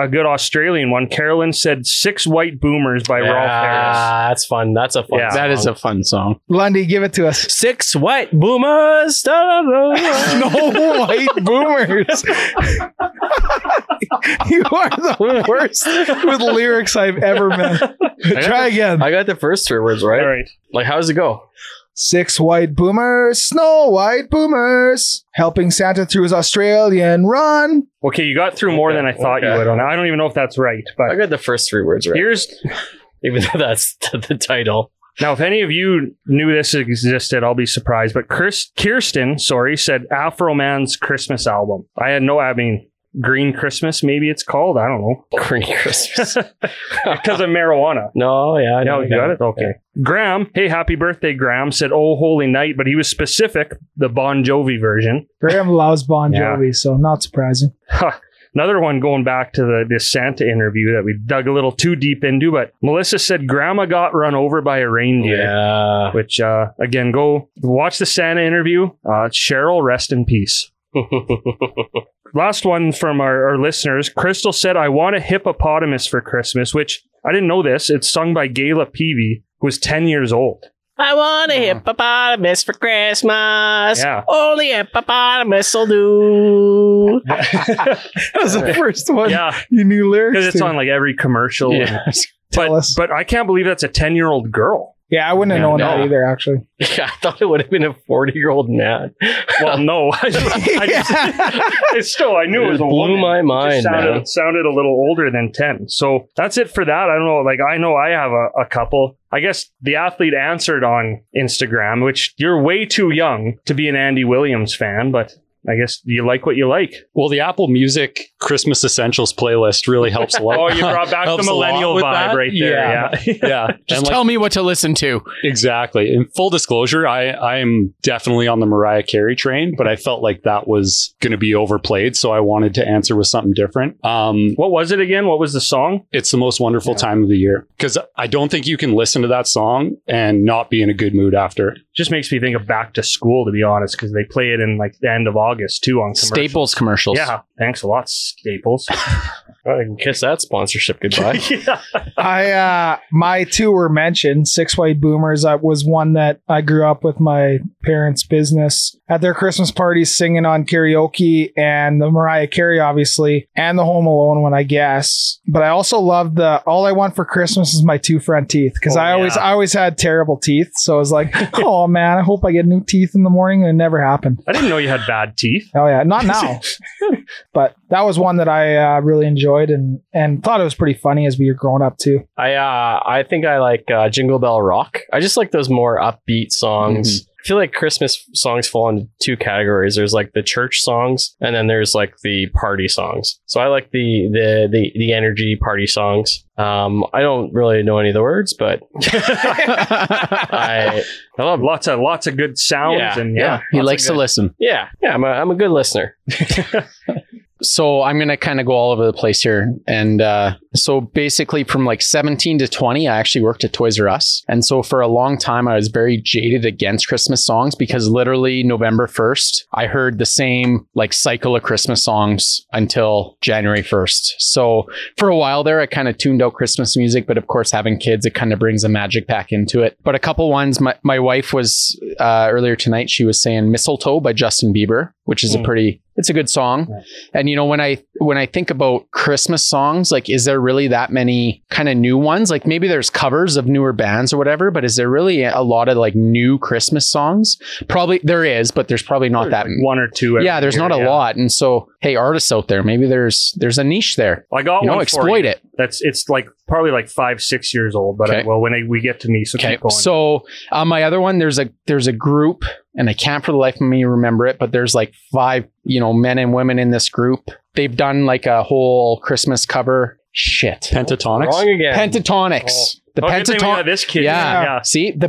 Speaker 2: a good Australian one. Carolyn said Six White Boomers by Ralph Harris.
Speaker 5: Ah, that's fun. That's a fun.
Speaker 2: Yeah.
Speaker 5: song.
Speaker 3: that is a fun song.
Speaker 4: Lundy, give it to us.
Speaker 5: six white boomers. da, da, da.
Speaker 4: No white boomers. you are the worst with lyrics I've ever met. Try again.
Speaker 5: I got the first three words
Speaker 2: All
Speaker 5: right.
Speaker 2: right.
Speaker 5: Like, how does it go?
Speaker 4: Six white boomers, snow white boomers, helping Santa through his Australian run.
Speaker 2: Okay, you got through more
Speaker 5: Okay,
Speaker 2: than I thought you
Speaker 5: okay.
Speaker 2: would on that. I don't even know if that's right,
Speaker 5: I
Speaker 2: but
Speaker 5: got the first three words right.
Speaker 2: here's
Speaker 5: Even though that's the title.
Speaker 2: now. If any of you knew this existed, I'll be surprised. But Kirst, Kirsten, sorry, said Afro Man's Christmas album. I had no. I mean, Green Christmas, maybe it's called. I don't know.
Speaker 5: Corny Christmas.
Speaker 2: Because of marijuana.
Speaker 5: no, yeah, I
Speaker 2: No,
Speaker 5: know.
Speaker 2: you got it? Okay. Graham, hey, happy birthday, Graham, said, Oh, holy night, but he was specific, the Bon Jovi version.
Speaker 4: Graham loves Bon
Speaker 2: Yeah.
Speaker 4: Jovi, so not surprising.
Speaker 2: Huh. Another one going back to the, this Santa interview that we dug a little too deep into, but Melissa said Grandma got run over by a reindeer.
Speaker 5: Yeah.
Speaker 2: Which, uh, again, go watch the Santa interview. Uh, Cheryl, rest in peace. Last one from our, our listeners. Crystal said, I want a hippopotamus for Christmas, which I didn't know this. It's sung by Gayla Peavy, who is 10 years old.
Speaker 5: I want a
Speaker 3: Yeah.
Speaker 5: hippopotamus for Christmas.
Speaker 2: Yeah.
Speaker 5: Only hippopotamus will do.
Speaker 4: That was the first one
Speaker 2: Yeah.
Speaker 4: you knew lyrics.
Speaker 2: Because it's
Speaker 4: to.
Speaker 2: on like every commercial. and-
Speaker 5: Yeah.
Speaker 2: but,
Speaker 4: Tell us.
Speaker 2: but I can't believe that's a 10 year old girl.
Speaker 4: yeah, I wouldn't have
Speaker 5: Yeah,
Speaker 4: known
Speaker 5: no.
Speaker 4: that either, actually.
Speaker 5: Yeah, I thought it would have been a 40 year old man.
Speaker 2: Well, no. I, just- I just- I still, I knew it was a
Speaker 5: blew
Speaker 2: woman.
Speaker 5: my
Speaker 2: It
Speaker 5: mind.
Speaker 2: just
Speaker 5: Man.
Speaker 2: sounded, sounded a little older than 10. So that's it for that. I don't know. Like, I know I have a, a couple. I guess the athlete answered on Instagram, which you're way too young to be an Andy Williams fan, but I guess you like what you like.
Speaker 1: Well, the Apple Music Christmas Essentials playlist really helps a lot.
Speaker 2: Oh, you brought back the
Speaker 1: Helps a lot
Speaker 2: millennial
Speaker 1: with
Speaker 2: vibe
Speaker 1: that.
Speaker 2: right there. Yeah.
Speaker 1: yeah.
Speaker 3: Just
Speaker 1: And, like,
Speaker 3: tell me what to listen to.
Speaker 1: Exactly. In full disclosure, I I am definitely on the Mariah Carey train, but I felt like that was going to be overplayed, so I wanted to answer with something different. Um,
Speaker 2: What was it again? What was the song?
Speaker 1: it's the most wonderful
Speaker 2: Yeah.
Speaker 1: time of the year because I don't think you can listen to that song and not be in a good mood after.
Speaker 2: Just makes me think of back to school, to be honest, because they play it in like the end of August too on commercials.
Speaker 3: Staples commercials.
Speaker 2: Yeah, thanks a lot, Staples.
Speaker 5: I can kiss that sponsorship goodbye.
Speaker 2: yeah.
Speaker 4: I uh my two were mentioned. Six White Boomers that was one that I grew up with my parents' business at their Christmas parties singing on karaoke and the Mariah Carey obviously and the Home Alone one I guess. But I also love the All I Want for Christmas is my two front teeth because
Speaker 2: Oh,
Speaker 4: I always
Speaker 2: yeah.
Speaker 4: I always had terrible teeth. So I was like, oh man, I hope I get new teeth in the morning and it never happened.
Speaker 2: I didn't know you had bad teeth.
Speaker 4: Oh yeah, not now. but that was one that I uh, really enjoyed and and thought it was pretty funny as we were growing up too.
Speaker 5: I uh, I think I like uh, Jingle Bell Rock. I just like those more upbeat songs. I feel like Christmas songs fall into two categories. There's like the church songs, and then there's like the party songs. So I like the the the, the energy party songs. Um, I don't really know any of the words, but I I
Speaker 3: Um,
Speaker 5: love.
Speaker 2: Lots of lots of good sounds
Speaker 5: Yeah,
Speaker 2: and yeah.
Speaker 5: yeah.
Speaker 3: He
Speaker 2: lots of
Speaker 3: likes to
Speaker 2: good-
Speaker 3: listen.
Speaker 5: Yeah, yeah. I'm a, I'm a good listener.
Speaker 3: so I'm going to kind of go all over the place here. And uh, so basically, from like 17 to 20, I actually worked at Toys R Us. And so for a long time, I was very jaded against Christmas songs because literally November 1st, I heard the same like cycle of Christmas songs until January 1st. So for a while there, I kind of tuned out Christmas music, but of course, having kids, it kind of brings the magic back into it. But a couple ones, my, my wife was uh, earlier tonight, she was saying Mistletoe by Justin Bieber, which is a
Speaker 2: Mm.
Speaker 3: pretty, it's a good song. And you know, when I when I think about Christmas songs, like is there really that many kind of new ones? Like maybe there's covers of newer bands or whatever, but is there really a lot of like new Christmas songs? Probably there is, but there's probably not that
Speaker 2: like one or two. every
Speaker 3: yeah, there's
Speaker 2: year,
Speaker 3: not a
Speaker 2: yeah.
Speaker 3: lot. And so, hey, artists out there, maybe there's there's a niche there.
Speaker 2: I got
Speaker 3: You know,
Speaker 2: one.
Speaker 3: exploit it.
Speaker 2: That's it's like probably like five six years old, but I,
Speaker 3: Okay.
Speaker 2: well when I, we get to me, so
Speaker 3: Okay.
Speaker 2: keep going.
Speaker 3: So on my other one, there's a there's a group, and I can't for the life of me remember it, but there's like five, you know, men and women in this group. They've done like a whole Christmas cover. Shit.
Speaker 1: Pentatonics.
Speaker 5: Wrong again.
Speaker 3: Pentatonics. The
Speaker 2: Oh, good thing we got
Speaker 3: Pentatonic.
Speaker 2: this kid.
Speaker 3: Yeah.
Speaker 2: yeah.
Speaker 3: See, the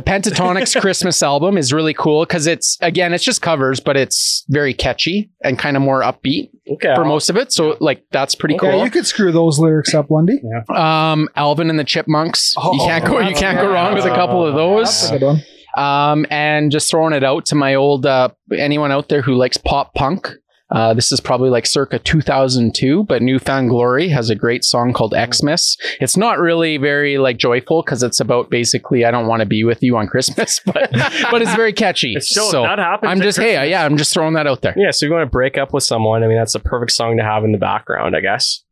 Speaker 3: Pentatonics Christmas album is really cool because it's again, it's just covers, but it's very catchy and kind of more upbeat
Speaker 5: okay.
Speaker 3: for most of it. So like that's pretty
Speaker 5: Okay.
Speaker 4: Yeah,
Speaker 3: cool.
Speaker 4: you could screw those lyrics up, Lundy.
Speaker 3: Um, Alvin and the Chipmunks. you
Speaker 4: Oh,
Speaker 3: can't go. You
Speaker 4: that's-
Speaker 3: can't go wrong with a couple of
Speaker 4: That's
Speaker 3: those.
Speaker 4: a good one.
Speaker 3: Um, and just throwing it out to my old uh, anyone out there who likes pop punk. Uh, this is probably like circa 2002, but Newfound Glory has a great song called
Speaker 2: Mm.
Speaker 3: Xmas. It's not really very like joyful because it's about basically I don't want to be with you on Christmas, but but it's very catchy.
Speaker 2: It's still
Speaker 3: so
Speaker 2: that happens.
Speaker 3: I'm
Speaker 2: at
Speaker 3: just
Speaker 2: Christmas.
Speaker 3: hey I- yeah I'm just throwing that out there.
Speaker 5: Yeah, so if you want to break up with someone, I mean, that's the perfect song to have in the background, I guess.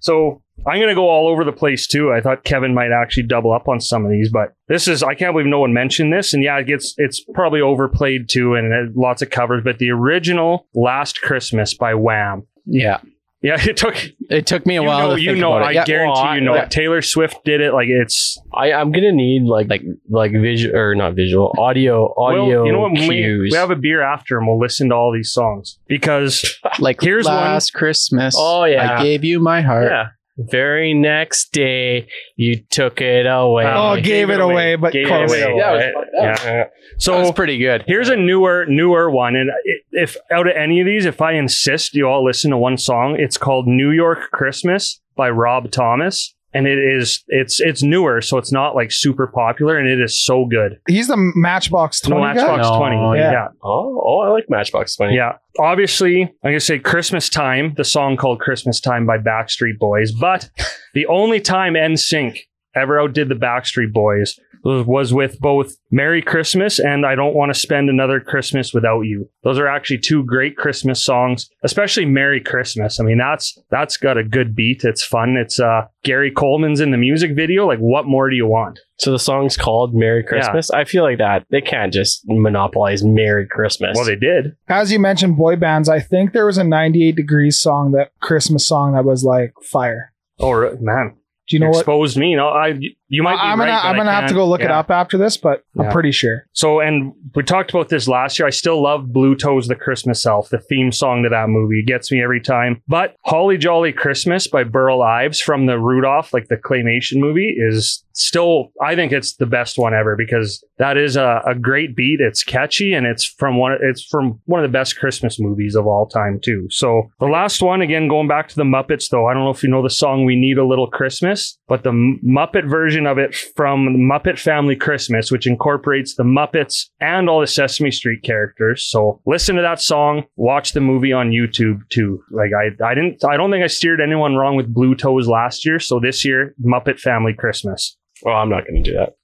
Speaker 2: So I'm going to go all over the place too. I thought Kevin might actually double up on some of these, but this is I can't believe no one mentioned this. And yeah, it gets it's probably uh, overplayed too, and it had lots of covers. But the original "Last Christmas" by Wham.
Speaker 3: Yeah,
Speaker 2: Yeah, it took.
Speaker 3: It took me a
Speaker 2: You
Speaker 3: while.
Speaker 2: know,
Speaker 3: to
Speaker 2: you
Speaker 3: think
Speaker 2: know,
Speaker 3: about it.
Speaker 2: I
Speaker 3: Yeah.
Speaker 2: guarantee
Speaker 5: Well, I-
Speaker 2: you know.
Speaker 5: yeah.
Speaker 2: it. Taylor Swift did it. Like it's
Speaker 5: I, I'm gonna need like like like visual or not visual audio audio
Speaker 2: Well, you know what? When we,
Speaker 5: cues.
Speaker 2: we have a beer after, and we'll listen to all these songs because
Speaker 3: like
Speaker 2: Here's one-
Speaker 3: last Christmas.
Speaker 5: Oh, yeah.
Speaker 3: I gave you my heart.
Speaker 5: yeah. Very next day, you took it away.
Speaker 2: Uh,
Speaker 4: Oh, gave, it, away, but
Speaker 2: Gave it
Speaker 4: close.
Speaker 2: away.
Speaker 5: Yeah, it was
Speaker 2: Right?
Speaker 5: fucked up.
Speaker 2: yeah.
Speaker 3: that was
Speaker 2: So
Speaker 3: pretty good.
Speaker 2: here's a newer newer one, and i- if out of any of these, if I insist, you all listen to one song. It's called New York Christmas by Rob Thomas. And it is it's it's newer, so it's not like super popular, and it is so good.
Speaker 4: He's the Matchbox
Speaker 2: No
Speaker 4: 20 guy.
Speaker 2: Matchbox
Speaker 3: No,
Speaker 2: Twenty,
Speaker 4: yeah.
Speaker 2: yeah,
Speaker 5: Oh, oh, I like Matchbox Twenty.
Speaker 2: Yeah. Obviously, I'm going to say Christmas Time, the song called Christmas Time by Backstreet Boys. But the only time NSYNC ever outdid the Backstreet Boys was with both Merry Christmas and I Don't Want to Spend Another Christmas Without You. Those are actually two great Christmas songs, especially Merry Christmas. I mean, that's that's got a good beat. It's fun. It's uh Gary Coleman's in the music video. Like what more do you want?
Speaker 5: So the song's called "Merry Christmas." I feel like that they can't just monopolize "Merry Christmas."
Speaker 2: Well, they did.
Speaker 4: As you mentioned, boy bands. I think there was a 98 Degrees song that Christmas song that was like fire.
Speaker 2: Oh re- man,
Speaker 4: Do you know what?
Speaker 2: exposed me. No, I you might. be
Speaker 4: I'm gonna
Speaker 2: right, but
Speaker 4: I'm
Speaker 2: I
Speaker 4: gonna have
Speaker 2: can't-
Speaker 4: to go look it
Speaker 2: yeah.
Speaker 4: up after this, but
Speaker 2: Yeah.
Speaker 4: I'm pretty sure.
Speaker 2: So, and we talked about this last year. I still love Blue Toes the Christmas Elf, the theme song to that movie. It gets me every time. But Holly Jolly Christmas by Burl Ives from the Rudolph, like the claymation movie, is still, I think it's the best one ever because that is a, a great beat. It's catchy and it's from one, it's from one of the best Christmas movies of all time, too. So the last one, again, going back to the Muppets, though, I don't know if you know the song We Need a Little Christmas, but the M- Muppet version of it from Muppet Family Christmas, which incorporates the Muppets and all the Sesame Street characters. So listen to that song, watch the movie on YouTube too. Like I, I didn't, I don't think I steered anyone wrong with Blue Toes last year. So this year, Muppet Family Christmas.
Speaker 5: well, I'm not going to do that.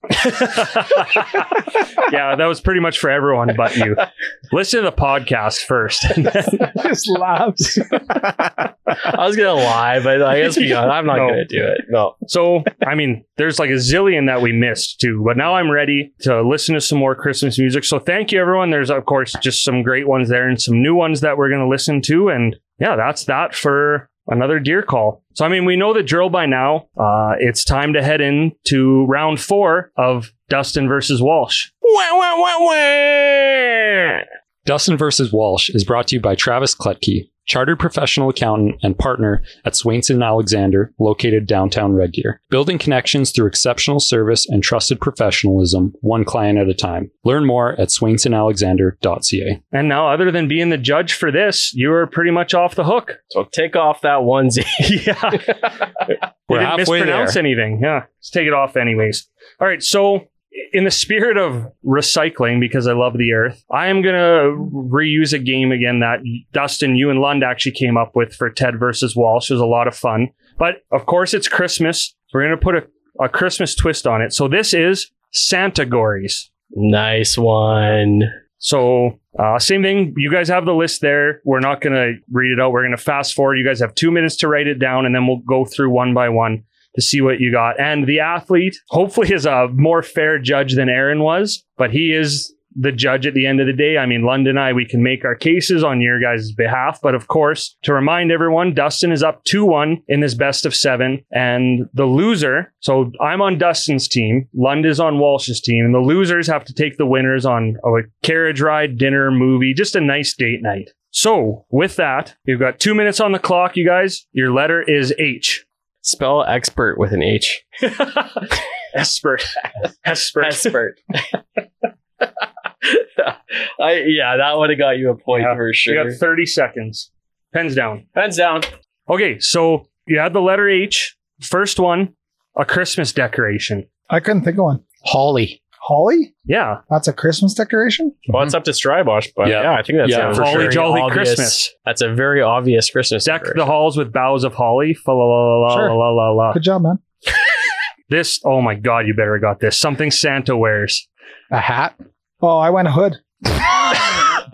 Speaker 2: yeah, that was pretty much for everyone but you. Listen to the podcast first.
Speaker 4: Just laughs.
Speaker 5: I was going to lie, but I guess beyond, I'm not
Speaker 2: No.
Speaker 5: going to do it. No.
Speaker 2: So, I mean, there's like a zillion that we missed too, but now I'm ready to listen to some more Christmas music. So, thank you, everyone. There's, of course, just some great ones there and some new ones that we're going to listen to. And yeah, that's that for another deer call. So, I mean, we know the drill by now. Uh, it's time to head into round four of Dustin versus Walsh.
Speaker 1: Dustin versus Walsh is brought to you by Travis Kletke, chartered professional accountant and partner at Swainson and Alexander, located downtown Red Deer. Building connections through exceptional service and trusted professionalism, one client at a time. Learn more at swainsonalexander.ca.
Speaker 2: And now, other than being the judge for this, you are pretty much off the hook.
Speaker 5: So take off that onesie.
Speaker 2: yeah.
Speaker 1: We're
Speaker 2: didn't
Speaker 1: halfway
Speaker 2: mispronounce anything. Yeah. Let's take it off anyways. All right. So in the spirit of recycling, because I love the earth, I am going to reuse a game again that Dustin, you and Lund actually came up with for Ted versus Walsh. It was a lot of fun. But of course, it's Christmas. We're going to put a, a Christmas twist on it. So this is Santagories.
Speaker 5: nice one.
Speaker 2: So, uh, same thing. You guys have the list there. We're not going to read it out. We're going to fast forward. You guys have two minutes to write it down, and then we'll go through one by one to see what you got. And the athlete, hopefully, is a more fair judge than Aaron was, but he is the judge at the end of the day. I mean, London and I, we can make our cases on your guys' behalf. But of course, to remind everyone, Dustin is up 2 1 in this best of seven. And the loser, so I'm on Dustin's team, Lund is on Walsh's team, and the losers have to take the winners on a carriage ride, dinner, movie, just a nice date night. So, with that, you've got two minutes on the clock, you guys. Your letter is H.
Speaker 5: Spell expert with an H.
Speaker 2: Esper. Esper.
Speaker 5: Expert. I yeah, that would have got you a point
Speaker 2: Yeah.
Speaker 5: for
Speaker 2: You
Speaker 5: sure.
Speaker 2: got 30 seconds. Pens down.
Speaker 5: Hands down.
Speaker 2: Okay, so you had the letter H. First one, a Christmas decoration.
Speaker 4: I couldn't think of one.
Speaker 3: Holly.
Speaker 4: Holly?
Speaker 2: Yeah,
Speaker 4: That's a Christmas decoration?
Speaker 5: Well, it's up to Strybosh, but
Speaker 1: Yeah.
Speaker 5: yeah, I think that's
Speaker 1: Yeah,
Speaker 5: a
Speaker 1: for
Speaker 5: very
Speaker 2: holly jolly
Speaker 5: obvious-
Speaker 2: Christmas.
Speaker 5: That's a very obvious Christmas.
Speaker 2: Deck
Speaker 5: decoration.
Speaker 2: the halls with boughs of holly. Fa la la la
Speaker 4: Sure.
Speaker 2: la la la la.
Speaker 4: Good job, man.
Speaker 2: This, oh my God, you better got this. Something Santa wears.
Speaker 3: A hat.
Speaker 4: Oh, I went hood.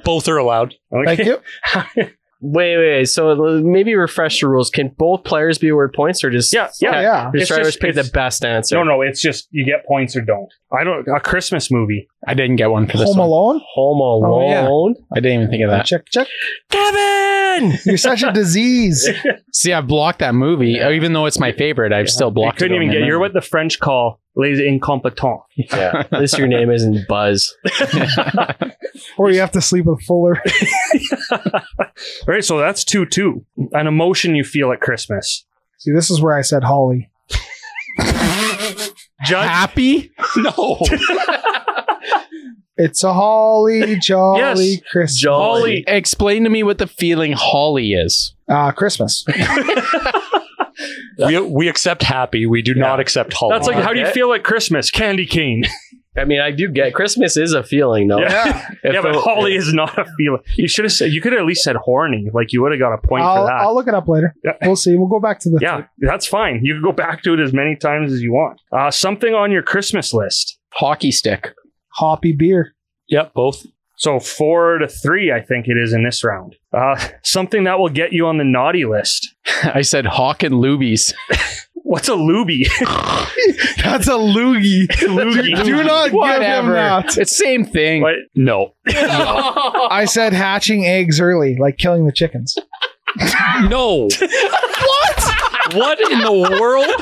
Speaker 1: Both are allowed.
Speaker 2: Okay.
Speaker 4: Thank you.
Speaker 5: Wait, wait. So l- maybe refresh the rules. Can both players be awarded points, or just
Speaker 2: Yeah,
Speaker 4: Oh,
Speaker 2: yeah.
Speaker 4: yeah.
Speaker 5: Just
Speaker 2: It's
Speaker 5: try to
Speaker 2: just-
Speaker 5: pick the
Speaker 2: it's-
Speaker 5: best answer.
Speaker 2: No, no, it's just you get points or don't. I don't. A Christmas movie.
Speaker 3: I didn't get one for this
Speaker 4: Home
Speaker 3: one.
Speaker 4: Alone?
Speaker 5: Home
Speaker 4: Oh, yeah.
Speaker 5: Alone.
Speaker 3: I didn't even think of that.
Speaker 4: Check, check.
Speaker 5: Kevin, doing?
Speaker 4: You're such a disease.
Speaker 3: See, I've blocked that movie, even though it's my favorite. I've still
Speaker 2: I
Speaker 3: blocked.
Speaker 2: couldn't
Speaker 3: it on
Speaker 2: even
Speaker 3: my
Speaker 2: get. You're
Speaker 3: memory.
Speaker 2: what the French call les incompetents.
Speaker 5: Yeah. At least your name isn't Buzz.
Speaker 4: or you have to sleep with Fuller.
Speaker 2: All right, so that's two two. An emotion you feel at Christmas.
Speaker 4: See, this is where I said Holly.
Speaker 2: Judge.
Speaker 3: happy.
Speaker 1: No.
Speaker 4: It's a holly jolly
Speaker 2: Yes,
Speaker 4: Christmas.
Speaker 5: Jolly.
Speaker 3: Explain to me what the feeling Holly is.
Speaker 4: uh, Christmas.
Speaker 1: we, we accept happy. We do not accept Holly.
Speaker 2: That's like how do you
Speaker 5: Okay.
Speaker 2: feel at Christmas? Candy cane.
Speaker 5: I mean, I do get Christmas is a feeling though.
Speaker 2: Yeah,
Speaker 5: If
Speaker 2: yeah, but
Speaker 5: the-
Speaker 2: Holly is not a feeling. You should have said. You could have at least said horny. Like you would have got a point for
Speaker 4: I'll,
Speaker 2: that.
Speaker 4: I'll look it up later.
Speaker 2: Yeah.
Speaker 4: We'll see. We'll go back to the.
Speaker 2: yeah, that's fine. You can go back to it as many times as you want. Uh, something on your Christmas list.
Speaker 3: Hockey stick.
Speaker 4: hoppy beer.
Speaker 1: yep, both.
Speaker 2: So four to three, I think it is in this round. Uh, something that will get you on the naughty list.
Speaker 3: I said hawk and loobies.
Speaker 2: What's a looby?
Speaker 4: That's a loogie.
Speaker 2: Loogie.
Speaker 4: Do not give him
Speaker 3: Whatever.
Speaker 4: that.
Speaker 3: It's same thing.
Speaker 2: What?
Speaker 1: No.
Speaker 4: I said hatching eggs early, like killing the chickens.
Speaker 1: No. what? What in the world?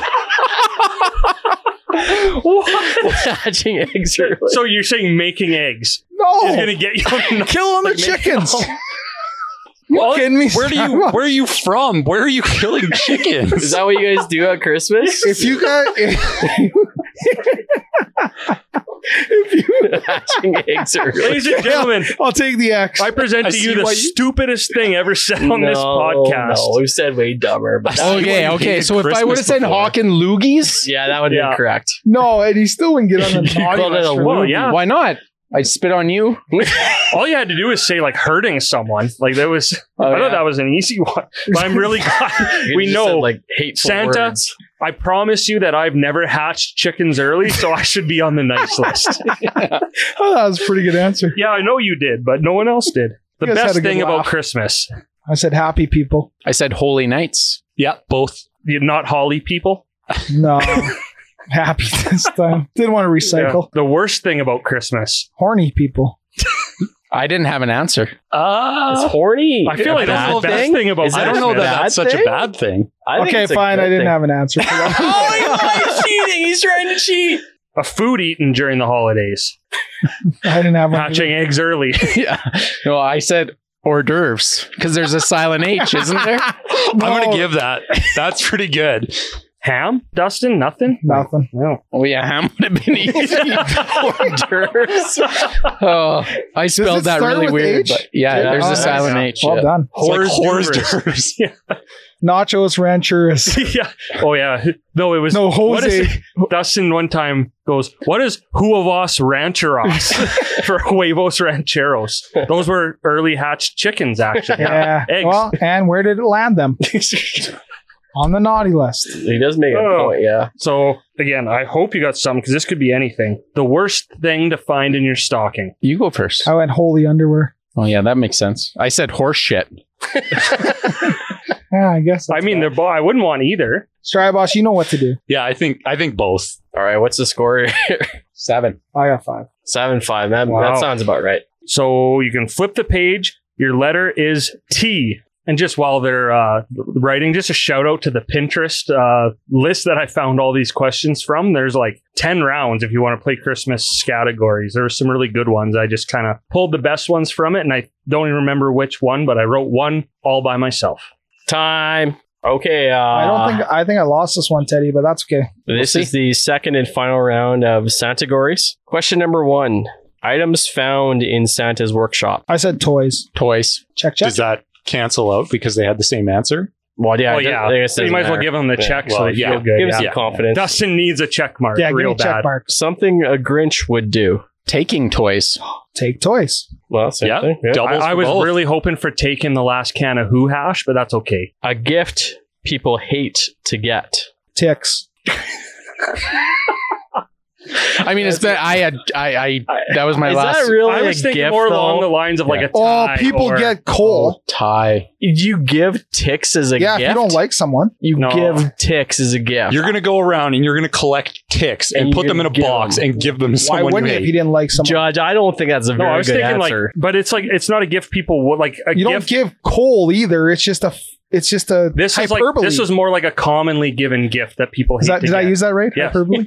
Speaker 5: Hatching eggs are
Speaker 2: So you're saying making eggs is
Speaker 4: No,
Speaker 2: going to get you on the naughty
Speaker 4: killing the chickens. You
Speaker 1: Well,
Speaker 4: kidding me?
Speaker 1: Where do you where are you from? Where are you killing
Speaker 5: Is
Speaker 1: chickens?
Speaker 5: that what you guys do at Christmas?
Speaker 4: If you got, if you,
Speaker 5: Hatching eggs are
Speaker 2: Ladies and gentlemen,
Speaker 4: I'll take the X.
Speaker 2: I present
Speaker 1: I
Speaker 2: to
Speaker 1: see
Speaker 2: you the
Speaker 1: why you-
Speaker 2: stupidest thing ever said on this
Speaker 5: No,
Speaker 2: podcast.
Speaker 5: No, we've said way dumber, but that-
Speaker 3: Okay,
Speaker 1: you
Speaker 3: okay.
Speaker 1: hated
Speaker 3: So if I
Speaker 1: Christmas
Speaker 3: would have said
Speaker 1: before.
Speaker 3: hawk and loogies,
Speaker 5: yeah, that would be
Speaker 2: Yeah.
Speaker 5: correct.
Speaker 4: No, and he still wouldn't get on the
Speaker 5: You
Speaker 4: naughty
Speaker 5: called it
Speaker 4: list
Speaker 5: a
Speaker 4: for
Speaker 2: Well,
Speaker 4: loogie.
Speaker 2: yeah.
Speaker 3: why not? I spit on you.
Speaker 2: All you had to do is say like hurting someone. Like that was
Speaker 5: Oh,
Speaker 2: I thought
Speaker 5: yeah.
Speaker 2: that was an easy one. But I'm really glad
Speaker 5: You
Speaker 2: we
Speaker 5: just
Speaker 2: know.
Speaker 5: said, like hateful
Speaker 2: Santa-
Speaker 5: words.
Speaker 2: I promise you that I've never hatched chickens early, so I should be on the nice list.
Speaker 4: Oh, that was a pretty good answer.
Speaker 2: Yeah, I know you did, but no one else did. The
Speaker 4: You guys had
Speaker 2: best
Speaker 4: a good
Speaker 2: thing about
Speaker 4: laugh.
Speaker 2: Christmas,
Speaker 4: I said happy people.
Speaker 3: I said holy nights.
Speaker 1: yeah, both.
Speaker 2: you not holly people.
Speaker 4: No, happy this time. Didn't want to recycle.
Speaker 2: Yeah. The worst thing about Christmas.
Speaker 4: Horny people.
Speaker 3: I didn't have an answer.
Speaker 5: It's
Speaker 1: Uh,
Speaker 5: horny.
Speaker 2: I feel like
Speaker 1: Bad
Speaker 2: that's the best
Speaker 1: thing?
Speaker 2: thing, about
Speaker 5: Is
Speaker 1: I
Speaker 5: that
Speaker 1: don't
Speaker 2: Christmas.
Speaker 1: know that
Speaker 5: bad
Speaker 1: that's such a
Speaker 5: thing?
Speaker 1: bad thing.
Speaker 5: I think
Speaker 4: okay,
Speaker 5: it's a
Speaker 4: fine.
Speaker 5: good
Speaker 4: I didn't
Speaker 5: thing.
Speaker 4: have an answer for that.
Speaker 2: Oh,
Speaker 5: he's cheating. He's trying to cheat.
Speaker 2: a food eaten during the holidays.
Speaker 4: I didn't have one.
Speaker 2: Hatching eggs early.
Speaker 3: yeah. No, I said hors d'oeuvres because there's a silent H, isn't there?
Speaker 1: I'm
Speaker 4: No.
Speaker 1: gonna give that. That's pretty good.
Speaker 2: Ham? Dustin? Nothing?
Speaker 4: Nothing.
Speaker 2: No.
Speaker 3: Oh yeah, ham would have been easy. hors d'oeuvres. Oh, I spelled
Speaker 4: it
Speaker 3: that
Speaker 4: start
Speaker 3: really
Speaker 4: with
Speaker 3: weird.
Speaker 4: H?
Speaker 3: But yeah,
Speaker 5: Yeah.
Speaker 3: there's
Speaker 5: Oh,
Speaker 3: a silent H.
Speaker 4: Well
Speaker 3: yeah.
Speaker 4: done.
Speaker 1: It's like
Speaker 2: Hors
Speaker 1: hors
Speaker 2: d'oeuvres.
Speaker 1: d'oeuvres.
Speaker 4: Nachos Rancheras.
Speaker 2: yeah. Oh, yeah. No, it was.
Speaker 4: No,
Speaker 2: What
Speaker 4: Jose.
Speaker 2: is Dustin one time goes, What is Huevos Rancheros for Huevos Rancheros? Those were early hatched chickens, actually.
Speaker 4: Yeah.
Speaker 2: Eggs.
Speaker 4: Well, and where did it land them? On the naughty list.
Speaker 5: He does make a
Speaker 2: Oh.
Speaker 5: point. Yeah.
Speaker 2: So, again, I hope you got some because this could be anything. The worst thing to find in your stocking.
Speaker 3: You go first.
Speaker 4: I went holy underwear.
Speaker 3: Oh yeah, that makes sense. I said horse shit.
Speaker 4: Yeah, I guess.
Speaker 2: I mean, they're bo- I wouldn't want either.
Speaker 4: Strybosh, you know what to do.
Speaker 1: Yeah, I think I think both.
Speaker 5: All right. What's the score? here?
Speaker 3: Seven.
Speaker 4: I got five.
Speaker 5: Seven five. That,
Speaker 2: Wow.
Speaker 5: that sounds about right.
Speaker 2: So you can flip the page. Your letter is T. And just while they're uh, writing, just a shout out to the Pinterest uh, list that I found all these questions from. There's like 10 rounds if you want to play Christmas categories. There were some really good ones. I just kind of pulled the best ones from it, and I don't even remember which one, but I wrote one all by myself.
Speaker 5: Time. Okay. Uh,
Speaker 4: I don't
Speaker 2: Ah.
Speaker 4: think I think I lost this one, Teddy, but that's okay.
Speaker 5: This
Speaker 3: We'll
Speaker 5: is the second and final round of Santa Gories. Question number one Items found in Santa's workshop.
Speaker 4: I said toys.
Speaker 3: Toys.
Speaker 4: Check check.
Speaker 1: Does that cancel out because they had the same answer?
Speaker 5: Well, yeah.
Speaker 2: oh,
Speaker 5: it doesn't- I
Speaker 2: yeah.
Speaker 5: guess it
Speaker 2: So you
Speaker 5: doesn't
Speaker 2: might as well
Speaker 5: matter.
Speaker 2: give them the
Speaker 5: Yeah,
Speaker 2: check so
Speaker 1: well,
Speaker 2: they
Speaker 1: yeah.
Speaker 2: feel good.
Speaker 5: Give him
Speaker 2: yeah.
Speaker 5: some confidence.
Speaker 2: Dustin needs a check mark
Speaker 4: yeah, give
Speaker 2: real
Speaker 4: me a
Speaker 2: bad.
Speaker 4: check mark.
Speaker 5: Something a Grinch would do.
Speaker 3: Taking toys.
Speaker 4: Take toys.
Speaker 5: Well, same
Speaker 1: Yeah.
Speaker 5: thing.
Speaker 1: Double-
Speaker 2: I, I was
Speaker 1: Both.
Speaker 2: really hoping for taking the last can of Who Hash, but that's okay.
Speaker 5: A gift people hate to get.
Speaker 4: Ticks.
Speaker 3: I mean, it's that I had I, I that was my
Speaker 5: Is
Speaker 3: last.
Speaker 5: that really
Speaker 2: I was
Speaker 5: a
Speaker 2: thinking
Speaker 5: gift,
Speaker 2: more along
Speaker 5: though?
Speaker 2: the lines of like a
Speaker 4: Oh,
Speaker 2: tie
Speaker 4: people
Speaker 2: or-
Speaker 4: get coal.
Speaker 3: high.
Speaker 5: You give ticks as a
Speaker 4: yeah,
Speaker 5: gift.
Speaker 4: if you don't like someone,
Speaker 5: you
Speaker 2: No.
Speaker 5: give ticks as a gift.
Speaker 1: You're gonna go around and you're gonna collect ticks and,
Speaker 5: And
Speaker 1: put
Speaker 5: you
Speaker 1: them in a
Speaker 5: give
Speaker 1: box
Speaker 5: them-
Speaker 1: and give them to
Speaker 4: why
Speaker 1: someone you
Speaker 4: wouldn't you if
Speaker 1: hate.
Speaker 4: you didn't like someone?
Speaker 5: Judge, I don't think that's a
Speaker 2: No,
Speaker 5: very
Speaker 2: I was
Speaker 5: good
Speaker 2: thinking
Speaker 5: answer.
Speaker 2: like, but it's like it's not a gift people would like. A
Speaker 4: you don't
Speaker 2: gift,
Speaker 4: give coal either. It's just a. f- It's just a
Speaker 2: this is like
Speaker 4: hyperbole.
Speaker 2: this is more like a commonly given gift that people hate.
Speaker 4: Is that,
Speaker 2: to
Speaker 4: did I
Speaker 2: get.
Speaker 4: use that right?
Speaker 2: Yeah.
Speaker 4: Hyperbole.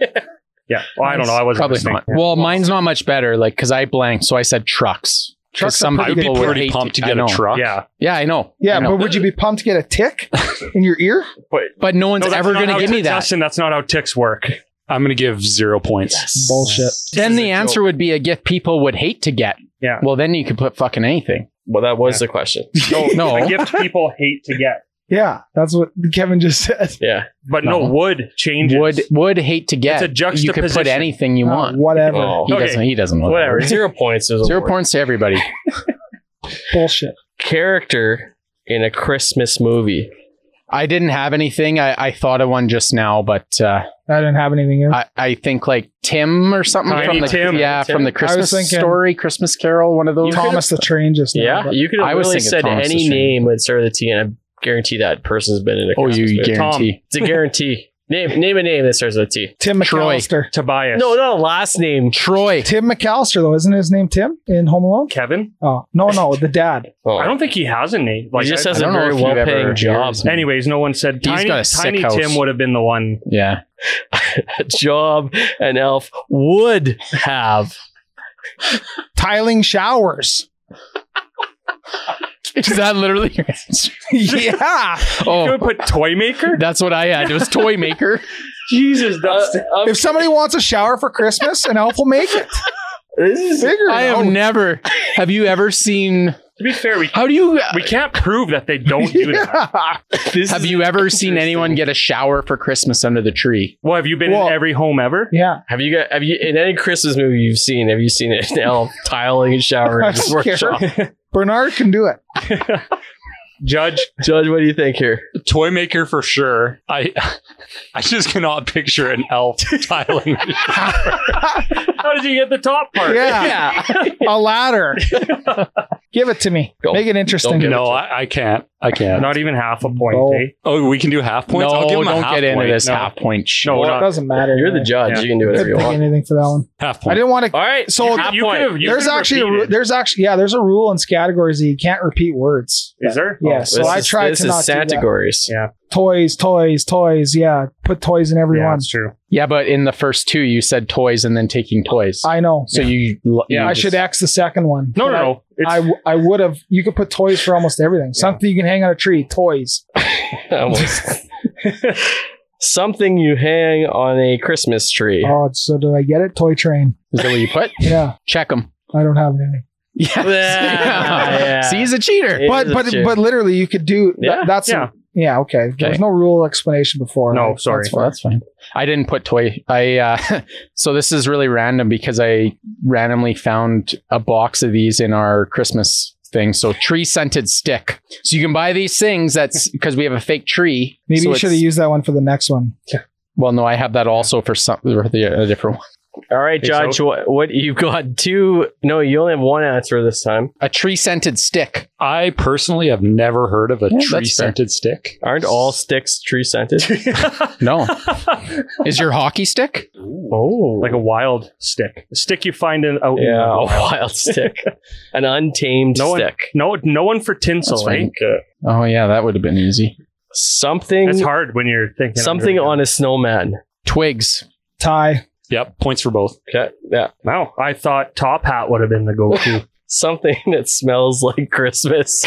Speaker 2: Yeah, well, I don't know. I wasn't
Speaker 3: Probably
Speaker 2: listening.
Speaker 3: not. Well, mine's not much better. Like, cause I blanked, so I said trucks. 'Cause
Speaker 4: Trucks are
Speaker 1: I would
Speaker 4: pretty
Speaker 1: be
Speaker 3: people would
Speaker 1: pretty
Speaker 3: hate
Speaker 1: pumped to
Speaker 3: I
Speaker 1: get a
Speaker 3: know.
Speaker 1: truck.
Speaker 2: Yeah,
Speaker 3: Yeah, I know. I
Speaker 4: Yeah,
Speaker 3: know.
Speaker 4: but would you be pumped to get a tick in your ear?
Speaker 3: but no one's
Speaker 2: No, that's
Speaker 3: ever
Speaker 2: not
Speaker 3: going to
Speaker 2: how
Speaker 3: give me
Speaker 2: ticks-
Speaker 3: that.
Speaker 2: Justin, that's not how ticks work.
Speaker 1: I'm gonna give zero points.
Speaker 4: Bullshit.
Speaker 3: Then the answer would be a gift people would hate to get.
Speaker 2: Yeah.
Speaker 3: Well, then you could put fucking anything.
Speaker 5: Well, that was the question.
Speaker 2: No,
Speaker 3: No.
Speaker 2: a gift people hate to get.
Speaker 4: Yeah, that's what Kevin just said.
Speaker 5: Yeah.
Speaker 2: But no,
Speaker 3: No.
Speaker 2: wood changes.
Speaker 3: Would would hate to get.
Speaker 2: It's a
Speaker 3: You could put
Speaker 2: juxtaposition.
Speaker 3: anything you
Speaker 4: Uh,
Speaker 3: want.
Speaker 4: whatever.
Speaker 5: Oh,
Speaker 3: He
Speaker 2: Okay.
Speaker 3: doesn't. He doesn't. want
Speaker 5: whatever.
Speaker 3: that.
Speaker 5: Zero points is a
Speaker 3: Zero
Speaker 5: word.
Speaker 3: points to everybody.
Speaker 4: Bullshit.
Speaker 5: Character in a Christmas movie.
Speaker 3: I didn't have anything. I, I thought of one just now, but uh,
Speaker 4: I didn't have anything in.
Speaker 3: I, I think like Tim or something
Speaker 2: Tiny
Speaker 3: from the
Speaker 2: Tim.
Speaker 3: yeah
Speaker 5: Tim.
Speaker 3: from
Speaker 5: I
Speaker 3: the
Speaker 5: was
Speaker 3: Christmas
Speaker 4: thinking-
Speaker 3: story, Christmas Carol, one of those.
Speaker 4: Thomas the train just now,
Speaker 5: Yeah,
Speaker 4: but-
Speaker 5: you could have
Speaker 3: I was
Speaker 5: really
Speaker 3: thinking
Speaker 5: said
Speaker 3: Thomas
Speaker 5: any
Speaker 3: Lestrange.
Speaker 5: name that started with T, and I guarantee that person's been in a
Speaker 3: Oh,
Speaker 5: Christmas
Speaker 3: you
Speaker 5: movie.
Speaker 3: guarantee.
Speaker 5: It's a guarantee. name name a name that starts with T.
Speaker 4: Tim
Speaker 3: Troy.
Speaker 4: McAllister.
Speaker 2: Tobias?
Speaker 5: No, not a last name.
Speaker 3: Troy.
Speaker 4: Tim McAllister though, isn't his name Tim in Home Alone?
Speaker 2: Kevin.
Speaker 4: Oh no, no, the dad.
Speaker 5: Oh.
Speaker 2: I don't think he has a name. Like,
Speaker 5: he just
Speaker 2: I-
Speaker 5: has a
Speaker 3: I don't know
Speaker 5: very
Speaker 3: if you've
Speaker 5: well
Speaker 3: ever-
Speaker 5: paying job.
Speaker 3: yours-
Speaker 2: anyways, no one said. Tiny,
Speaker 3: got a sick
Speaker 2: Tiny
Speaker 3: house.
Speaker 2: Tim would have been the one.
Speaker 3: Yeah.
Speaker 5: A job an elf would have.
Speaker 4: Tiling showers.
Speaker 3: Is that literally your answer?
Speaker 4: yeah.
Speaker 2: You
Speaker 3: Oh,
Speaker 2: would put toy maker.
Speaker 3: that's what I had. It was toy maker.
Speaker 2: Jesus, Dustin.
Speaker 5: Uh, um,
Speaker 4: If somebody wants a shower for Christmas, an elf will make it. Figure it
Speaker 3: I have
Speaker 4: out.
Speaker 3: never. Have you ever seen?
Speaker 2: to be fair, we
Speaker 3: How do you?
Speaker 2: we can't prove that they don't do that.
Speaker 4: Yeah.
Speaker 5: this
Speaker 3: Have
Speaker 5: is-
Speaker 3: you ever seen anyone get a shower for Christmas under the tree?
Speaker 2: Well, have you been
Speaker 4: Well-
Speaker 2: in every home ever?
Speaker 4: yeah.
Speaker 5: Have you got? Have you in any Christmas movie you've seen? Have you seen an elf tiling and showering
Speaker 4: I'm
Speaker 5: his
Speaker 4: scared.
Speaker 5: workshop?
Speaker 4: Bernard can do it.
Speaker 2: Judge,
Speaker 5: Judge, what do you think here?
Speaker 1: Toy maker for sure. I I just cannot picture an elf tiling.
Speaker 2: how did you get the top part?
Speaker 4: Yeah.
Speaker 5: Yeah,
Speaker 4: A ladder. Give it to me.
Speaker 5: Don't-
Speaker 4: Make it interesting.
Speaker 5: don't give
Speaker 1: no, I, I can't. I can't.
Speaker 2: Not even half a point.
Speaker 4: No.
Speaker 2: eh?
Speaker 1: Oh, we can do half points.
Speaker 3: No,
Speaker 1: I'll give him a
Speaker 3: don't
Speaker 1: half
Speaker 3: get into
Speaker 1: point.
Speaker 3: this
Speaker 1: No.
Speaker 3: half point. shit.
Speaker 2: No, we're
Speaker 4: It
Speaker 2: not.
Speaker 4: doesn't matter.
Speaker 5: you're the
Speaker 4: right?
Speaker 5: judge.
Speaker 2: Yeah.
Speaker 5: Uh, You can do whatever
Speaker 4: Couldn't
Speaker 5: you
Speaker 4: think of
Speaker 5: want.
Speaker 4: anything for that one.
Speaker 1: Half
Speaker 4: I
Speaker 1: point.
Speaker 4: didn't want to.
Speaker 5: All right.
Speaker 4: So
Speaker 5: half
Speaker 2: You
Speaker 5: point.
Speaker 2: could've- Oh, you
Speaker 4: there's
Speaker 2: could've
Speaker 4: actually a, ru-
Speaker 2: repeated.
Speaker 4: there's actually yeah there's a rule in categories that you can't repeat words.
Speaker 2: Oh, Is there?
Speaker 4: Yeah, so
Speaker 5: This
Speaker 4: I
Speaker 5: is-
Speaker 4: tried
Speaker 5: This
Speaker 4: to
Speaker 5: is
Speaker 4: not do that.
Speaker 5: categories.
Speaker 2: Yeah.
Speaker 4: Toys, toys, toys. Yeah, put toys in every
Speaker 2: Yeah,
Speaker 4: one.
Speaker 2: that's true.
Speaker 3: Yeah, but in the first two, you said toys and then taking toys.
Speaker 4: I know.
Speaker 3: so you, you
Speaker 2: Yeah,
Speaker 4: I
Speaker 3: just-
Speaker 4: should X the second one.
Speaker 2: No,
Speaker 4: But
Speaker 2: no, no. It's,
Speaker 4: I, I, w- I would have. You could put toys for almost everything. Something you can hang on a tree. Toys.
Speaker 5: Almost. Something you hang on a Christmas tree.
Speaker 4: Oh, so did I get it? Toy train.
Speaker 3: Is that what you put?
Speaker 4: Yeah,
Speaker 3: Check them.
Speaker 4: I don't have any.
Speaker 3: Yeah.
Speaker 5: Yeah.
Speaker 3: See, he's a cheater.
Speaker 5: It
Speaker 4: but
Speaker 5: is a
Speaker 4: but
Speaker 5: chick.
Speaker 4: but literally, you could do.
Speaker 5: Yeah,
Speaker 4: Yeah, that's
Speaker 2: yeah.
Speaker 4: yeah. yeah okay. There was
Speaker 3: Okay.
Speaker 4: no rule explanation before.
Speaker 2: No,
Speaker 4: Like, that's
Speaker 2: sorry.
Speaker 3: Well,
Speaker 4: fine.
Speaker 3: that's fine. I didn't put toy. I uh, so this is really random because I randomly found a box of these in our Christmas thing. So tree scented stick. So you can buy these things. That's because we have a fake tree.
Speaker 4: Maybe
Speaker 3: So
Speaker 4: you
Speaker 3: it's-
Speaker 4: should have used that one for the next one.
Speaker 3: Well, no, I have that also for some for the, a different one.
Speaker 5: All right,
Speaker 2: Think so?
Speaker 5: Judge. What, what you've got two? No, you only have one answer this time.
Speaker 3: A tree scented stick.
Speaker 1: I personally have never heard of a
Speaker 3: Yeah, that's fair.
Speaker 1: tree scented stick.
Speaker 5: Aren't all sticks tree scented?
Speaker 3: No, is your hockey stick?
Speaker 2: oh, like a wild stick. A stick you find in out. in the
Speaker 5: yeah, a
Speaker 2: wild.
Speaker 5: wild stick, an untamed
Speaker 2: No one-
Speaker 5: stick.
Speaker 2: No, no one for
Speaker 3: That's
Speaker 2: tinsel. Eh?
Speaker 3: fine. Oh yeah, that would have been easy.
Speaker 5: Something.
Speaker 2: It's hard when you're thinking
Speaker 5: Something
Speaker 2: under-
Speaker 5: on a snowman.
Speaker 3: Twigs.
Speaker 4: Tie.
Speaker 1: Yep, points for both.
Speaker 5: Okay. Yeah.
Speaker 2: Wow, I thought top hat would have been the go-to.
Speaker 5: Something that smells like Christmas.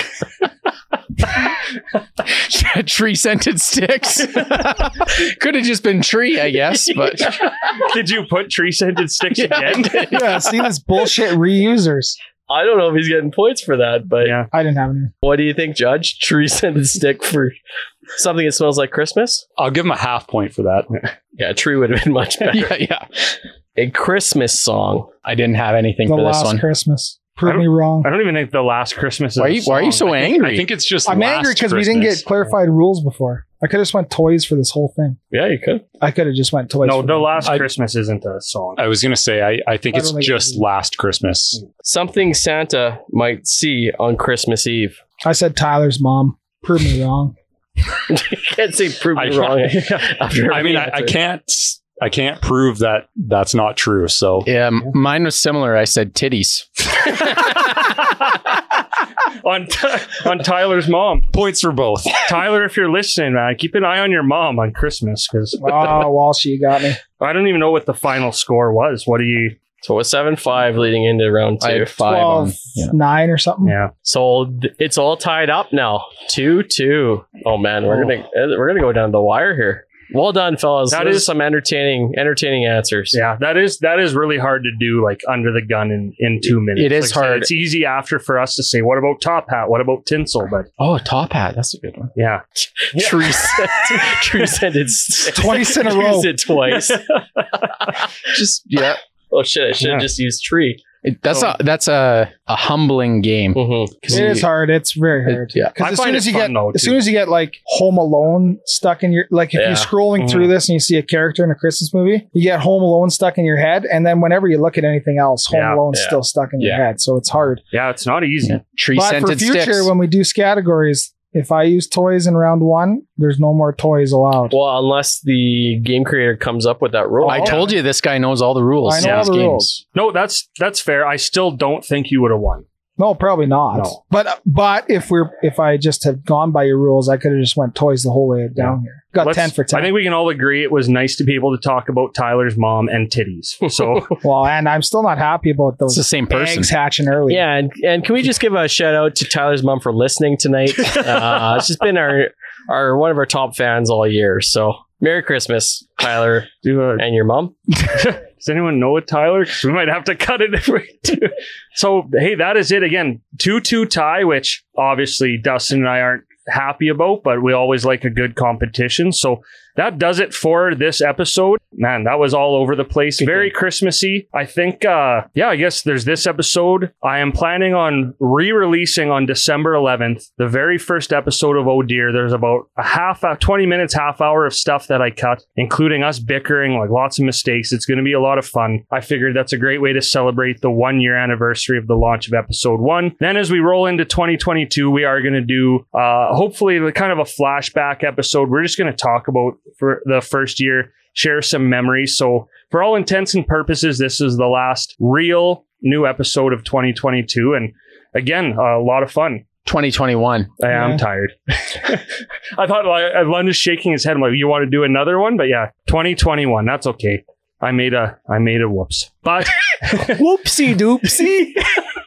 Speaker 3: tree scented sticks. Could have just been tree, I guess, but
Speaker 2: Did you put tree scented sticks again?
Speaker 4: Yeah, see this bullshit reusers.
Speaker 5: I don't know if he's getting points for that, but
Speaker 2: Yeah.
Speaker 4: I didn't have any.
Speaker 5: what do you think, Judge? Tree scented stick for something that smells like Christmas?
Speaker 1: I'll give him a half point for that.
Speaker 5: Yeah, tree would have been much better.
Speaker 3: yeah, yeah.
Speaker 5: A Christmas song.
Speaker 3: I didn't have anything
Speaker 4: The
Speaker 3: for this
Speaker 4: last
Speaker 3: one.
Speaker 4: Christmas.
Speaker 2: I
Speaker 4: Prove
Speaker 2: don't-
Speaker 4: me wrong.
Speaker 2: I don't even think the last Christmas. Is
Speaker 3: Why are
Speaker 2: a
Speaker 3: you, why are you
Speaker 2: song.
Speaker 3: so angry?
Speaker 1: I think it's just.
Speaker 4: I'm angry
Speaker 1: last
Speaker 4: because we didn't
Speaker 1: Christmas.
Speaker 4: get clarified rules before. I could have just went toys for this whole thing.
Speaker 5: Yeah, you could.
Speaker 4: I could have just went toys.
Speaker 2: No,
Speaker 4: for
Speaker 2: the
Speaker 4: that.
Speaker 2: last
Speaker 1: I-
Speaker 2: Christmas isn't a song.
Speaker 1: I was gonna say I, I think
Speaker 4: I
Speaker 1: it's
Speaker 4: don't think
Speaker 1: just
Speaker 4: it's-
Speaker 1: last Christmas.
Speaker 5: Something Santa might see on Christmas Eve.
Speaker 4: I said Tyler's mom. Prove me wrong.
Speaker 5: you can't say prove
Speaker 1: I
Speaker 5: me
Speaker 1: can't-
Speaker 5: wrong.
Speaker 1: I,
Speaker 5: After
Speaker 1: mean, I, I can't. I can't prove that that's not true. So
Speaker 3: Yeah, m- mine was similar. I said titties.
Speaker 2: on on Tyler's mom.
Speaker 1: points for both.
Speaker 2: Tyler, if you're listening, man, keep an eye on your mom on Christmas because
Speaker 4: Oh, Walsh, you got me.
Speaker 2: I don't even know what the final score was. What do you?
Speaker 5: So it was seven five leading into round
Speaker 3: I
Speaker 5: two.
Speaker 3: had five on.
Speaker 4: 12,
Speaker 3: Yeah.
Speaker 4: 9 or something.
Speaker 2: Yeah,
Speaker 5: So th- it's all tied up now. Two two. Oh man, we're
Speaker 2: Oh.
Speaker 5: gonna eh, we're gonna go down the wire here. Well done, fellas.
Speaker 2: That
Speaker 5: That is
Speaker 2: is-
Speaker 5: some entertaining entertaining answers.
Speaker 2: yeah, that is that is really hard to do like under the gun in in two minutes.
Speaker 3: it is
Speaker 2: Like I said,
Speaker 3: hard.
Speaker 2: It's easy after for us to say, what about top hat? What about tinsel? But
Speaker 3: Oh, top hat. That's a good one.
Speaker 2: yeah, Yeah.
Speaker 5: Tree said, Tree said it's
Speaker 4: Twice in a row.
Speaker 5: Used it twice.
Speaker 3: Just yeah.
Speaker 5: oh shit! I should have
Speaker 2: Yeah.
Speaker 5: just used tree.
Speaker 3: It, that's
Speaker 2: So-
Speaker 3: a that's a, a humbling game.
Speaker 5: Mhm.
Speaker 4: It is hard. It's very
Speaker 3: It-
Speaker 4: hard.
Speaker 3: yeah.
Speaker 2: I
Speaker 4: Because as
Speaker 2: find
Speaker 4: soon
Speaker 2: it
Speaker 4: as you
Speaker 2: fun,
Speaker 4: get
Speaker 2: though,
Speaker 4: as
Speaker 2: too.
Speaker 4: soon as you get like Home Alone stuck in your like if
Speaker 5: Yeah.
Speaker 4: you're scrolling through this and you see a character in a Christmas movie, you get Home Alone stuck in your head, and then whenever you look at anything else, Home
Speaker 2: Yeah,
Speaker 4: Alone's
Speaker 5: yeah,
Speaker 4: still stuck in
Speaker 5: yeah.
Speaker 4: your head. So it's hard.
Speaker 2: yeah, it's not easy.
Speaker 3: Tree
Speaker 4: But for
Speaker 3: scented
Speaker 4: future,
Speaker 3: sticks.
Speaker 4: when we do categories, if I use toys in round one, there's no more toys allowed.
Speaker 5: Well, unless the game creator comes up with that rule.
Speaker 4: Oh,
Speaker 3: I told you this guy knows all the rules.
Speaker 4: I
Speaker 3: to
Speaker 4: know all
Speaker 3: these
Speaker 4: the
Speaker 3: games.
Speaker 4: rules.
Speaker 2: No, that's that's fair. I still don't think you would have won.
Speaker 4: No, probably not.
Speaker 2: No.
Speaker 4: But but if we're if I just had gone by your rules, I could have just went toys the whole way down here. Got
Speaker 2: Let's-
Speaker 4: ten for ten.
Speaker 2: I think we can all agree it was nice to be able to talk about Tyler's mom and titties. So
Speaker 4: well, and I'm still not happy about
Speaker 3: It's the
Speaker 4: those
Speaker 3: same person.
Speaker 4: eggs hatching early.
Speaker 5: Yeah, and, and can we just give a shout out to Tyler's mom for listening tonight? Uh, she's been our our one of our top fans all year. So Merry Christmas, Tyler
Speaker 2: do a
Speaker 5: and your mom.
Speaker 2: Does anyone know it, Tyler? 'Cause we might have to cut it if we do. So, hey, that is it again. 2 2 tie, which obviously Dustin and I aren't happy about, but we always like a good competition. So, that does it for this episode. Man, that was all over the place. Very Christmassy. I think, uh, yeah, I guess there's this episode. I am planning on re releasing on December 11th, the very first episode of Oh Dear. There's about a half hour, 20 minutes, half hour of stuff that I cut, including us bickering, like lots of mistakes. It's going to be a lot of fun. I figured that's a great way to celebrate the one year anniversary of the launch of episode one. Then as we roll into 2022, we are going to do uh, hopefully the kind of a flashback episode. We're just going to talk about for the first year, share some memories. So for all intents and purposes, this is the last real new episode of 2022. And again, a lot of fun.
Speaker 3: 2021.
Speaker 2: I am
Speaker 4: Yeah.
Speaker 2: tired. I thought like Lund is shaking his head. I'm like, you want to do another one? But yeah, 2021. That's okay. I made a I made a whoops. But
Speaker 4: Whoopsie doopsie.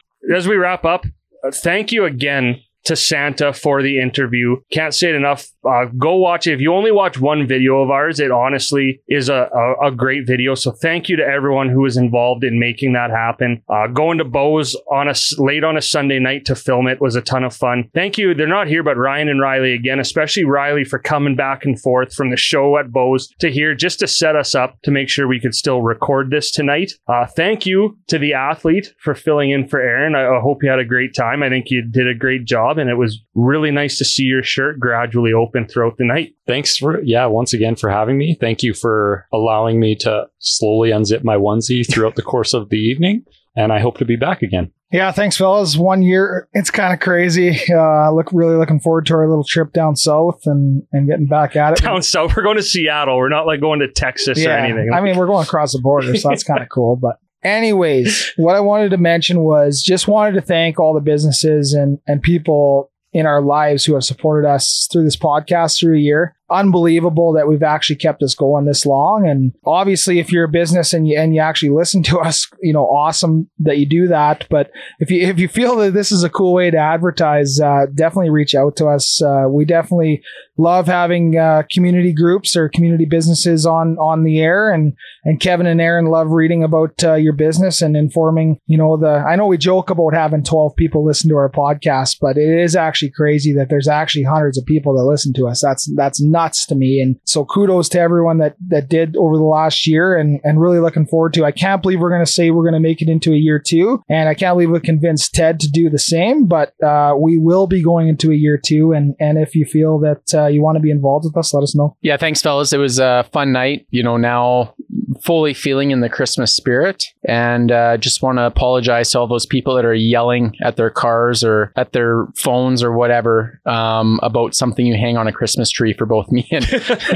Speaker 2: as we wrap up, uh, thank you again to Santa for the interview. Can't say it enough. Uh, go watch it. If you only watch one video of ours, it honestly is a, a, a great video. So thank you to everyone who was involved in making that happen. Uh, going to Bose on a s- late on a Sunday night to film it was a ton of fun. Thank you. They're not here, but Ryan and Riley again, especially Riley for coming back and forth from the show at Bose to here just to set us up to make sure we could still record this tonight. Uh, thank you to the athlete for filling in for Aaron. I, I hope you had a great time. I think you did a great job, and it was really nice to see your shirt gradually open throughout the night.
Speaker 1: Thanks for yeah, once again for having me. Thank you for allowing me to slowly unzip my onesie throughout the course of the evening, and I hope to be back again.
Speaker 4: Yeah, thanks, fellas. One year, it's kind of crazy. Uh, look, really looking forward to our little trip down south and and getting back at it.
Speaker 2: Down south, we're going to Seattle. We're not like going to Texas or anything.
Speaker 4: I mean, we're going across the border, so that's kind of cool. But anyways, what I wanted to mention was just wanted to thank all the businesses and and people in our lives who have supported us through this podcast through a year. Unbelievable that we've actually kept us going this long. And obviously, if you're a business and you and you actually listen to us, you know, awesome that you do that. But if you if you feel that this is a cool way to advertise, uh, definitely reach out to us. Uh, we definitely love having uh, community groups or community businesses on on the air and and Kevin and Aaron love reading about uh, your business and informing you know the I know we joke about having 12 people listen to our podcast but it is actually crazy that there's actually hundreds of people that listen to us that's that's nuts to me and so kudos to everyone that that did over the last year and and really looking forward to I can't believe we're going to say we're going to make it into a year two and I can't believe we convinced Ted to do the same but uh, we will be going into a year two and and if you feel that uh, you want to be involved with us let us know
Speaker 3: Yeah, thanks, fellas. It was a fun night. You know, now fully feeling in the Christmas spirit. And uh, just want to apologize to all those people that are yelling at their cars or at their phones or whatever um, about something you hang on a Christmas tree for both me and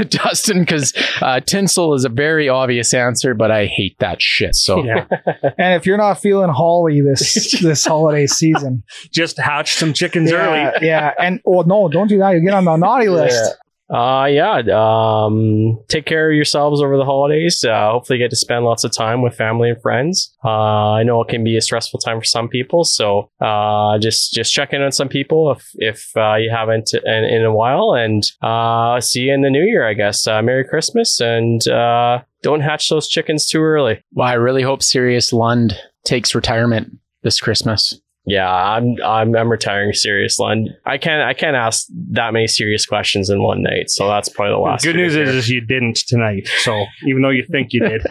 Speaker 3: Dustin, because uh, tinsel is a very obvious answer, but I hate that shit. So
Speaker 2: Yeah.
Speaker 4: And if you're not feeling holly this this holiday season,
Speaker 2: Just hatch some chickens
Speaker 4: yeah,
Speaker 2: early.
Speaker 4: yeah, and well, no, don't do that. You get on the naughty list.
Speaker 5: Uh, yeah. Um, take care of yourselves over the holidays. Uh, hopefully, you get to spend lots of time with family and friends. Uh, I know it can be a stressful time for some people, so uh, just just check in on some people if if uh, you haven't in, in a while, and uh, see you in the new year. I guess. Uh, Merry Christmas, and uh, don't hatch those chickens too early.
Speaker 3: well, I really hope Sirius Lund takes retirement this Christmas.
Speaker 5: Yeah, I'm I'm, I'm retiring serious, Lund. I can't I can't ask that many serious questions in one night, so that's probably the last.
Speaker 2: Good
Speaker 5: year
Speaker 2: news
Speaker 5: there.
Speaker 2: is, is you didn't tonight. So even though you think you did,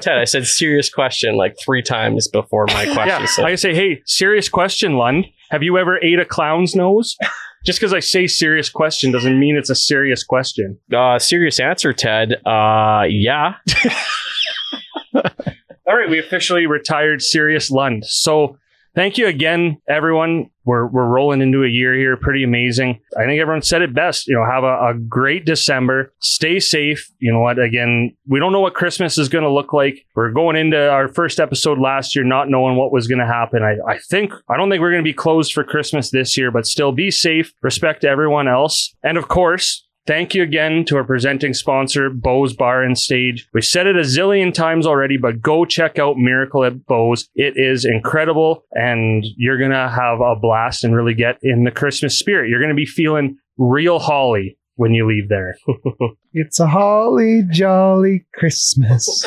Speaker 5: Ted, I said serious question like three times before my question.
Speaker 2: yeah.
Speaker 5: so-
Speaker 2: I say, hey, serious question, Lund. Have you ever ate a clown's nose? Just because I say serious question doesn't mean it's a serious question.
Speaker 5: uh, serious answer, Ted. Uh, yeah.
Speaker 2: All right, we officially retired Serious Lund. So thank you again, everyone. We're, we're rolling into a year here. Pretty amazing. I think everyone said it best. You know, have a, a great December. Stay safe. You know what? Again, we don't know what Christmas is going to look like. We're going into our first episode last year not knowing what was going to happen. I, I think, I don't think we're going to be closed for Christmas this year, but still be safe. Respect everyone else. And of course, Thank you again to our presenting sponsor, Bose Bar and Stage. We said it a zillion times already, but go check out Miracle at Bose. It is incredible, and you're going to have a blast and really get in the Christmas spirit. You're going to be feeling real holly when you leave there.
Speaker 4: It's a holly jolly Christmas.